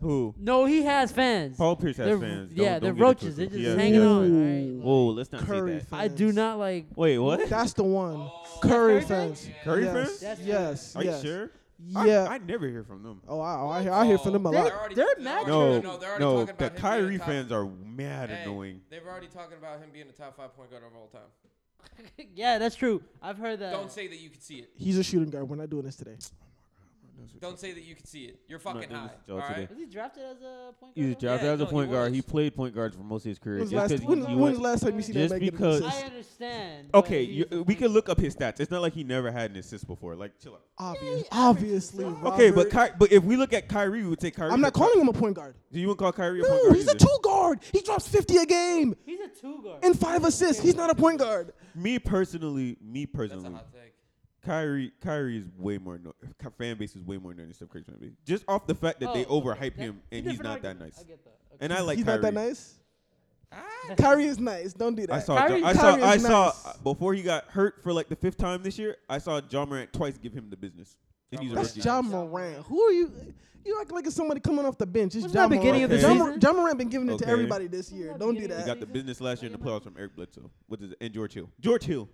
Speaker 3: Who?
Speaker 7: No, he has fans.
Speaker 3: Paul Pierce has
Speaker 7: They're-
Speaker 3: fans.
Speaker 7: yeah,
Speaker 3: Don't-
Speaker 7: they're
Speaker 3: don't get it
Speaker 7: roaches. They're
Speaker 3: twisted.
Speaker 7: just
Speaker 3: Yeah,
Speaker 7: hanging
Speaker 3: yeah.
Speaker 7: on. alright? Like,
Speaker 3: Whoa, let's not
Speaker 6: Curry.
Speaker 3: say that.
Speaker 6: Fans.
Speaker 7: I do not like.
Speaker 3: Wait, what?
Speaker 6: That's the one. Curry fans.
Speaker 3: Curry
Speaker 6: yes.
Speaker 3: fans?
Speaker 7: That's
Speaker 6: yes.
Speaker 3: Are you
Speaker 6: yes.
Speaker 3: sure? I-
Speaker 6: Yeah.
Speaker 3: I, never hear from them.
Speaker 6: oh, I, oh, I, hear, I hear from them a
Speaker 7: They-
Speaker 6: lot.
Speaker 4: already-
Speaker 7: they're
Speaker 4: they're
Speaker 7: mad.
Speaker 4: already-
Speaker 3: No,
Speaker 4: no,
Speaker 3: no,
Speaker 4: they're already talking
Speaker 3: the
Speaker 4: about him being a
Speaker 3: Kyrie
Speaker 4: top-
Speaker 3: fans are mad
Speaker 4: Hey,
Speaker 3: annoying.
Speaker 4: They're already talking about him being a top five point guard of all time.
Speaker 7: yeah, that's true. I've heard that.
Speaker 4: Don't say that you can see it.
Speaker 6: He's a shooting guard. We're not doing this today.
Speaker 4: Don't say that you can see it. You're fucking
Speaker 3: doing
Speaker 4: high.
Speaker 3: this
Speaker 4: All
Speaker 3: job today.
Speaker 4: right.
Speaker 7: Was he drafted as a point
Speaker 3: He
Speaker 7: guard?
Speaker 3: was drafted
Speaker 4: Yeah,
Speaker 3: as a
Speaker 4: no, he
Speaker 3: point guard.
Speaker 4: was.
Speaker 3: He played point guard for most of his career.
Speaker 6: When's,
Speaker 3: Just
Speaker 6: last,
Speaker 3: 'cause he-
Speaker 6: when,
Speaker 3: he
Speaker 6: when's
Speaker 3: went-
Speaker 6: the last time you see that
Speaker 3: Just
Speaker 6: man get an
Speaker 3: because-
Speaker 6: assist?
Speaker 7: I understand. but
Speaker 3: okay,
Speaker 7: he's
Speaker 3: you, uh,
Speaker 7: the
Speaker 3: we
Speaker 7: point
Speaker 3: can look up his stats. It's not like he never had an assist before. Like, chill out.
Speaker 6: Obvious, obviously.
Speaker 3: Okay, but
Speaker 6: Robert.
Speaker 3: Ky- but if we look at Kyrie, we would say Kyrie.
Speaker 6: I'm not calling him a point guard.
Speaker 3: Do you want to call Kyrie a point
Speaker 6: No,
Speaker 3: guard?
Speaker 6: he's a
Speaker 3: either?
Speaker 6: two guard. He drops 50 a game
Speaker 7: He's a two guard.
Speaker 6: and five assists. He's not a point guard.
Speaker 3: Me personally, me
Speaker 4: That's a
Speaker 3: personally,
Speaker 4: hot take.
Speaker 3: Kyrie, Kyrie is way more. No- Ky- fan base is way more annoying than Steph Curry's fan base. Just off the fact that they
Speaker 7: Oh,
Speaker 3: overhype
Speaker 7: okay. That-
Speaker 3: him
Speaker 7: it's
Speaker 3: and
Speaker 7: a
Speaker 3: he's
Speaker 7: different
Speaker 3: not that
Speaker 7: argument.
Speaker 3: nice.
Speaker 7: I get that. Okay.
Speaker 3: And I like
Speaker 6: he's
Speaker 3: Kyrie.
Speaker 6: not that nice.
Speaker 4: Ah,
Speaker 6: Kyrie is nice. Don't do that.
Speaker 3: I saw.
Speaker 7: Kyrie-
Speaker 3: Ja- I saw.
Speaker 6: Kyrie
Speaker 3: I
Speaker 6: is
Speaker 3: saw. uh,
Speaker 6: nice.
Speaker 3: Before he got hurt for like the fifth time this year, I saw John Morant twice give him the business, and he's a
Speaker 6: That's
Speaker 3: rookie.
Speaker 6: John Moran. Who are you? You act like it's somebody coming off the bench. It's
Speaker 7: Wasn't
Speaker 6: John
Speaker 7: that beginning
Speaker 3: of the
Speaker 6: John,
Speaker 3: season?
Speaker 6: Mor- John Moran been giving it to
Speaker 3: Okay.
Speaker 6: everybody this year.
Speaker 7: Wasn't that
Speaker 6: Don't do
Speaker 7: beginning
Speaker 3: He
Speaker 7: of
Speaker 3: got
Speaker 6: that.
Speaker 3: the business last year in the playoffs from Eric Bledsoe, which is and George Hill. George Hill,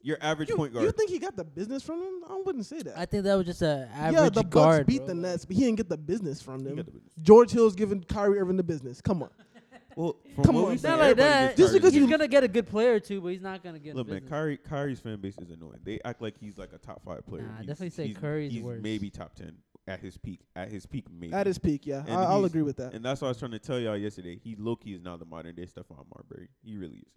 Speaker 3: your average
Speaker 6: You,
Speaker 3: point guard.
Speaker 6: you think he got the business from him? I wouldn't say that.
Speaker 7: I think that was just an average
Speaker 6: yeah, the Bucks
Speaker 7: guard.
Speaker 6: beat
Speaker 7: bro.
Speaker 6: the Nets, but he didn't get the business from them.
Speaker 3: got the business.
Speaker 6: George Hill's giving Kyrie Irving the business. Come on.
Speaker 3: well, from
Speaker 6: Come
Speaker 3: what
Speaker 6: on.
Speaker 3: we
Speaker 6: Not
Speaker 3: see,
Speaker 7: Not like
Speaker 3: everybody
Speaker 7: that.
Speaker 3: gives
Speaker 6: Just
Speaker 3: Kyrie
Speaker 6: because
Speaker 3: the
Speaker 7: he's
Speaker 6: you-
Speaker 7: gonna get a good player too, but he's not gonna get.
Speaker 3: Look, man,
Speaker 7: business.
Speaker 3: Kyrie, Kyrie's fan base is annoying. They act like he's like a top five player.
Speaker 7: Nah, I
Speaker 3: He's-
Speaker 7: definitely say
Speaker 3: he's-
Speaker 7: Curry's
Speaker 3: he's
Speaker 7: worse.
Speaker 3: Maybe top ten at his peak. At his peak, maybe.
Speaker 6: At his peak, yeah.
Speaker 3: And
Speaker 6: I, I'll
Speaker 3: he's-
Speaker 6: agree with that.
Speaker 3: and that's what I was trying to tell y'all yesterday. He low key is now the modern day Stephon Marbury. He really is.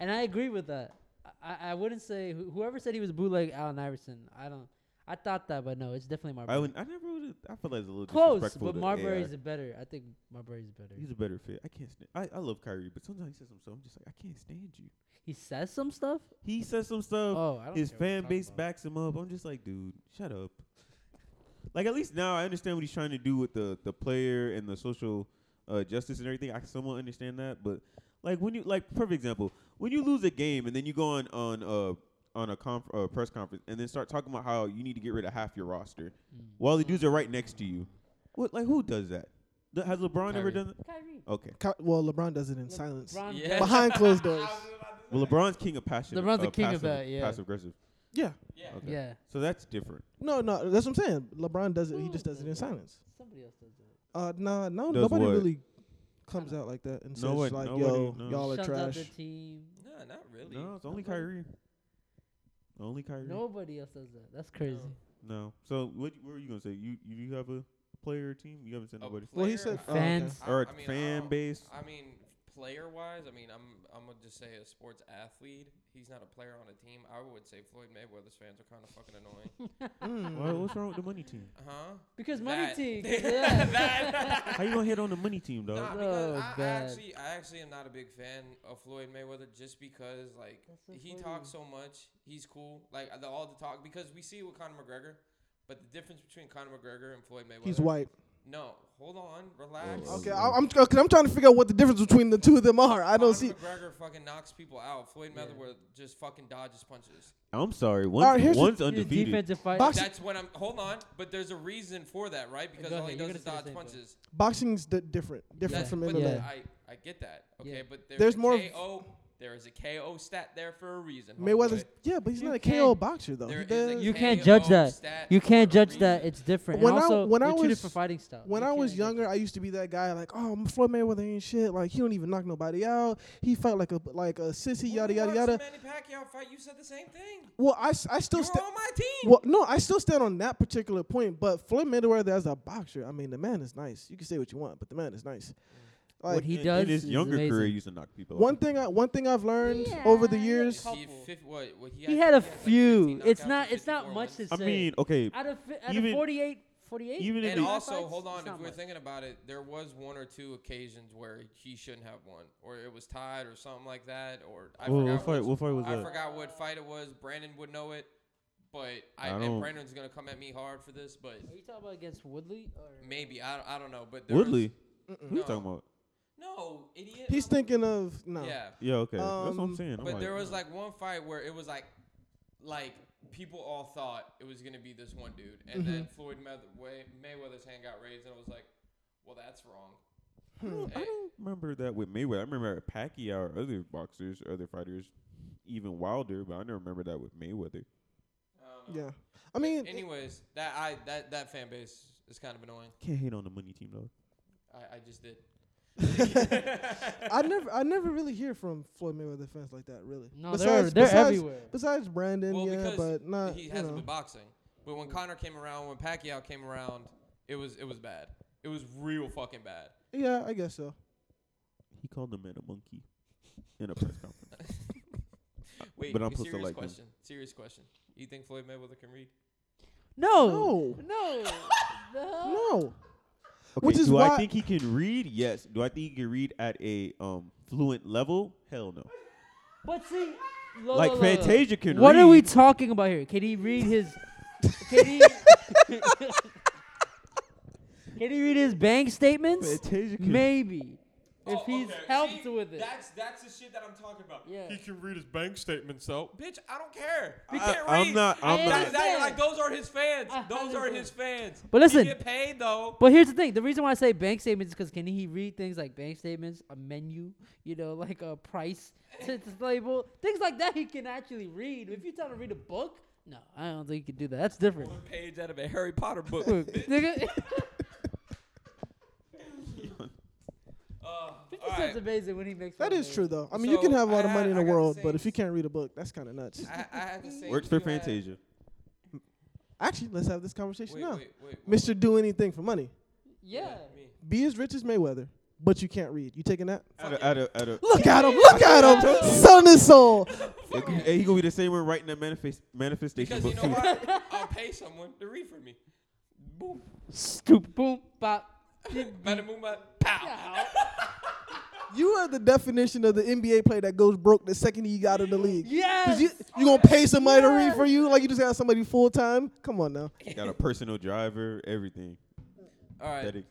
Speaker 7: And I agree with that. I- I, I wouldn't say wh- whoever said he was bootleg Allen Iverson. I don't. I thought that, but no, it's definitely
Speaker 3: I
Speaker 7: Marbury.
Speaker 3: would. I never would. I feel like it's a little
Speaker 7: Close,
Speaker 3: disrespectful
Speaker 7: but
Speaker 3: to
Speaker 7: Marbury's
Speaker 3: AR.
Speaker 7: a better. I think Marbury's better.
Speaker 3: He's a better fit. I can't stand. I, I love Kyrie, but sometimes he says some stuff. I'm just like, I can't stand you.
Speaker 7: He says some stuff.
Speaker 3: He says some stuff.
Speaker 7: Oh, I don't
Speaker 3: his
Speaker 7: care what you're
Speaker 3: fan
Speaker 7: talking
Speaker 3: base
Speaker 7: about.
Speaker 3: backs him up. I'm just like, dude, shut up. Like at least now I understand what he's trying to do with the the player and the social uh, justice and everything. I somewhat understand that, but like when you like perfect example, when you lose a game and then you go on on uh on a conf- uh, press conference and then start talking about how you need to get rid of half your roster
Speaker 7: Mm.
Speaker 3: while the dudes are right next to you. What like who does that? Th- Has LeBron ever
Speaker 4: Kyrie.
Speaker 3: done that?
Speaker 7: Kyrie.
Speaker 3: Okay.
Speaker 6: Ky- well, LeBron does it in silence.
Speaker 7: LeBron
Speaker 4: Yeah.
Speaker 7: does.
Speaker 6: Behind closed doors.
Speaker 3: Well, LeBron's king of passion.
Speaker 7: LeBron's the
Speaker 3: uh,
Speaker 7: king of
Speaker 3: passive-
Speaker 7: that, yeah.
Speaker 3: Passive aggressive.
Speaker 6: Yeah.
Speaker 4: Yeah.
Speaker 3: Okay.
Speaker 7: Yeah.
Speaker 3: So that's different.
Speaker 6: No, no, that's what I'm saying. LeBron does it. He
Speaker 7: Who
Speaker 6: just does it in
Speaker 7: does that?
Speaker 6: silence.
Speaker 7: Somebody else does that.
Speaker 6: Uh, nah, no,
Speaker 3: Does
Speaker 6: nobody
Speaker 3: what?
Speaker 6: really comes out like that and says
Speaker 3: Nobody-
Speaker 6: like,
Speaker 3: nobody,
Speaker 6: "Yo,
Speaker 3: no.
Speaker 6: y'all are
Speaker 7: Shuts up the
Speaker 6: trash."
Speaker 7: team.
Speaker 4: No, not really.
Speaker 3: No, it's only Kyrie. Only Kyrie. No.
Speaker 7: Nobody else does that. That's crazy.
Speaker 3: So what, what were you gonna say? You you you have a player or team? You haven't said
Speaker 4: A
Speaker 3: nobody.
Speaker 4: player,
Speaker 6: Well, he said oh,
Speaker 4: I-
Speaker 6: okay.
Speaker 7: Fans.
Speaker 4: I-
Speaker 3: Or
Speaker 4: I
Speaker 3: a
Speaker 4: mean, I
Speaker 3: fan
Speaker 4: don't-
Speaker 3: base.
Speaker 4: I mean, player wise, I mean, I'm I'm gonna just say a sports athlete. He's not a player on a team. I would say Floyd Mayweather's fans are kind of fucking annoying.
Speaker 6: Mm.
Speaker 3: Why- what's wrong with the money team?
Speaker 4: huh?
Speaker 7: Because money
Speaker 4: That.
Speaker 7: team. Yeah.
Speaker 4: That-
Speaker 3: How you gonna hit on the money team, dog?
Speaker 4: Nah,
Speaker 7: Oh,
Speaker 4: because I, I
Speaker 7: God.
Speaker 4: actually, I actually am not a big fan of Floyd Mayweather just because, like,
Speaker 7: That's so
Speaker 4: he
Speaker 7: funny.
Speaker 4: talks so much. He's cool, like the, all the talk. Because we see it with Conor McGregor, but the difference between Conor McGregor and Floyd Mayweather.
Speaker 6: He's white.
Speaker 4: No, hold on, relax.
Speaker 3: Oh,
Speaker 6: Okay,
Speaker 3: no.
Speaker 6: I, I'm because I'm trying to figure out what the difference between the two of them are. I don't
Speaker 4: Conor
Speaker 6: see.
Speaker 4: McGregor fucking knocks people out. Floyd Mayweather just fucking dodges punches.
Speaker 3: I'm sorry.
Speaker 6: All
Speaker 3: One's,
Speaker 6: right, here's the-
Speaker 3: one's
Speaker 7: He's a
Speaker 3: undefeated.
Speaker 7: defensive fight.
Speaker 6: Boxing-
Speaker 4: That's when I'm. Hold on, but there's a reason for that, right? Because
Speaker 7: Go
Speaker 4: all
Speaker 7: ahead,
Speaker 4: he
Speaker 7: you're
Speaker 4: does is
Speaker 7: gonna say
Speaker 4: dodge
Speaker 7: the same thing.
Speaker 4: punches.
Speaker 6: Boxing's di- different, different
Speaker 4: Yeah,
Speaker 6: from
Speaker 4: but
Speaker 6: MMA.
Speaker 7: the-
Speaker 4: I, I get that. Okay,
Speaker 7: Yeah.
Speaker 4: but there's,
Speaker 6: There's
Speaker 4: a
Speaker 6: more of-
Speaker 4: KO. There is a KO stat there for a reason.
Speaker 6: Mayweather's
Speaker 4: homeboy.
Speaker 6: yeah, but he's
Speaker 7: You
Speaker 6: not a
Speaker 7: can't-
Speaker 6: KO boxer though.
Speaker 4: There
Speaker 6: He
Speaker 4: is a
Speaker 6: does.
Speaker 7: You can't
Speaker 4: KO
Speaker 7: judge that.
Speaker 4: stat
Speaker 7: You can't
Speaker 4: for a
Speaker 7: judge that.
Speaker 4: reason.
Speaker 7: It's different.
Speaker 6: When
Speaker 7: and
Speaker 6: I-
Speaker 7: also,
Speaker 6: when I
Speaker 7: they're two
Speaker 6: was-
Speaker 7: different fighting styles.
Speaker 6: When
Speaker 7: You
Speaker 6: I
Speaker 7: can't
Speaker 6: was
Speaker 7: judge
Speaker 6: younger,
Speaker 7: it.
Speaker 6: I used to be that guy like, oh, Floyd Mayweather ain't shit. Like he don't even knock nobody out. He fight like a like a sissy,
Speaker 4: When
Speaker 6: yada
Speaker 4: we
Speaker 6: yada
Speaker 4: watched
Speaker 6: yada.
Speaker 4: the Manny Pacquiao fight, you said the same thing.
Speaker 6: Well, I, s- I
Speaker 4: You
Speaker 6: still
Speaker 4: were
Speaker 6: sta-
Speaker 4: on my team.
Speaker 6: well no, I still stand on that particular point. But Floyd Mayweather as a boxer, I mean, the man is nice. You can say what you want, but the man is
Speaker 4: Mm.
Speaker 6: nice.
Speaker 7: what
Speaker 6: Like
Speaker 7: he
Speaker 3: In-
Speaker 7: does
Speaker 3: in his
Speaker 7: is
Speaker 3: younger
Speaker 7: amazing.
Speaker 3: career, he used to knock people. out.
Speaker 6: one thing, I one thing I've learned over the
Speaker 7: Yeah.
Speaker 4: Did
Speaker 6: years.
Speaker 4: he
Speaker 7: couple.
Speaker 4: fif- what- what
Speaker 7: He
Speaker 4: had-
Speaker 7: had a
Speaker 4: like, 15
Speaker 7: few. It's
Speaker 4: knockouts
Speaker 7: not.
Speaker 4: and
Speaker 7: It's not
Speaker 4: 54
Speaker 7: much
Speaker 4: wins.
Speaker 7: to say.
Speaker 3: I mean, okay.
Speaker 7: out of fi- out
Speaker 3: even-
Speaker 7: of 48, 48.
Speaker 3: even if
Speaker 4: And
Speaker 3: it-
Speaker 7: five
Speaker 4: also,
Speaker 7: fights,
Speaker 4: hold
Speaker 7: it's
Speaker 4: on. If
Speaker 7: not
Speaker 4: we're
Speaker 7: much.
Speaker 4: thinking about it, there was one or two occasions where he shouldn't have won, or it was tied, or something like that, or I
Speaker 3: Well,
Speaker 4: forgot.
Speaker 3: what fight?
Speaker 4: which-
Speaker 3: What fight was
Speaker 4: I
Speaker 3: that?
Speaker 4: forgot what fight it was. Brandon would know it, but I,
Speaker 3: I
Speaker 4: and
Speaker 3: don't-
Speaker 4: Brandon's gonna come at me hard for this, but
Speaker 7: Are you talking about against Woodley or
Speaker 4: maybe I, don't- I don't know. But there was-
Speaker 3: Woodley.
Speaker 6: Mm-mm.
Speaker 3: Who you
Speaker 4: No.
Speaker 3: talking about?
Speaker 4: no idiot.
Speaker 6: He's
Speaker 4: I'm-
Speaker 6: thinking of no.
Speaker 4: Yeah,
Speaker 3: Yeah. Okay. That's what I'm
Speaker 6: Um,
Speaker 3: saying. I'm
Speaker 4: but
Speaker 3: like,
Speaker 4: there was like one fight where it was like, like people all thought it was gonna be this one dude, and
Speaker 3: Mm-hmm.
Speaker 4: then Floyd Mayweather- Way- Mayweather's hand got raised, and I was like, well, that's wrong.
Speaker 3: Hmm, I don't, I
Speaker 4: Hey.
Speaker 3: don't remember that with Mayweather. I remember Pacquiao or other boxers, other fighters, even Wilder, but I never remember that with Mayweather.
Speaker 4: I don't know.
Speaker 6: Yeah. I mean,
Speaker 4: Anyways, that I that that fan base is kind of annoying.
Speaker 3: Can't hate on the money team though.
Speaker 4: I, I just did.
Speaker 6: I never, I never really hear from Floyd Mayweather fans like that, really.
Speaker 7: No, they're- they're everywhere.
Speaker 6: Besides Brandon,
Speaker 4: well,
Speaker 6: yeah,
Speaker 4: because
Speaker 6: but not.
Speaker 4: he
Speaker 6: you
Speaker 4: hasn't
Speaker 6: know.
Speaker 4: been boxing. But when Connor came around, when Pacquiao came around, it was it was bad. It was real fucking bad.
Speaker 6: Yeah, I guess so.
Speaker 3: He called the man a monkey in a press conference.
Speaker 4: Wait,
Speaker 3: But I'm
Speaker 4: a
Speaker 3: supposed to
Speaker 4: serious
Speaker 3: like him.
Speaker 4: question. Serious question. You think Floyd Mayweather can read?
Speaker 7: No.
Speaker 6: No,
Speaker 7: No. no.
Speaker 6: no.
Speaker 3: Okay,
Speaker 6: Which is
Speaker 3: do
Speaker 6: why-
Speaker 3: I think he can read? Yes. Do I think he can read at a um fluent level? Hell no.
Speaker 7: But see, lo-
Speaker 3: Like
Speaker 7: lo- lo- lo-
Speaker 3: Fantasia can
Speaker 7: What
Speaker 3: read.
Speaker 7: are we talking about here? Can he read his? Can he? can he read his bank statements?
Speaker 3: Fantasia can
Speaker 7: Maybe, if he's helped with it.
Speaker 4: That's that's the shit Oh, that I'm talking about.
Speaker 7: Yeah. He
Speaker 4: can read his bank statements out. Bitch, I don't care. He
Speaker 3: I-
Speaker 4: can't read.
Speaker 3: I'm not
Speaker 7: I
Speaker 3: I'm
Speaker 4: That,
Speaker 3: not
Speaker 7: understand.
Speaker 4: that, like those are his fans.
Speaker 7: I
Speaker 4: Those are
Speaker 7: understand.
Speaker 4: his fans.
Speaker 7: But listen-
Speaker 4: he get paid though.
Speaker 7: But here's the thing: the reason why I say bank statements is because can he read things like bank statements, a menu, you know, like a price t- t- label, things like that? He can actually read. If you tell him to read a book, no, I don't think he can do that. That's different.
Speaker 4: One page out of a Harry Potter book.
Speaker 7: Nigga,
Speaker 4: uh, all
Speaker 7: Fifty
Speaker 4: right.
Speaker 7: Cent's amazing when he makes.
Speaker 6: That
Speaker 7: fun
Speaker 6: is
Speaker 7: of
Speaker 6: true
Speaker 7: it.
Speaker 6: though. I mean, you can
Speaker 4: So,
Speaker 6: have a lot of
Speaker 4: I-
Speaker 6: money in
Speaker 4: I
Speaker 6: the
Speaker 4: gotta
Speaker 6: world,
Speaker 4: say-
Speaker 6: but if you can't read a book, that's kind of nuts.
Speaker 4: I, I have to say,
Speaker 3: works
Speaker 4: you
Speaker 3: for
Speaker 4: had-
Speaker 3: Fantasia.
Speaker 6: Actually, let's have this conversation
Speaker 4: Wait,
Speaker 6: now.
Speaker 4: wait, wait, wait.
Speaker 6: Mr. Do anything for money.
Speaker 7: Yeah.
Speaker 4: Me.
Speaker 6: Be as rich as Mayweather, but you can't read. You taking that?
Speaker 3: At a, at a, at a,
Speaker 6: Look at him! Look at him! Son and soul.
Speaker 3: hey, he gonna be the same one writing that manifest, manifestation
Speaker 4: Because you
Speaker 3: book
Speaker 4: know
Speaker 3: too.
Speaker 4: what? I'll pay someone to read for me. Boom.
Speaker 7: Scoop, boom, pop.
Speaker 4: Bada boom, bada- pow.
Speaker 6: You are the definition of the NBA player that goes broke the second he got out of the league.
Speaker 7: Yes.
Speaker 6: Cause you you gonna pay somebody to read for you like you just got somebody full time? Come on now.
Speaker 3: Got a personal driver, everything.
Speaker 4: All right.
Speaker 3: That is-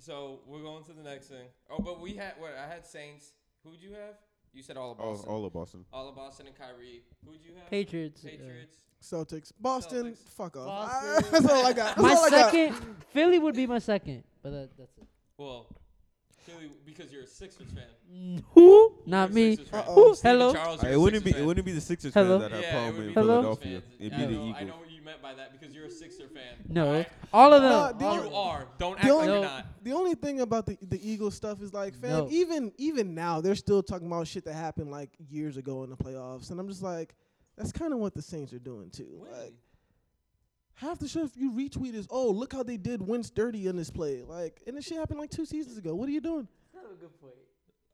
Speaker 4: So we're going to the next thing. Oh, but we had what? I had Saints. Who'd you have? You said all of
Speaker 3: all,
Speaker 4: Boston. All,
Speaker 3: Oh, all of Boston.
Speaker 4: of Boston and Kyrie. Who'd you have?
Speaker 7: Patriots. yeah.
Speaker 4: Patriots.
Speaker 6: Celtics, Boston,
Speaker 4: Celtics.
Speaker 6: fuck off.
Speaker 7: Boston.
Speaker 6: that's all I got. That's
Speaker 7: My
Speaker 6: all I got.
Speaker 7: second, Philly would be my second, but that, that's it.
Speaker 4: Well, clearly because you're a Sixers fan.
Speaker 7: Who? Not
Speaker 4: You're a
Speaker 7: me.
Speaker 4: Sixers fan.
Speaker 6: Uh-oh.
Speaker 4: Stephen
Speaker 7: Hello.
Speaker 4: Charles, you're
Speaker 3: it
Speaker 4: a
Speaker 3: wouldn't be
Speaker 4: Sixers
Speaker 3: it
Speaker 4: fan.
Speaker 3: wouldn't be the Sixers
Speaker 7: Hello?
Speaker 3: fans that have
Speaker 4: Yeah, it would
Speaker 3: problem
Speaker 4: be
Speaker 3: in
Speaker 4: the
Speaker 7: Hello?
Speaker 3: Philadelphia.
Speaker 4: Sixers
Speaker 3: It'd
Speaker 4: fans.
Speaker 3: be
Speaker 4: I know, I
Speaker 3: the
Speaker 4: know
Speaker 3: Eagles.
Speaker 4: what you meant by that because you're a Sixer fan.
Speaker 7: No,
Speaker 4: Alright?
Speaker 7: all of them.
Speaker 6: No, the
Speaker 7: all
Speaker 6: only-
Speaker 7: of
Speaker 4: You
Speaker 7: them.
Speaker 4: are. Don't act
Speaker 6: The
Speaker 4: like
Speaker 7: only-
Speaker 4: you're not.
Speaker 6: The only thing about the the Eagles stuff is like, fam,
Speaker 7: No.
Speaker 6: even even now they're still talking about shit that happened like years ago in the playoffs, and I'm just like, that's kind of what the Saints are doing too. Like half the shit you retweet is, oh look how they did Wentz dirty in this play, like, and this shit happened like two seasons ago. What are you doing?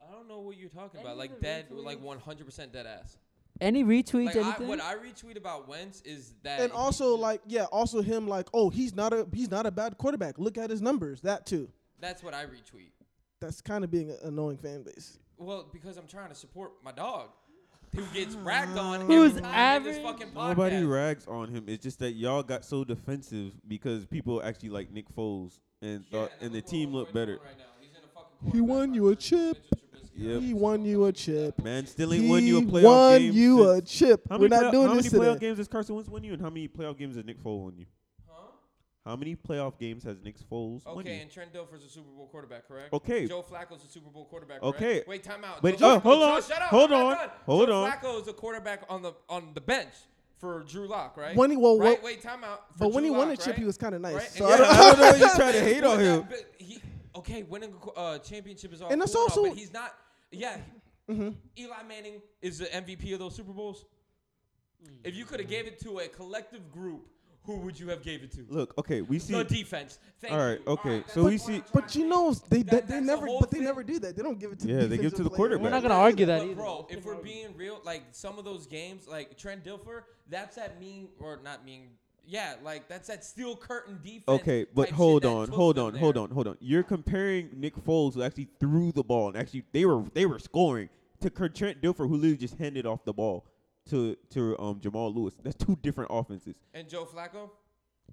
Speaker 4: I don't know what you're talking
Speaker 7: Any
Speaker 4: about. Like
Speaker 7: of the
Speaker 4: dead,
Speaker 7: retweets?
Speaker 4: like 100% dead ass.
Speaker 7: Any retweets,
Speaker 4: Like I,
Speaker 7: anything?
Speaker 4: what I retweet about Wentz is that.
Speaker 6: And
Speaker 4: he-
Speaker 6: also like, yeah, also him like, oh he's not a he's not a bad quarterback. Look at his numbers. That too.
Speaker 4: that's what I retweet.
Speaker 6: That's kind of being an annoying fan base.
Speaker 4: Well, because I'm trying to support my dog, who gets ragged on
Speaker 7: Who's
Speaker 4: every time in this
Speaker 7: average?
Speaker 4: fucking podcast.
Speaker 3: Nobody rags on him. It's just that y'all got so defensive because people actually like Nick Foles and
Speaker 6: Uh,
Speaker 4: Yeah,
Speaker 3: thought and the
Speaker 4: look what
Speaker 3: team
Speaker 4: Roy
Speaker 3: looked
Speaker 4: doing
Speaker 3: better.
Speaker 4: right now. He's in a fucking
Speaker 6: He won
Speaker 4: quarterback
Speaker 6: you a
Speaker 4: versus
Speaker 6: chip.
Speaker 4: Mitchell Trubisky.
Speaker 3: Yep.
Speaker 6: He won you a chip.
Speaker 3: Man, still ain't
Speaker 6: he
Speaker 3: won you a playoff
Speaker 6: won
Speaker 3: game.
Speaker 6: you a
Speaker 3: since-
Speaker 6: chip.
Speaker 3: How
Speaker 6: We're
Speaker 3: many
Speaker 6: not
Speaker 3: playoff-
Speaker 6: doing
Speaker 3: how
Speaker 6: this
Speaker 3: many playoff
Speaker 6: today.
Speaker 3: games does Carson Wentz win you, and how many playoff games does Nick Foles win you? How many playoff games has Nick Foles won you?
Speaker 4: Okay, and Trent Dilfer's a Super Bowl quarterback, correct?
Speaker 3: Okay.
Speaker 4: Joe Flacco's a Super Bowl quarterback.
Speaker 3: Okay.
Speaker 4: Correct? Wait, time out.
Speaker 3: But-
Speaker 4: Joe
Speaker 3: oh, hold
Speaker 4: Flacco-
Speaker 3: on.
Speaker 4: Shut up.
Speaker 3: Hold
Speaker 4: I'm not
Speaker 3: on.
Speaker 4: done.
Speaker 3: Hold
Speaker 4: Joe
Speaker 3: on.
Speaker 4: Flacco's the quarterback on the on the bench for Drew Lock, right?
Speaker 6: When he- well,
Speaker 4: right?
Speaker 6: well-
Speaker 4: Wait, time out. For
Speaker 6: But when
Speaker 4: Drew
Speaker 6: he won
Speaker 4: Lock,
Speaker 6: the chip,
Speaker 4: right?
Speaker 6: he was kind of nice.
Speaker 4: Right?
Speaker 6: So
Speaker 4: Yeah,
Speaker 6: I don't,
Speaker 3: I don't know why you trying to hate on him.
Speaker 4: But he, okay, winning a qu- uh, championship is all
Speaker 6: And
Speaker 4: and
Speaker 6: that's
Speaker 4: cool also,
Speaker 6: also-
Speaker 4: but he's not. Yeah,
Speaker 3: Mm-hmm.
Speaker 4: Eli Manning is the MVP of those Super Bowls. If you could have gave it to a collective group, who would you have gave it to?
Speaker 3: Look, okay, we see.
Speaker 4: The defense. Thank
Speaker 3: All right,
Speaker 4: you.
Speaker 3: okay,
Speaker 4: that's
Speaker 3: so
Speaker 4: what
Speaker 3: we
Speaker 4: I'm
Speaker 3: see-
Speaker 4: trying to
Speaker 6: but you
Speaker 4: say.
Speaker 6: know they
Speaker 4: That-
Speaker 6: they-
Speaker 4: that's
Speaker 6: they
Speaker 4: the
Speaker 6: never
Speaker 4: whole
Speaker 6: but they
Speaker 4: thing.
Speaker 6: never do that. They don't give it to
Speaker 3: Yeah,
Speaker 6: the
Speaker 3: they give it to
Speaker 6: defensive
Speaker 3: the
Speaker 6: player.
Speaker 3: quarterback.
Speaker 7: We're not
Speaker 3: Right.
Speaker 7: gonna argue that
Speaker 4: But
Speaker 7: either.
Speaker 4: bro, if we're being real, like some of those games, like Trent Dilfer, that's that mean or not mean. Yeah, like that's that steel curtain defense.
Speaker 3: Okay,
Speaker 4: type
Speaker 3: but
Speaker 4: shit
Speaker 3: hold
Speaker 4: that
Speaker 3: on,
Speaker 4: took
Speaker 3: hold
Speaker 4: them
Speaker 3: on,
Speaker 4: there.
Speaker 3: hold on, hold on. You're comparing Nick Foles, who actually threw the ball and actually they were they were scoring, to Cur- Trent Dilfer, who literally just handed off the ball to to um Jamal Lewis. That's two different offenses.
Speaker 4: And Joe Flacco.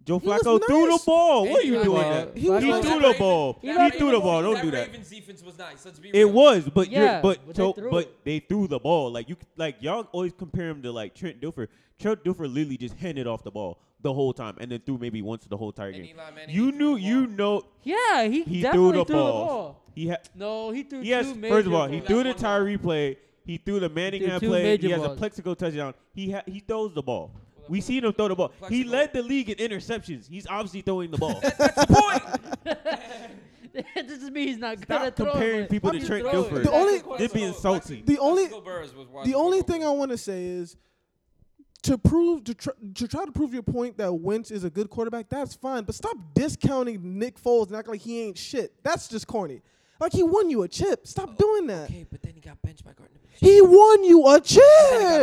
Speaker 3: Joe
Speaker 6: He was
Speaker 3: Flacco threw the
Speaker 6: nice.
Speaker 3: ball. What are
Speaker 4: Hey,
Speaker 3: you
Speaker 4: Eli
Speaker 3: doing?
Speaker 4: Manning.
Speaker 3: That
Speaker 6: He was
Speaker 3: he
Speaker 6: nice.
Speaker 3: threw
Speaker 4: That
Speaker 3: the ball.
Speaker 4: Ravens-
Speaker 3: He
Speaker 4: that
Speaker 3: threw the
Speaker 4: Ravens-
Speaker 3: ball. Don't do that.
Speaker 4: Ravens defense was nice. Let's be real.
Speaker 3: It was, but
Speaker 7: Yeah,
Speaker 3: you're, but
Speaker 7: but
Speaker 3: but,
Speaker 7: they
Speaker 3: so,
Speaker 7: threw it.
Speaker 3: but they threw the ball. Like you, like y'all always compare him to like Trent Dilfer. Trent Dilfer literally just handed off the ball the whole time, and then threw maybe once the whole entire
Speaker 4: And
Speaker 3: game.
Speaker 4: Eli Manning, he
Speaker 3: You
Speaker 4: threw
Speaker 3: knew,
Speaker 4: the
Speaker 3: you
Speaker 4: ball.
Speaker 3: know,
Speaker 7: yeah, he,
Speaker 3: he
Speaker 7: definitely
Speaker 3: threw the ball.
Speaker 7: ball.
Speaker 3: He had
Speaker 7: No, he threw
Speaker 3: yes.
Speaker 7: two major
Speaker 3: First of all, he
Speaker 7: balls.
Speaker 3: threw
Speaker 4: That
Speaker 3: the
Speaker 4: one ball.
Speaker 3: Tyree play. He threw the Manningham
Speaker 7: two
Speaker 3: play.
Speaker 7: major
Speaker 3: He has a
Speaker 7: balls.
Speaker 3: Plexico touchdown. He ha- he throws the ball. We seen him throw the ball. He
Speaker 4: Plexico.
Speaker 3: led the league in interceptions. He's obviously throwing the ball.
Speaker 7: That doesn't mean he's not good
Speaker 3: Stop
Speaker 7: at throwing.
Speaker 3: comparing
Speaker 7: but
Speaker 3: people to
Speaker 7: he's
Speaker 3: Trent
Speaker 7: throwing.
Speaker 3: Dilfer.
Speaker 6: The only-
Speaker 3: They're being salty.
Speaker 6: The only-
Speaker 4: Burris was
Speaker 6: The only thing I want to say is to prove to, tr- to try to prove your point that Wentz is a good quarterback, that's fine. But stop discounting Nick Foles and act like he ain't shit. That's just corny. Like he won you a chip. Stop doing that.
Speaker 4: Okay, but then he got benched by Gardner Minshew.
Speaker 6: He won you a
Speaker 4: Then he got
Speaker 6: chip.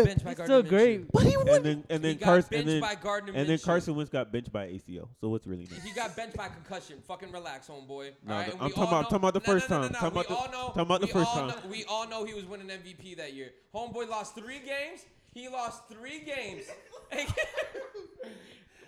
Speaker 4: benched by
Speaker 7: He's
Speaker 4: Gardner
Speaker 7: still
Speaker 4: Minshew.
Speaker 7: great.
Speaker 6: But he won.
Speaker 3: And then and
Speaker 4: He
Speaker 3: then
Speaker 4: got
Speaker 3: Carson
Speaker 4: benched
Speaker 3: and then
Speaker 4: by Gardner
Speaker 3: and then
Speaker 4: Minshew.
Speaker 3: Carson Wentz got benched by ACL. So what's really next?
Speaker 4: He got benched by concussion. Fucking relax, homeboy.
Speaker 3: No,
Speaker 4: Alright,
Speaker 3: the-
Speaker 4: and
Speaker 3: I'm
Speaker 4: we
Speaker 3: talking
Speaker 4: all
Speaker 3: about- I'm talking about the
Speaker 4: no,
Speaker 3: first
Speaker 4: no, no,
Speaker 3: time.
Speaker 4: No, no,
Speaker 3: Talking
Speaker 4: we
Speaker 3: about the-
Speaker 4: all know,
Speaker 3: talking about the
Speaker 4: we
Speaker 3: first
Speaker 4: all
Speaker 3: time.
Speaker 4: know- we all know he was winning MVP that year. Homeboy lost three games. He lost three games.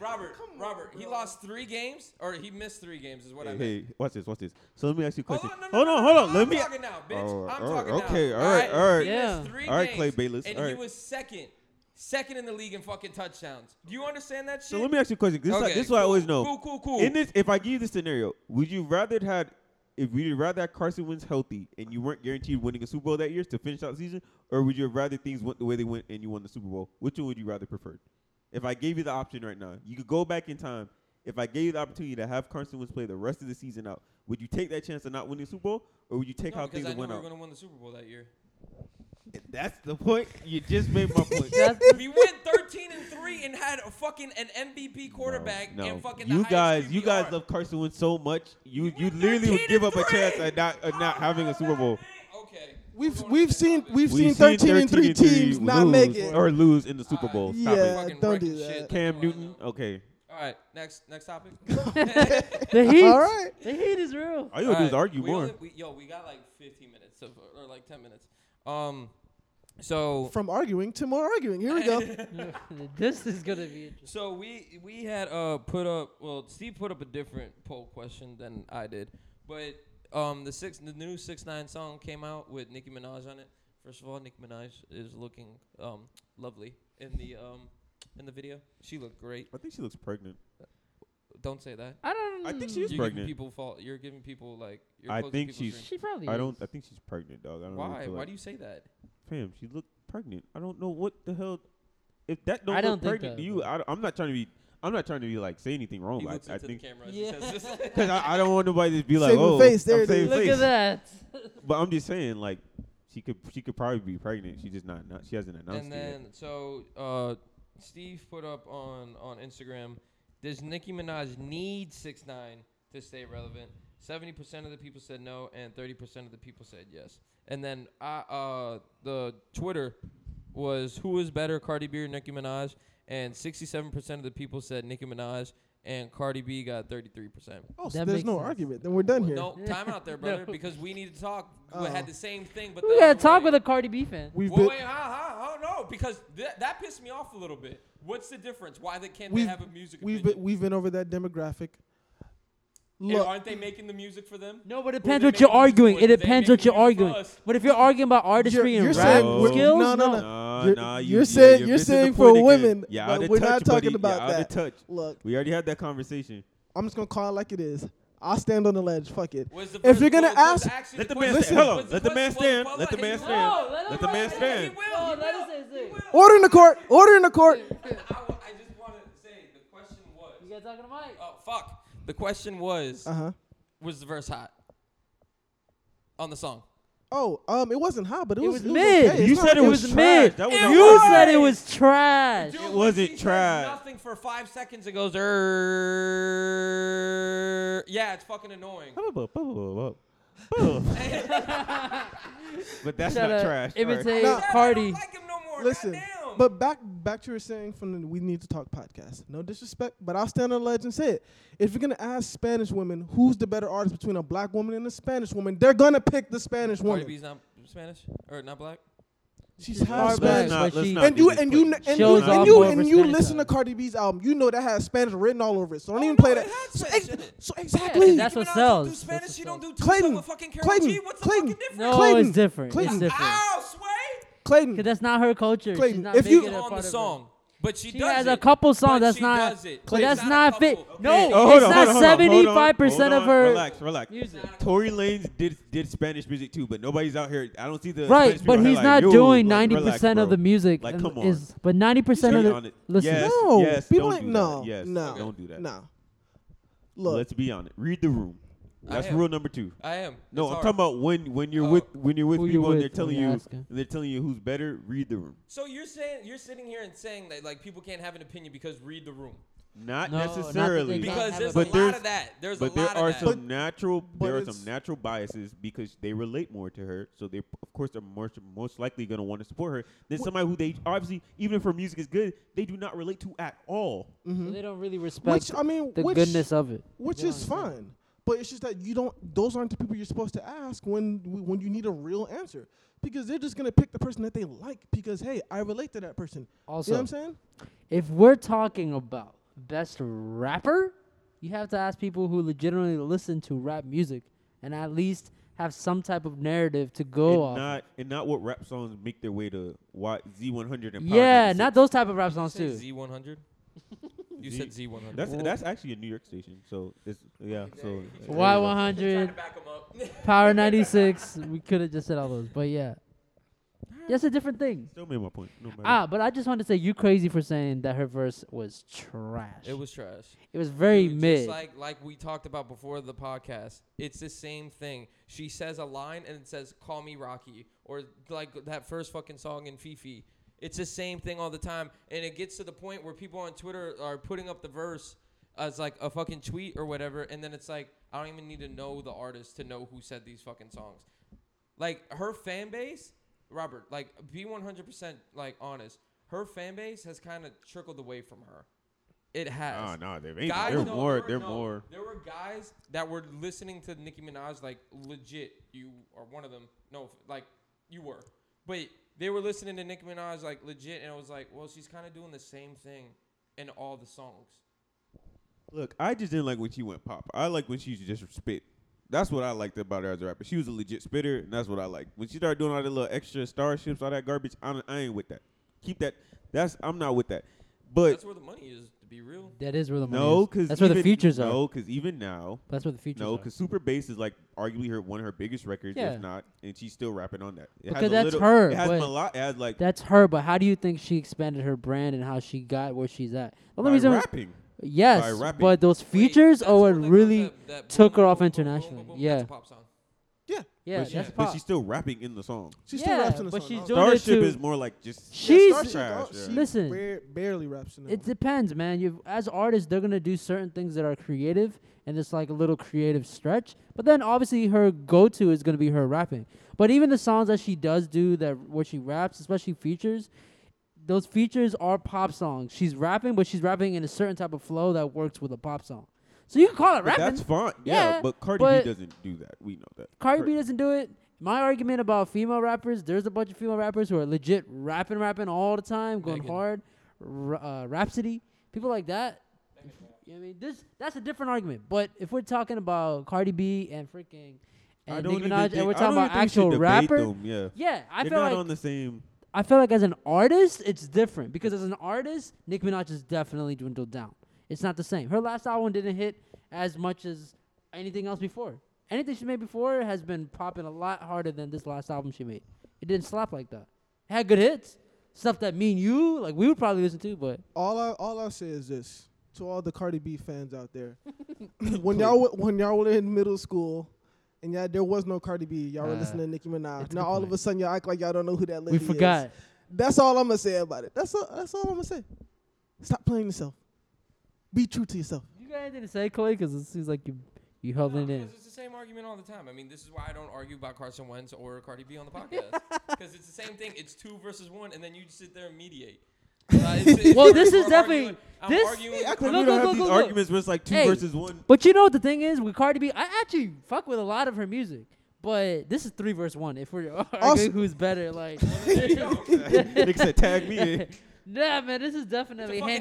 Speaker 4: Robert, Robert, he lost three games, or he missed three games, is what I meant.
Speaker 3: Hey, watch this, watch this. So let me ask you a
Speaker 4: Hold
Speaker 3: question.
Speaker 4: on, no, no,
Speaker 3: Hold
Speaker 4: no,
Speaker 3: on,
Speaker 4: no,
Speaker 3: hold
Speaker 4: no,
Speaker 3: on.
Speaker 4: I'm
Speaker 3: Let me.
Speaker 4: talking now, bitch.
Speaker 3: All right,
Speaker 4: I'm
Speaker 3: Oh, all right,
Speaker 4: talking
Speaker 3: okay,
Speaker 4: now.
Speaker 3: all right, all right.
Speaker 4: He
Speaker 7: Yeah.
Speaker 4: missed three
Speaker 3: All right, Clay
Speaker 4: games,
Speaker 3: Bayless,
Speaker 4: And
Speaker 3: all
Speaker 4: he
Speaker 3: right.
Speaker 4: was second, second in the league in fucking touchdowns. Do you understand that shit?
Speaker 3: So let me ask you a question. This, is
Speaker 4: Okay,
Speaker 3: this is what I always
Speaker 4: cool, cool,
Speaker 3: know.
Speaker 4: cool, cool.
Speaker 3: In this, if I give you this scenario, would you rather it had, if would you rather that Carson wins healthy and you weren't guaranteed winning a Super Bowl that year to finish out the season, or would you rather things went the way they went and you won the Super Bowl? Which one would you rather prefer? If I gave you the option right now, you could go back in time. If I gave you the opportunity to have Carson Wentz play the rest of the season out, would you take that chance of not winning the Super Bowl, or would you take
Speaker 4: no,
Speaker 3: how
Speaker 4: because
Speaker 3: things
Speaker 4: I knew we
Speaker 3: went
Speaker 4: were
Speaker 3: out?
Speaker 4: going to win the Super Bowl that year.
Speaker 3: That's the point. You just made my point.
Speaker 7: That's
Speaker 4: we went 13 and 3 and had a fucking an MVP quarterback
Speaker 3: No, no.
Speaker 4: and fucking the
Speaker 3: you
Speaker 4: highest
Speaker 3: guys, you
Speaker 4: QBR.
Speaker 3: guys love Carson Wentz so much, you you
Speaker 4: went
Speaker 3: literally
Speaker 4: 13
Speaker 3: would give
Speaker 4: and
Speaker 3: up a chance
Speaker 4: three.
Speaker 3: at not at not having a Super Bowl.
Speaker 4: Okay.
Speaker 6: We've
Speaker 4: We're going
Speaker 6: we've
Speaker 4: to the
Speaker 6: seen
Speaker 4: topic.
Speaker 6: we've, seen 13 and 3 teams not
Speaker 3: lose,
Speaker 6: make it.
Speaker 3: or lose in the Super
Speaker 4: Uh,
Speaker 3: Bowl. Stop
Speaker 6: Yeah,
Speaker 3: it.
Speaker 4: Fucking
Speaker 6: don't
Speaker 4: wrecking
Speaker 6: do
Speaker 4: shit.
Speaker 6: that.
Speaker 3: Cam Newton. Okay,
Speaker 4: All right, next next topic.
Speaker 7: the heat.
Speaker 6: All right.
Speaker 7: The heat is real.
Speaker 3: all you gotta do
Speaker 4: Alright,
Speaker 3: is argue
Speaker 4: we
Speaker 3: more.
Speaker 4: only- we- yo, we got like 15 minutes of, or like 10 minutes. Um, so
Speaker 6: From arguing to more arguing. Here we go.
Speaker 7: this is gonna be interesting.
Speaker 4: so we we had uh put up well Steve put up a different poll question than I did, but um the six the new six nine song came out with Nicki Minaj on it. First of all, Nicki Minaj is looking um lovely in the um in the video. She looked great.
Speaker 3: I think she looks pregnant.
Speaker 4: Don't say that.
Speaker 7: I don't.
Speaker 3: I think she is
Speaker 4: You're giving
Speaker 3: pregnant.
Speaker 4: people fault. You're giving people like. You're
Speaker 3: I
Speaker 4: closing
Speaker 3: think
Speaker 4: people's
Speaker 3: she's-
Speaker 7: She probably.
Speaker 3: I don't. I
Speaker 7: is.
Speaker 3: think she's pregnant, dog. I don't
Speaker 4: dreams.
Speaker 3: really
Speaker 4: Why?
Speaker 3: feel
Speaker 4: Why
Speaker 3: like-
Speaker 4: do you say that?
Speaker 3: Fam, she looked pregnant. I don't know what the hell. If that don't
Speaker 7: I
Speaker 3: look
Speaker 7: don't think
Speaker 3: pregnant
Speaker 7: that-
Speaker 3: to you, I, am not trying to be. I'm not trying to be like say anything wrong.
Speaker 4: he
Speaker 3: Like
Speaker 4: looks
Speaker 3: I
Speaker 4: into
Speaker 3: think
Speaker 4: the camera. as
Speaker 7: Yeah.
Speaker 4: He says this.
Speaker 3: because I, I don't want nobody to be like,
Speaker 6: Saving
Speaker 3: oh,
Speaker 6: face, there
Speaker 3: I'm
Speaker 6: it is.
Speaker 3: saving
Speaker 7: Look
Speaker 3: face.
Speaker 7: at that.
Speaker 3: But I'm just saying, like, she could she could probably be pregnant. She just not, not she hasn't announced
Speaker 4: and
Speaker 3: it.
Speaker 4: then
Speaker 3: yet.
Speaker 4: so uh, Steve put up on on Instagram, does Nicki Minaj need six nine to stay relevant? Seventy percent of the people said no, and thirty percent of the people said yes. And then I uh, the Twitter was who is better, Cardi B or Nicki Minaj? And sixty-seven percent of the people said Nicki Minaj, and Cardi B got thirty-three percent.
Speaker 6: Oh, so
Speaker 7: That
Speaker 6: there's
Speaker 7: makes
Speaker 6: no
Speaker 7: sense.
Speaker 6: argument. Then we're done here.
Speaker 4: No time out there, brother, because we need to talk. We had
Speaker 6: Oh.
Speaker 4: the same thing, but
Speaker 7: We
Speaker 4: the
Speaker 7: gotta
Speaker 4: other
Speaker 7: talk
Speaker 4: way.
Speaker 7: with a Cardi B fan.
Speaker 6: We've
Speaker 4: Well,
Speaker 6: been
Speaker 4: wait, ha, ha, ha, no, because that that pissed me off a little bit. What's the difference? Why they can't
Speaker 6: We've-
Speaker 4: they have a music
Speaker 6: we've been
Speaker 4: opinion?
Speaker 6: we've been over that demographic.
Speaker 4: Eh,
Speaker 6: Look,
Speaker 4: aren't they making the music for them?
Speaker 7: No, but it
Speaker 4: Who
Speaker 7: depends
Speaker 4: they
Speaker 7: what you're
Speaker 4: making music
Speaker 7: arguing.
Speaker 4: for?
Speaker 7: It
Speaker 4: They
Speaker 7: depends
Speaker 4: making
Speaker 7: what you're
Speaker 4: music for
Speaker 7: arguing.
Speaker 4: us.
Speaker 7: But if you're arguing about artistry and
Speaker 6: you're
Speaker 7: rap
Speaker 6: saying
Speaker 3: we're-
Speaker 7: skills,
Speaker 6: no, no, no.
Speaker 3: Nah,
Speaker 6: You're-
Speaker 3: nah,
Speaker 6: you're
Speaker 3: you,
Speaker 6: saying-
Speaker 3: you
Speaker 6: you're
Speaker 3: missing
Speaker 6: saying
Speaker 3: the
Speaker 6: for
Speaker 3: point again.
Speaker 6: women,
Speaker 3: Yeah,
Speaker 6: but
Speaker 3: out of
Speaker 6: we're
Speaker 3: touch,
Speaker 6: not talking
Speaker 3: buddy.
Speaker 6: about
Speaker 3: yeah, Out
Speaker 6: that.
Speaker 3: of touch.
Speaker 6: look,
Speaker 3: We already had that conversation.
Speaker 6: I'm just gonna call it like it is. I'll stand on the ledge. Fuck it.
Speaker 4: Was the
Speaker 6: If you're
Speaker 4: first-
Speaker 6: gonna
Speaker 4: well, was
Speaker 6: ask,
Speaker 4: actually
Speaker 3: Let the
Speaker 4: question-
Speaker 3: man
Speaker 6: Listen.
Speaker 3: stand. Hold on.
Speaker 4: was the
Speaker 3: Let the man
Speaker 4: question- well,
Speaker 3: stand.
Speaker 4: hold
Speaker 3: Let the
Speaker 4: on,
Speaker 3: man
Speaker 4: he
Speaker 3: stand.
Speaker 4: will.
Speaker 3: Let the man
Speaker 4: He
Speaker 3: stand.
Speaker 7: No,
Speaker 4: will. he
Speaker 7: let
Speaker 4: will,
Speaker 7: us say
Speaker 4: he
Speaker 7: it.
Speaker 4: will.
Speaker 6: order in the court. Order in the court.
Speaker 4: I, wa- I just want to say the question was.
Speaker 7: You guys talking to Mike?
Speaker 4: Oh fuck! The question was:
Speaker 6: Uh huh.
Speaker 4: Was the verse hot on the song?
Speaker 6: Oh, um, it wasn't hot, but it,
Speaker 7: It
Speaker 6: was,
Speaker 7: was
Speaker 6: it was
Speaker 7: mid.
Speaker 6: okay. It's
Speaker 3: You
Speaker 6: not-
Speaker 3: said it
Speaker 7: It
Speaker 3: was
Speaker 7: was
Speaker 3: trash.
Speaker 7: mid.
Speaker 3: That was
Speaker 4: It
Speaker 3: not-
Speaker 7: You
Speaker 4: was.
Speaker 7: said it was trash.
Speaker 4: Dude,
Speaker 3: It
Speaker 4: when
Speaker 3: wasn't
Speaker 4: she says
Speaker 3: trash.
Speaker 4: Nothing for five seconds. It goes. "Err." Yeah, it's fucking annoying.
Speaker 3: But that's
Speaker 7: Shut
Speaker 3: not
Speaker 7: up.
Speaker 3: trash.
Speaker 7: Imitate
Speaker 3: Alright.
Speaker 6: Nah.
Speaker 4: I
Speaker 7: Cardi.
Speaker 4: don't like him no more.
Speaker 6: Listen,
Speaker 4: goddamn.
Speaker 6: but back back to your saying from the We Need to Talk podcast. No disrespect, but I'll stand on the ledge and say it. If you're gonna ask Spanish women who's the better artist between a black woman and a Spanish woman, they're gonna pick the Spanish
Speaker 4: Cardi
Speaker 6: woman.
Speaker 4: B's not Spanish or not black.
Speaker 6: She's
Speaker 7: She's
Speaker 6: half
Speaker 7: hard
Speaker 3: Let's
Speaker 7: black,
Speaker 6: Spanish.
Speaker 3: not-
Speaker 7: but
Speaker 3: let's
Speaker 7: she-
Speaker 3: not
Speaker 6: And
Speaker 3: do
Speaker 6: you
Speaker 3: this,
Speaker 6: and
Speaker 3: please.
Speaker 6: you and you
Speaker 7: Shows
Speaker 6: and
Speaker 7: off
Speaker 6: you
Speaker 7: more of
Speaker 6: and
Speaker 7: her
Speaker 6: you
Speaker 7: Spanish
Speaker 6: listen to
Speaker 7: side.
Speaker 6: Cardi B's album, you know that has Spanish written all over it. So don't
Speaker 4: Oh,
Speaker 6: even
Speaker 4: no,
Speaker 6: play
Speaker 4: it
Speaker 6: that.
Speaker 4: had
Speaker 6: So,
Speaker 4: Spanish
Speaker 6: ex-
Speaker 4: in it.
Speaker 6: so
Speaker 7: Yeah,
Speaker 6: exactly.
Speaker 7: that's what
Speaker 4: Nicki Minaj
Speaker 7: sells.
Speaker 4: Don't do
Speaker 7: That's
Speaker 4: Spanish.
Speaker 7: what
Speaker 4: You don't do
Speaker 7: sells.
Speaker 4: two
Speaker 6: Clayton,
Speaker 4: With fucking Cardi
Speaker 6: Clayton,
Speaker 4: G. What's the
Speaker 6: Clayton.
Speaker 4: fucking difference?
Speaker 7: No,
Speaker 6: Clayton,
Speaker 7: it's different.
Speaker 6: Clayton.
Speaker 7: It's different.
Speaker 4: Ow, sway.
Speaker 7: Because
Speaker 6: Clayton,
Speaker 7: that's not her culture.
Speaker 6: Clayton,
Speaker 7: She's not
Speaker 6: if you-
Speaker 7: making
Speaker 4: She's
Speaker 7: it a part
Speaker 4: on the
Speaker 7: of her.
Speaker 4: song, but she,
Speaker 7: She
Speaker 4: does
Speaker 7: has
Speaker 4: it.
Speaker 7: a couple
Speaker 4: But
Speaker 7: songs that's
Speaker 4: she
Speaker 7: not.
Speaker 4: Does it.
Speaker 7: But that's
Speaker 4: It's
Speaker 7: not
Speaker 4: a
Speaker 7: fit.
Speaker 4: couple.
Speaker 7: No,
Speaker 3: Hey, oh, hold
Speaker 7: it's
Speaker 3: on,
Speaker 7: not
Speaker 3: hold on, hold on, hold on,
Speaker 7: seventy-five percent
Speaker 3: hold
Speaker 7: of
Speaker 3: on,
Speaker 7: her
Speaker 3: Relax, relax.
Speaker 7: music.
Speaker 3: Tory Lanez did did Spanish music too, but nobody's out here. I don't see the Spanish
Speaker 7: Right,
Speaker 3: people
Speaker 7: but
Speaker 3: out here
Speaker 7: he's
Speaker 3: like,
Speaker 7: not
Speaker 3: "Yo,
Speaker 7: doing
Speaker 3: like,
Speaker 7: ninety
Speaker 3: relax,
Speaker 7: percent of
Speaker 3: bro."
Speaker 7: the music.
Speaker 3: Like,
Speaker 7: and
Speaker 3: come on.
Speaker 7: Is but ninety percent of
Speaker 3: Be
Speaker 7: the
Speaker 3: honest.
Speaker 7: listen.
Speaker 3: Yes,
Speaker 6: no,
Speaker 3: yes,
Speaker 6: people
Speaker 3: don't
Speaker 6: ain't
Speaker 3: do that.
Speaker 6: no,
Speaker 3: Yes,
Speaker 6: no,
Speaker 3: don't do that.
Speaker 6: No, look,
Speaker 3: Let's be honest. Read the room. That's
Speaker 4: I am.
Speaker 3: rule number two.
Speaker 4: I am.
Speaker 3: No,
Speaker 4: It's
Speaker 3: I'm
Speaker 4: hard.
Speaker 3: talking about when when you're
Speaker 4: Oh.
Speaker 3: with when you're with
Speaker 8: Who you
Speaker 3: people and
Speaker 8: with
Speaker 3: they're telling
Speaker 8: when
Speaker 3: you
Speaker 8: you're asking.
Speaker 3: they're telling you who's better. Read the room.
Speaker 4: So you're saying you're sitting here and saying that like people can't have an opinion because read the room
Speaker 3: Not
Speaker 5: No, not that they
Speaker 3: necessarily.
Speaker 5: can't
Speaker 4: because
Speaker 5: have
Speaker 4: there's
Speaker 5: a-
Speaker 4: a
Speaker 3: But there's-
Speaker 4: lot of that. There's a
Speaker 3: but
Speaker 4: lot
Speaker 3: there are
Speaker 4: of that.
Speaker 3: some natural there are
Speaker 6: it's-
Speaker 3: some natural biases because they relate more to her, so they of course are most most likely going to want to support her than somebody who they obviously even if her music is good they do not relate to at all.
Speaker 6: Mhm.
Speaker 5: So they don't really respect
Speaker 6: Which I mean,
Speaker 8: the
Speaker 6: which,
Speaker 8: goodness of it.
Speaker 6: which
Speaker 5: Yeah,
Speaker 6: is
Speaker 5: yeah.
Speaker 6: fine. But it's just that you don't; those aren't the people you're supposed to ask when when you need a real answer, because they're just gonna pick the person that they like. Because hey, I relate to that person. you know what
Speaker 8: Also,
Speaker 6: I'm saying?
Speaker 5: If we're talking about best rapper, you have to ask people who legitimately listen to rap music and at least have some type of narrative to go
Speaker 3: and
Speaker 5: off.
Speaker 3: not and not what rap songs make their way to Y Z100 and Power
Speaker 5: yeah,
Speaker 3: 96.
Speaker 5: not those type of rap songs
Speaker 4: Say
Speaker 5: too.
Speaker 4: Z100. You
Speaker 3: Z-
Speaker 4: said Z100.
Speaker 3: That's that's actually a New York station, so it's yeah. So uh,
Speaker 5: Y
Speaker 4: They're trying
Speaker 5: one
Speaker 4: to
Speaker 5: hundred,
Speaker 4: back 'em up.
Speaker 5: Power ninety six. We could have just said all those, but yeah, that's a different thing.
Speaker 3: Still made my point. No matter.
Speaker 5: Ah, but I just wanted to say you crazy for saying that her verse was trash.
Speaker 4: it was trash.
Speaker 5: It was very
Speaker 4: Dude,
Speaker 5: mid.
Speaker 4: Just like like we talked about before the podcast, it's the same thing. She says a line and it says "Call me Rocky" or like that first fucking song in Fifi. It's the same thing all the time, and it gets to the point where people on Twitter are putting up the verse as like a fucking tweet or whatever, and then it's like I don't even need to know the artist to know who said these fucking songs. Like her fan base, Robert, like be 100% like honest. Her fan base has kind of trickled away from her. It has.
Speaker 3: Ah, no, they ain't.
Speaker 4: Guys,
Speaker 3: They're
Speaker 4: no,
Speaker 3: more.
Speaker 4: there were-
Speaker 3: They're
Speaker 4: no,
Speaker 3: more.
Speaker 4: There were guys that were listening to Nicki Minaj like legit. You are one of them. No, like you were, but they were listening to Nicki Minaj like legit, and it was like, well, she's kind of doing the same thing in all the songs.
Speaker 3: Look, I just didn't like when she went pop. I like when she used to just spit. That's what I liked about her as a rapper. She was a legit spitter, and that's what I like. When she started doing all the little extra starships, all that garbage, I, don't- I ain't with that. Keep that. That's I'm not with that. But
Speaker 4: That's where the money is, to be real.
Speaker 5: that is where the money
Speaker 3: no,
Speaker 5: is.
Speaker 3: because
Speaker 5: that's where the futures are.
Speaker 3: No, because even now,
Speaker 5: That's where the futures
Speaker 3: no,
Speaker 5: are.
Speaker 3: because Super Bass is like arguably her one of her biggest records,
Speaker 5: Yeah.
Speaker 3: if not, and she's still rapping on that. It
Speaker 5: Because
Speaker 3: has a
Speaker 5: that's
Speaker 3: little,
Speaker 5: her,
Speaker 3: It has
Speaker 5: but-
Speaker 3: a lot. It has like
Speaker 5: That's her, but how do you think she expanded her brand and how she got where she's at? The only
Speaker 3: by
Speaker 5: reason,
Speaker 3: rapping. by
Speaker 5: yes,
Speaker 3: rapping.
Speaker 5: but those
Speaker 4: Wait,
Speaker 5: features
Speaker 4: that's
Speaker 5: are
Speaker 4: the
Speaker 5: what
Speaker 4: one that goes
Speaker 5: really
Speaker 4: that- that
Speaker 5: took
Speaker 4: boom,
Speaker 5: her off
Speaker 4: boom, boom, boom, boom,
Speaker 5: internationally.
Speaker 4: boom.
Speaker 5: Yeah,
Speaker 4: That's a pop song.
Speaker 5: yeah,
Speaker 3: but, she-
Speaker 5: that's
Speaker 3: but
Speaker 5: pop.
Speaker 3: she's still rapping in the song.
Speaker 6: She's
Speaker 5: Yeah,
Speaker 6: still raps in the
Speaker 5: but
Speaker 6: song.
Speaker 5: she's
Speaker 6: Oh,
Speaker 5: doing- Don't get
Speaker 3: Starship
Speaker 5: to-
Speaker 3: is more like just
Speaker 6: yeah,
Speaker 5: She's-
Speaker 6: Starship,
Speaker 3: Trash,
Speaker 6: oh,
Speaker 3: yeah.
Speaker 6: she
Speaker 5: Listen.
Speaker 6: bar- barely raps in the
Speaker 5: It depends, man. You as artists, they're gonna do certain things that are creative and it's like a little creative stretch. But then obviously her go-to is gonna be her rapping. But even the songs that she does do that where she raps, especially features, those features are pop songs. She's rapping, but she's rapping in a certain type of flow that works with a pop song. So you can call it
Speaker 3: But
Speaker 5: rapping.
Speaker 3: that's fine. Yeah,
Speaker 5: Yeah,
Speaker 3: but Cardi
Speaker 5: but-
Speaker 3: B doesn't do that. We know that.
Speaker 5: Cardi
Speaker 3: Her-
Speaker 5: B doesn't do it. My argument about female rappers, there's a bunch of female rappers who are legit rapping, rapping all the time, going
Speaker 4: Megan.
Speaker 5: hard. R- uh, Rhapsody, people like that. You know what I mean, this that's a different argument. But if we're talking about Cardi B and freaking
Speaker 3: I
Speaker 5: and
Speaker 3: don't
Speaker 5: Nicki
Speaker 3: even
Speaker 5: Minaj,
Speaker 3: think-
Speaker 5: and we're
Speaker 3: I
Speaker 5: talking
Speaker 3: don't
Speaker 5: about
Speaker 3: even think you should
Speaker 5: actual
Speaker 3: debate
Speaker 5: rapper,
Speaker 3: them, yeah,
Speaker 5: yeah, I
Speaker 3: they're
Speaker 5: feel
Speaker 3: not
Speaker 5: like
Speaker 3: on the same.
Speaker 5: I feel like as an artist, it's different because as an artist, Nicki Minaj is definitely dwindled down. It's not the same. Her last album didn't hit as much as anything else before. Anything she made before has been popping a lot harder than this last album she made. It didn't slap like that. It had good hits, stuff that me and you like we would probably listen to, but
Speaker 6: all I all I say is this to all the Cardi B fans out there: when y'all wa- when y'all were in middle school. And yeah, there was no Cardi B. Y'all were
Speaker 5: Uh,
Speaker 6: listening to Nicki Minaj.
Speaker 5: that's a
Speaker 6: Now
Speaker 5: good
Speaker 6: all of
Speaker 5: point.
Speaker 6: a sudden y'all act like y'all don't know who that lady
Speaker 5: we
Speaker 6: is.
Speaker 5: forgot.
Speaker 6: That's all I'm gonna say about it. That's all. That's all I'm gonna say. Stop playing yourself. Be true to yourself.
Speaker 5: You got anything to say, Chloe? Because it seems like you you held
Speaker 4: No,
Speaker 5: it in.
Speaker 4: because it's the same argument all the time. I mean, this is why I don't argue about Carson Wentz or Cardi B on the podcast because it's the same thing. It's two versus one, and then you just sit there and mediate. Uh, it's- it's-
Speaker 5: Well, this is
Speaker 4: I'm
Speaker 5: definitely-
Speaker 4: arguing- I'm
Speaker 5: this-
Speaker 4: arguing
Speaker 3: Hey, I
Speaker 4: with
Speaker 3: could
Speaker 5: Look,
Speaker 3: we
Speaker 5: look,
Speaker 3: don't have
Speaker 5: look,
Speaker 3: these
Speaker 5: look, look.
Speaker 3: arguments where it's like two
Speaker 5: Hey.
Speaker 3: versus one.
Speaker 5: But you know what the thing is with Cardi B, I actually fuck with a lot of her music, but this is three verse one. If we're arguing
Speaker 6: Also-
Speaker 5: who's better, like
Speaker 3: Nick said, "Tag me." in."
Speaker 5: nah, man, this is definitely
Speaker 4: fucking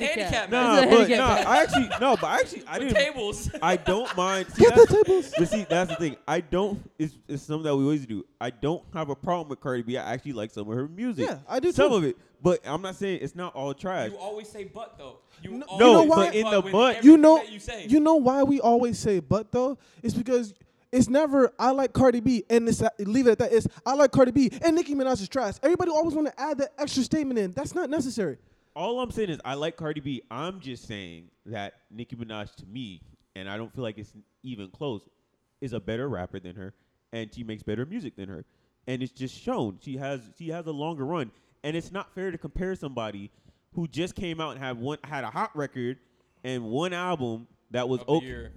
Speaker 4: handicap,
Speaker 5: handicap.
Speaker 4: man.
Speaker 3: Nah,
Speaker 5: It's a
Speaker 3: but
Speaker 5: handicap.
Speaker 3: nah, I actually no, but I actually I
Speaker 4: with
Speaker 3: didn't.
Speaker 4: tables.
Speaker 3: I don't mind. See, that's, but see, that's the thing. I don't. It's, it's something that we always do. I don't have a problem with Cardi B. I actually like some of her music.
Speaker 6: Yeah, I do
Speaker 3: Some
Speaker 6: too.
Speaker 3: of it, but I'm not saying it's not all trash.
Speaker 4: You always say but though. You
Speaker 6: No,
Speaker 4: always
Speaker 6: you know
Speaker 4: say
Speaker 6: why?
Speaker 3: but in the
Speaker 4: with
Speaker 3: but-
Speaker 4: everything
Speaker 6: You know,
Speaker 4: that you say.
Speaker 6: you know why we always say but though. It's because it's never I like Cardi B and it's uh, leave it at that. It's I like Cardi B and Nicki Minaj is trash. Everybody always want to add that extra statement in. That's not necessary.
Speaker 3: All I'm saying is I like Cardi B. I'm just saying that Nicki Minaj to me, and I don't feel like it's even close. is a better rapper than her, and she makes better music than her, and it's just shown. She has she has a longer run, and it's not fair to compare somebody who just came out and had one had a hot record and one album that was
Speaker 4: Of the
Speaker 3: okay,
Speaker 4: year.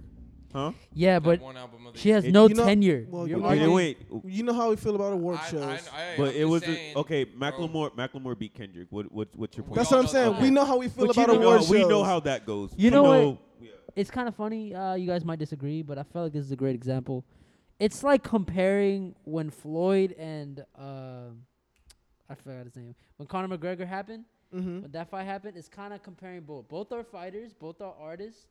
Speaker 3: huh?
Speaker 5: Yeah,
Speaker 4: That
Speaker 5: but
Speaker 4: one album of the
Speaker 5: she
Speaker 4: year.
Speaker 5: has
Speaker 3: It-
Speaker 5: no
Speaker 6: You know-
Speaker 5: tenure.
Speaker 6: well,
Speaker 5: You're
Speaker 6: you know-
Speaker 3: Okay,
Speaker 5: arguing-
Speaker 3: wait,
Speaker 6: You know how we feel about award
Speaker 4: I- I-
Speaker 6: shows.
Speaker 4: I- I'm
Speaker 3: but it
Speaker 4: just
Speaker 3: was
Speaker 4: saying,
Speaker 3: okay.
Speaker 4: bro,
Speaker 3: Macklemore Macklemore beat Kendrick. What what what's your
Speaker 4: We
Speaker 3: point?
Speaker 6: That's
Speaker 4: all
Speaker 6: what I'm
Speaker 4: know
Speaker 6: saying.
Speaker 4: that.
Speaker 6: We know how we feel
Speaker 5: But you
Speaker 6: about
Speaker 3: we know,
Speaker 6: award
Speaker 3: we
Speaker 6: shows.
Speaker 3: know how that goes.
Speaker 5: You know
Speaker 3: we
Speaker 5: what?
Speaker 3: yeah.
Speaker 5: it's kind of funny. Uh, you guys might disagree, but I feel like this is a great example. It's like comparing when Floyd and uh, I forgot his name when Conor McGregor happened.
Speaker 6: Mhm.
Speaker 5: When that fight happened, it's kind of comparing both. Both are fighters, both are artists,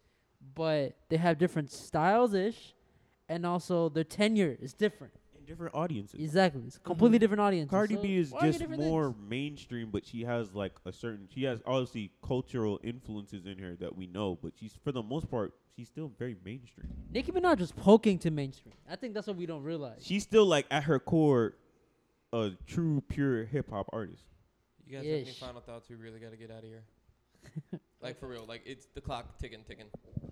Speaker 5: but they have different styles ish, and also their tenure is different.
Speaker 3: And different audiences.
Speaker 5: Exactly, it's a completely different audience.
Speaker 3: Mm-hmm. Cardi B is just more mainstream, but she has like a certain. She has obviously cultural influences in her that we know, but she's for the most part she's still very mainstream.
Speaker 5: Nicki Minaj is poking to mainstream. I think that's what we don't realize.
Speaker 3: She's still like at her core, a true pure hip hop artist.
Speaker 4: You guys have any
Speaker 5: Ish.
Speaker 4: final thoughts? We really got to get out of here. like for real. Like it's the clock ticking, ticking. Nah,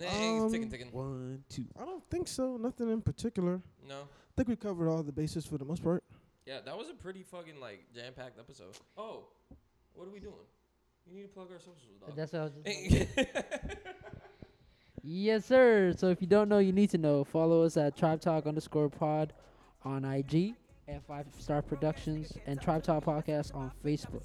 Speaker 4: it's ticking,
Speaker 6: Um,
Speaker 4: ticking.
Speaker 3: One, two.
Speaker 6: I don't think so. Nothing in particular.
Speaker 4: No.
Speaker 6: I think we covered all the bases for the most part.
Speaker 4: Yeah, that was a pretty fucking like jam-packed episode. Oh, what are we doing? You need to plug our socials, dog.
Speaker 5: That's what I was just
Speaker 3: Eh.
Speaker 5: Yes, sir. So if you don't know, you need to know. Follow us at Tribe Talk underscore pod on IG and Five Star Productions and Tribe Talk Podcast on Facebook.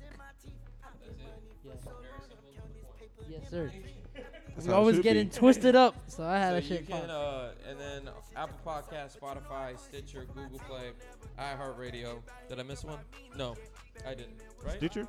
Speaker 5: Yeah. Yes, sir. we
Speaker 3: how it
Speaker 5: always
Speaker 3: should
Speaker 5: getting
Speaker 3: be.
Speaker 5: twisted up, so I had
Speaker 4: so
Speaker 5: a
Speaker 4: you
Speaker 5: shit. pop.
Speaker 4: can, uh, and then Apple Podcast, Spotify, Stitcher, Google Play, iHeartRadio. Did I miss one? No, I didn't. Right?
Speaker 3: Stitcher.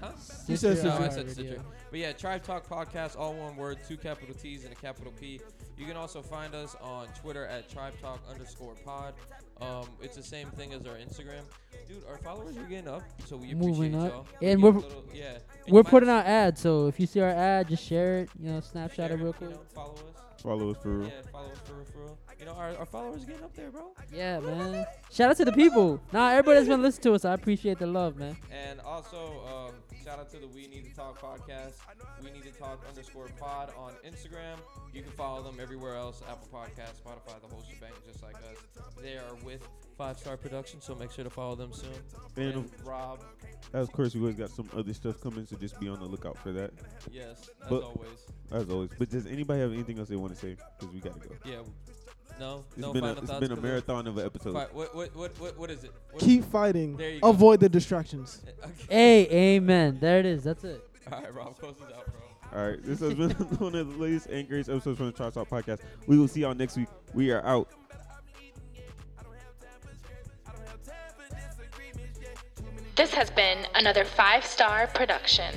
Speaker 4: Huh?
Speaker 6: He says
Speaker 5: Stitcher,
Speaker 4: No, I
Speaker 5: Android
Speaker 4: said
Speaker 5: Radio.
Speaker 4: Stitcher. But yeah, Tribe Talk Podcast, all one word, two capital T's and a capital P. You can also find us on Twitter at Tribe Talk underscore pod. Um, it's the same thing as our Instagram. Dude, our followers are getting up, so we appreciate
Speaker 5: Moving up.
Speaker 4: y'all.
Speaker 5: And
Speaker 4: We get
Speaker 5: we're-
Speaker 4: a little- yeah, and you
Speaker 5: We're
Speaker 4: might
Speaker 5: putting
Speaker 4: as-
Speaker 5: out ads, so if you see our ad, just share it. You know,
Speaker 4: share
Speaker 5: snapshot
Speaker 4: it,
Speaker 5: it real
Speaker 4: you
Speaker 5: quick.
Speaker 4: know, follow us.
Speaker 3: Follow us for
Speaker 4: Yeah, follow us for referral. You know, our, our followers are getting up there, bro.
Speaker 5: Yeah, man. Shout out to the people. Nah, everybody that's been listening to us, I appreciate the love, man.
Speaker 4: And also, um, shout out to the We Need to Talk podcast. We Need to Talk underscore pod on Instagram. You can follow them everywhere else Apple Podcasts, Spotify, the whole shebang, just like us. They are with Five Star Productions, so make sure to follow them soon.
Speaker 3: And
Speaker 4: And
Speaker 3: of,
Speaker 4: Rob,
Speaker 3: as of course, we always got some other stuff coming, so just be on the lookout for that.
Speaker 4: yes, as
Speaker 3: But-
Speaker 4: always.
Speaker 3: As always. But does anybody have anything else they want to say? Because we gotta go.
Speaker 4: Yeah. No,
Speaker 3: It's
Speaker 4: no
Speaker 3: been a,
Speaker 4: final
Speaker 3: it's
Speaker 4: thoughts.
Speaker 3: been a
Speaker 4: Khalil?
Speaker 3: marathon of an episode.
Speaker 4: Fi- What, what, what, what, what is it? What
Speaker 6: Keep fighting.
Speaker 4: There you go.
Speaker 6: Avoid the distractions.
Speaker 4: Okay.
Speaker 5: Hey, amen. There it is. That's it.
Speaker 4: All right, Rob, close this out, bro.
Speaker 3: All right, this has been one of the latest and greatest episodes from the Tribe Talk Podcast. We will see y'all next week. We are out.
Speaker 9: This has been another five star production.